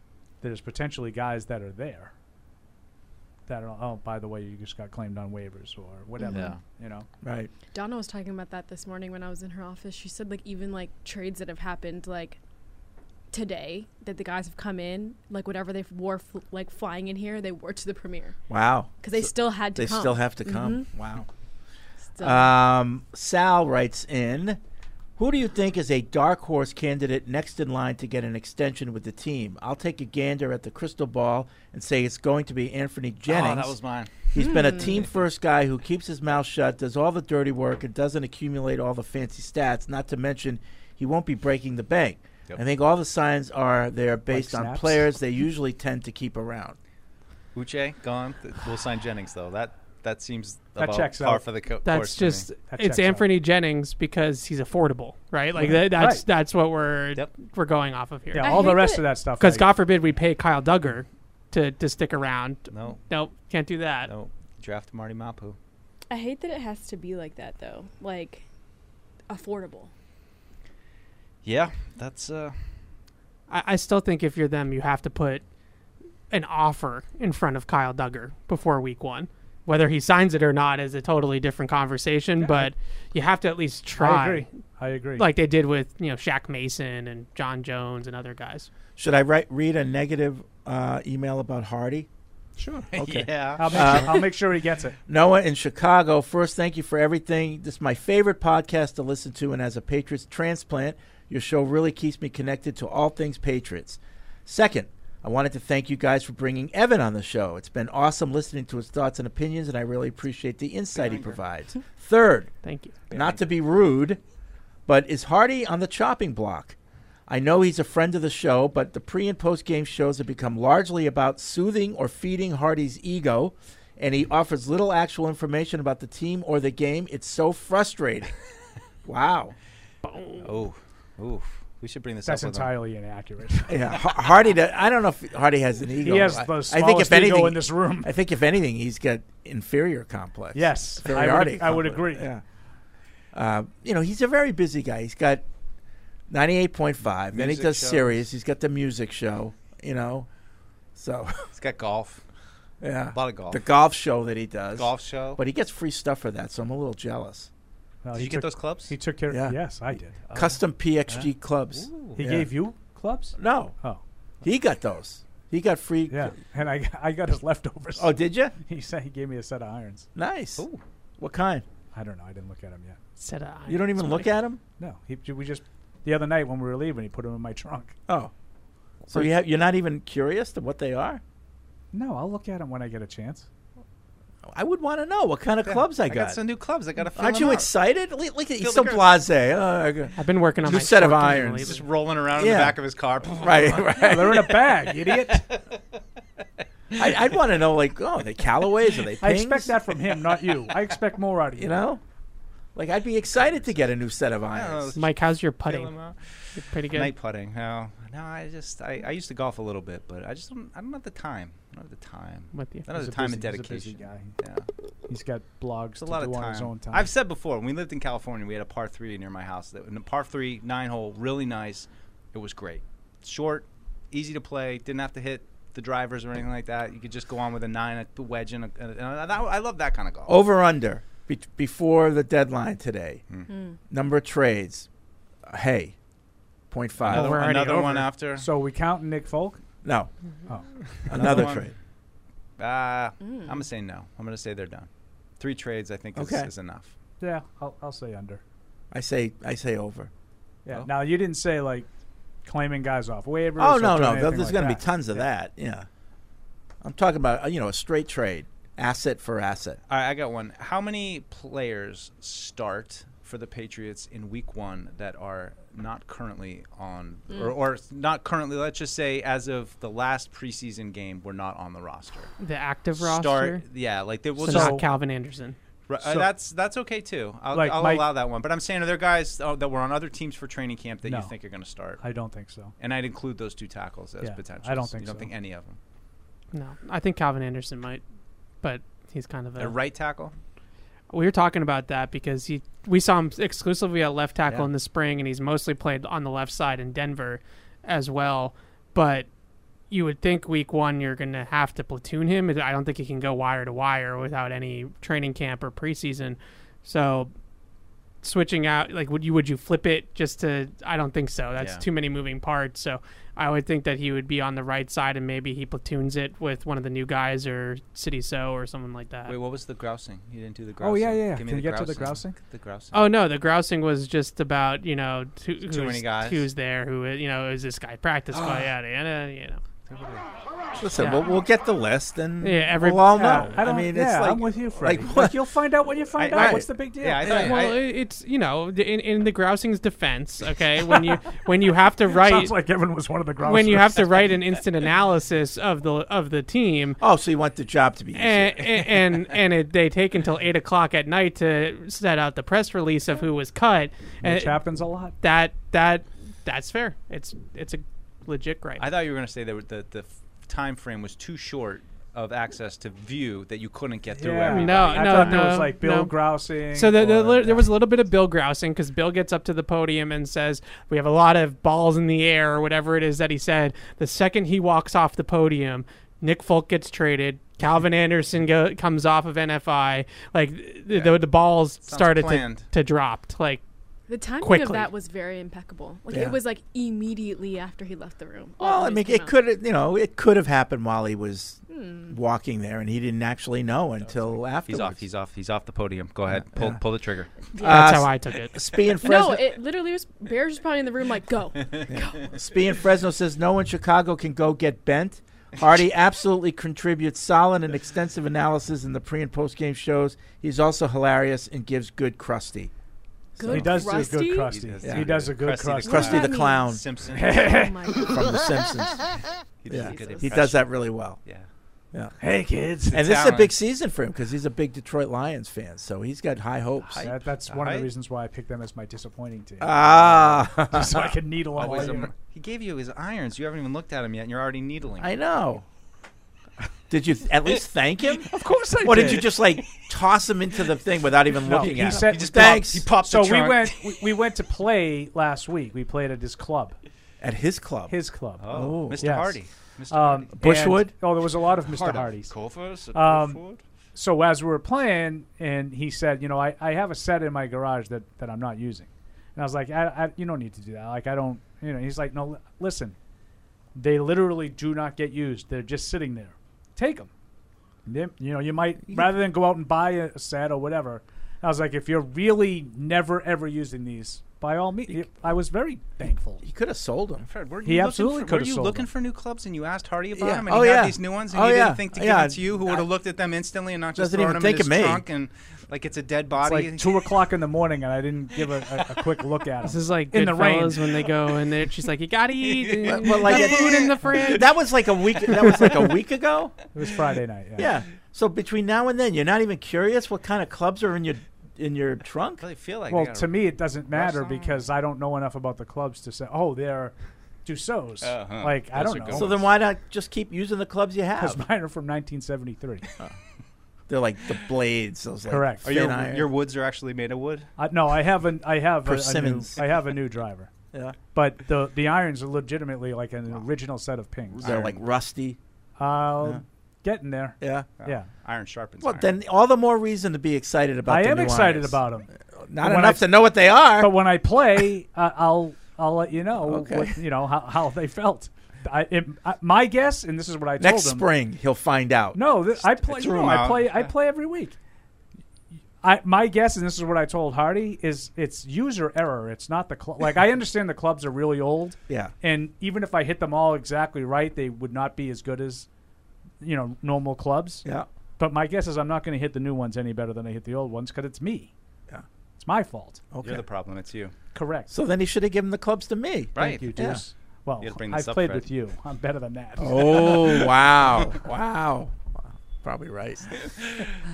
there's potentially guys that are there that are, oh, by the way, you just got claimed on waivers or whatever,
Yeah.
you know?
Right.
Donna was talking about that this morning when I was in her office. She said like even like trades that have happened like today that the guys have come in like whatever they wore fl- like flying in here they wore to the premiere.
Wow.
Because they
So
still had to.
They
come.
still have to come.
Mhm.
Wow.
Still.
Um, Sal writes in, "Who do you think is a dark horse candidate next in line to get an extension with the team? I'll take a gander at the crystal ball and say it's going to be Anthony Jennings.
Oh, was mine.
He's been a
Hmm.
team first guy who keeps his mouth shut, does all the dirty work, and doesn't accumulate all the fancy stats. Not to mention, he won't be breaking the bank.
Yep.
I think all the signs are there based on
snaps?
players they usually tend to keep around.
Uche gone. Th- We'll sign Jennings though. That that seems
That
about
checks
par
out.
for the co- course
That's
for me.
just it's Anthony Jennings because he's affordable, right? Like
Right.
that, that's
Right.
that's what we're we're going off of here.
Yeah, I all the hate rest that- of that stuff
Because
I-
God forbid we pay Kyle Duggar to to stick around.
No.
nope, can't do that.
No, draft Marty Mapu.
I hate that it has to be like that though. Like affordable.
Yeah, that's uh.
I, I still think if you're them, you have to put an offer in front of Kyle Duggar before week one. Whether he signs it or not is a totally different conversation, but you have to at least try.
agree. I agree.
Like they did with you know Shaq Mason and John Jones and other guys.
Should I write read a negative uh, email about Hardy?
Sure.
Okay. Uh,
Yeah. I'll make sure- I'll make sure he gets it.
Noah in Chicago. First, thank you for everything. This is my favorite podcast to listen to, and as a Patriots transplant, your show really keeps me connected to all things Patriots. Second, I wanted to thank you guys for bringing Evan on the show. It's been awesome listening to his thoughts and opinions, and I really appreciate the insight he provides. Third,
Thank you.
Not to be rude, but is Hardy on the chopping block? I know he's a friend of the show, but the pre and post game shows have become largely about soothing or feeding Hardy's ego, and he offers little actual information about the team or the game. It's so frustrating. wow.
Oh, oof. We should bring this
That's
up. with him.
entirely inaccurate.
Yeah, Har- Hardy. do- I don't know if Hardy has an ego.
has
I-
the
I think if
smallest ego
anything,
in this room.
I think if anything, he's got inferior complex.
Yes, I would-
inferiority
I would
complex,
agree.
Yeah, uh, you know, he's a very busy guy. He's got ninety-eight point five. Then he
Music
does
shows.
series. He's got the music show. You know, so
He's got golf.
yeah,
a lot of golf.
The golf show that he does.
Golf show.
But he gets free stuff for that, so I'm a little jealous.
No,
Did
he
you get
took-
those clubs?
He took care.
Yeah.
Yes, I did.
Custom PXG
Yeah.
clubs.
He gave you clubs?
No.
Oh.
He got those. He got free.
Yeah. And I, I got his leftovers.
Oh, did you?
He said he gave me a set of irons.
Nice. What kind?
I don't know. I didn't look at him yet.
Set of
You don't irons, even look Mike. at 'em?
No. He, we just the other night when we were leaving, he put them in my trunk.
Oh. So you have, you're not even curious to what they are?
No, I'll look at them when I get a chance.
I would want to know what kind of
Yeah,
clubs I
I
got.
got some
new clubs. I got to fill
Aren't
them
you
out.
excited? Look, look at
Fill
he's so
the
blase. Uh, I got-
I've been working on
new
my
set of
short game
irons.
lately.
Just rolling around in the back of his car.
right, right.
No, they're in a bag, idiot.
I, I'd want to know, like, oh, are they Callaways? Are they?
I
Pings?
expect that from him, not you. I expect more out of you.
You know, like I'd be excited to get a new set of
don't know,
irons.
let's
Mike, how's your
Fill
putting?
'em out.
You're pretty good.
Night putting. No, no. I just I, I used to golf a little bit, but I just don't, I don't have the time. I don't have the time.
With you.
I don't have
He's
the
a
time and
busy- he's a busy
dedication. Yeah.
He's got blogs
It's
to
a lot
do
of
on
time.
his own time.
I've said before when we lived in California, we had a par three near my house. That and the par three nine hole, really nice. It was great, short, easy to play. Didn't have to hit the drivers or anything like that. You could just go on with a nine, a wedge, and, a, and, a, and I, I love that kind of golf.
Over under be- before the deadline today.
Mm.
Number of trades. Uh, hey, point five.
Another- We're already another one over. after.
So we counting Nick Folk?
No.
Oh.
Another
one.
trade.
Uh, I'm gonna say no. I'm gonna say they're done. Three trades, I think, is,
Okay.
is enough.
Yeah, I'll, I'll say under.
I say I say over.
Yeah. Now you didn't say like claiming guys off waivers.
Oh
or
no,
doing
no,
anything
there's
like
going to
that.
be tons of that. Yeah, I'm talking about uh, you know a straight trade, asset for asset.
All right, I got one. How many players start for the Patriots in Week One that are not currently on,
Mm.
or, or not currently? Let's just say, as of the last preseason game, were not on the roster.
The active
Start-
roster?
Yeah, like they will
So
just
not Calvin Anderson.
Right, uh,
So-
that's that's okay too. I'll,
Like
I'll
Mike-
allow that one. But I'm saying, are there guys uh, that were on other teams for training camp that
No.
you think are going to start?
I don't think so.
And I'd include those two tackles as
Yeah, I
potential.
don't think
you don't
so.
think any of them.
No, I think Calvin Anderson might, but he's kind of a,
A right tackle.
We were talking about that because he we saw him exclusively at left tackle
Yeah.
in the spring, and he's mostly played on the left side in Denver as well. But you would think week one you're going to have to platoon him. I don't think he can go wire to wire without any training camp or preseason. So switching out like would you would you flip it just to I don't think so. That's
Yeah.
too many moving parts. So I would think that he would be on the right side and maybe he platoons it with one of the new guys or City So or someone like that.
Wait, what was the grousing? You didn't do the grousing.
Oh, yeah, yeah, yeah.
Give me
Can
the
you get to the grousing?
The grousing.
Oh no, the grousing was just about you know who, who
many
was-
guys.
who's there, who you know is this guy practice guy, yada yada, you know.
Listen,
Yeah.
we'll, we'll get the list and
Yeah, every-
we'll all know.
Yeah,
I, don't,
mean,
yeah,
it's like
I'm with you,
like,
Freddie. Like,
what-
you'll find out when you find
I-
out.
I-
What's the big deal?
well, it's you know the- in, in the grousing's defense. Okay, when you when you have to write,
Sounds like Evan was one of the grousers.
when you have to write an instant analysis of the of the team.
Oh, so you want the job to be easier.
and and, and it, they take until eight o'clock at night to set out the press release of who was cut, and
Which happens a lot.
That that that's fair. It's it's a legit gripe.
I thought you were going to say that the the f- time frame was too short of access to view that you couldn't get through.
Yeah.
everybody.
No,
I
no,
thought
no.
there was, like, Bill
no.
grousing
So the, the,
or-
there was a little bit of Bill grousing because Bill gets up to the podium and says, "We have a lot of balls in the air" or whatever it is that he said. The second he walks off the podium, Nick Folk gets traded. Calvin Anderson go, comes off of NFI. Like th- the, the balls started to,
planned.
to drop. Like
The timing
quickly.
of that was very impeccable. Like
Yeah.
it was like immediately after he left the room.
Well,
all the
I
news
mean,
came
it
out.
could you know it could have happened while he was
Hmm.
walking there, and he didn't actually know until after.
He's off. He's off. He's off the podium. Go ahead. Pull pull the trigger.
Spee and
No,
Fresno.
it literally was. Bears was probably in the room like, go.
Spee and Fresno says no one in Chicago can go get bent. Hardy absolutely contributes solid and extensive analysis in the pre and post game shows. He's also hilarious and gives good crusty.
Good He does do a good crusty? crusty. He does a good crusty. What does
Crusty
that
the
mean?
clown.
Simpsons. Oh my God.
from The Simpsons.
He does a
yeah.
good
he
impression.
does that really well.
Yeah.
Yeah.
Hey, kids.
And
It's
this is a
talent.
big season for him because he's a big Detroit Lions fan, so he's got high hopes.
That, that's one of
Hype.
the reasons why I picked them as my disappointing team.
Ah.
Just so I could needle all
Always a
year.
mer- He gave you his irons. You haven't even looked at him yet, and you're already needling.
I know. Did you at least thank him?
Of course I
Or did
did.
you just like toss him into the thing without even
No,
looking
he
at him?
said-
Thanks.
So we went. We, we went to play last week. We played at his club.
At his club.
His club.
Oh, Mr.
Yes.
Hardy. Mr.
Um,
Hardy.
Bushwood?
and- oh, there was a lot of Mr.
Hard up.
Hardys. Um,
Colfers and Bushwood?
so as we were playing, and he said, "You know, I, I have a set in my garage that, that I'm not using," and I was like, I, I, "You don't need to do that. Like, I don't. You know, he's like, no, li- listen, they literally do not get used. They're just sitting there. Take them. you know, you might rather than go out and buy a set or whatever. I was like, if you're really never ever using these, by all means, I was very thankful.
He could have sold them.
Fred, were you
He
looking
absolutely
for-
could
Were
have
you
sold
looking
them.
for new clubs and you asked Hardy about
Yeah.
them and
Oh,
he had
yeah.
these new ones and
Oh,
he
yeah.
didn't think to give
Yeah. Uh,
it to you who would have looked at them instantly and not just
Doesn't
thrown them
even think
in his
of me.
trunk and like it's a dead
It's
body.
like two o'clock in the morning, and I didn't give a, a, a quick look at him.
This is like
in the rain.
Goodfellas when they go and they're- she's like, "You gotta eat." And
But- but like
got
it-
food in the fridge.
That was like a week. That was like a week ago.
It was Friday night. Yeah.
Yeah. So between now and then, you're not even curious what kind of clubs are in your in your trunk.
really feel like
well, to me, it doesn't matter because I don't know enough about the clubs to say, oh, they're Dussaud's.
Uh-huh.
Like, I
Those
don't
are
know.
good So then ones. why not just keep using the clubs you have?
Because mine are from 1973.
They're like the blades. Those like
Correct.
Are
Thin
your,
iron.
your woods are actually made of wood?
Uh, no, I have an I have a, a new,
Persimmons.
I have a new driver.
Yeah.
But the the irons are legitimately like an original set of pings.
They're Oh, like rusty.
Uh,
Yeah.
getting there.
Yeah.
Yeah.
Iron sharpens
Well,
iron.
then all the more reason to be excited about.
I
the
am
new
excited
irons.
about them.
Not enough to know what they are.
But when I play, uh, I'll I'll let you know
Okay.
what, you know how, how they felt. I, it, I, my guess, and this is what I told
Next
them,
spring, he'll find out.
No, th- I play.
Oh, Just
You
throw
know,
'em
I
out.
play. I play every week. I my guess, and this is what I told Hardy, is it's user error. It's not the club. like I understand the clubs are really old.
Yeah.
And even if I hit them all exactly right, they would not be as good as, you know, normal clubs.
Yeah.
But my guess is I'm not going to hit the new ones any better than I hit the old ones because it's me.
Yeah.
It's my fault.
You're the problem. It's you.
Correct.
So then he should have given the clubs to me.
Right.
Thank you,
Yeah.
Deuce. Well,
You gotta bring
I've
this up,
played
Fred.
with you. I'm better than that.
Oh wow! wow! Probably right.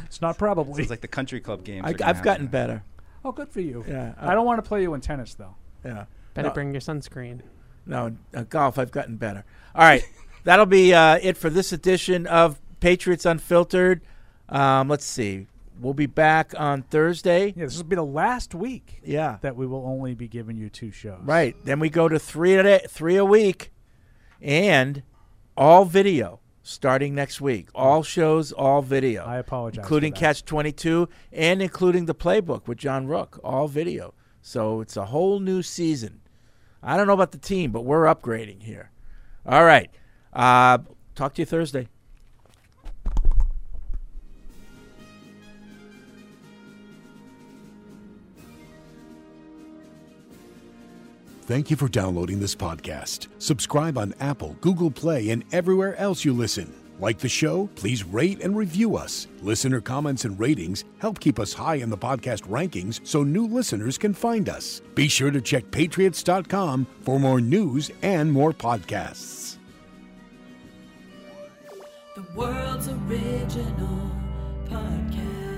It's not probably.
It's like the country club games.
I,
are gonna
I've
happen.
gotten better.
Oh, good for you.
Yeah, uh,
I don't want to play you in tennis though.
Yeah.
Better
No.
bring your sunscreen.
No, in- uh, golf, I've gotten better. All right. That'll be uh, it for this edition of Patriots Unfiltered. Um, let's see. We'll be back on Thursday.
Yeah, this will be the last week.
Yeah.
That we will only be giving you two shows.
Right. Then we go to three a, day, three a week and all video starting next week. All shows, all video. I
apologize.
Including
for
Catch 22 and including the playbook with John Rook. All video. So it's a whole new season. I don't know about the team, but we're upgrading here. All right. Uh, talk to you Thursday.
Thank you for downloading this podcast. Subscribe on Apple, Google Play, and everywhere else you listen. Like the show? Please rate and review us. Listener comments and ratings help keep us high in the podcast rankings so new listeners can find us. Be sure to check patriots.com for more news and more podcasts.
The world's original podcast.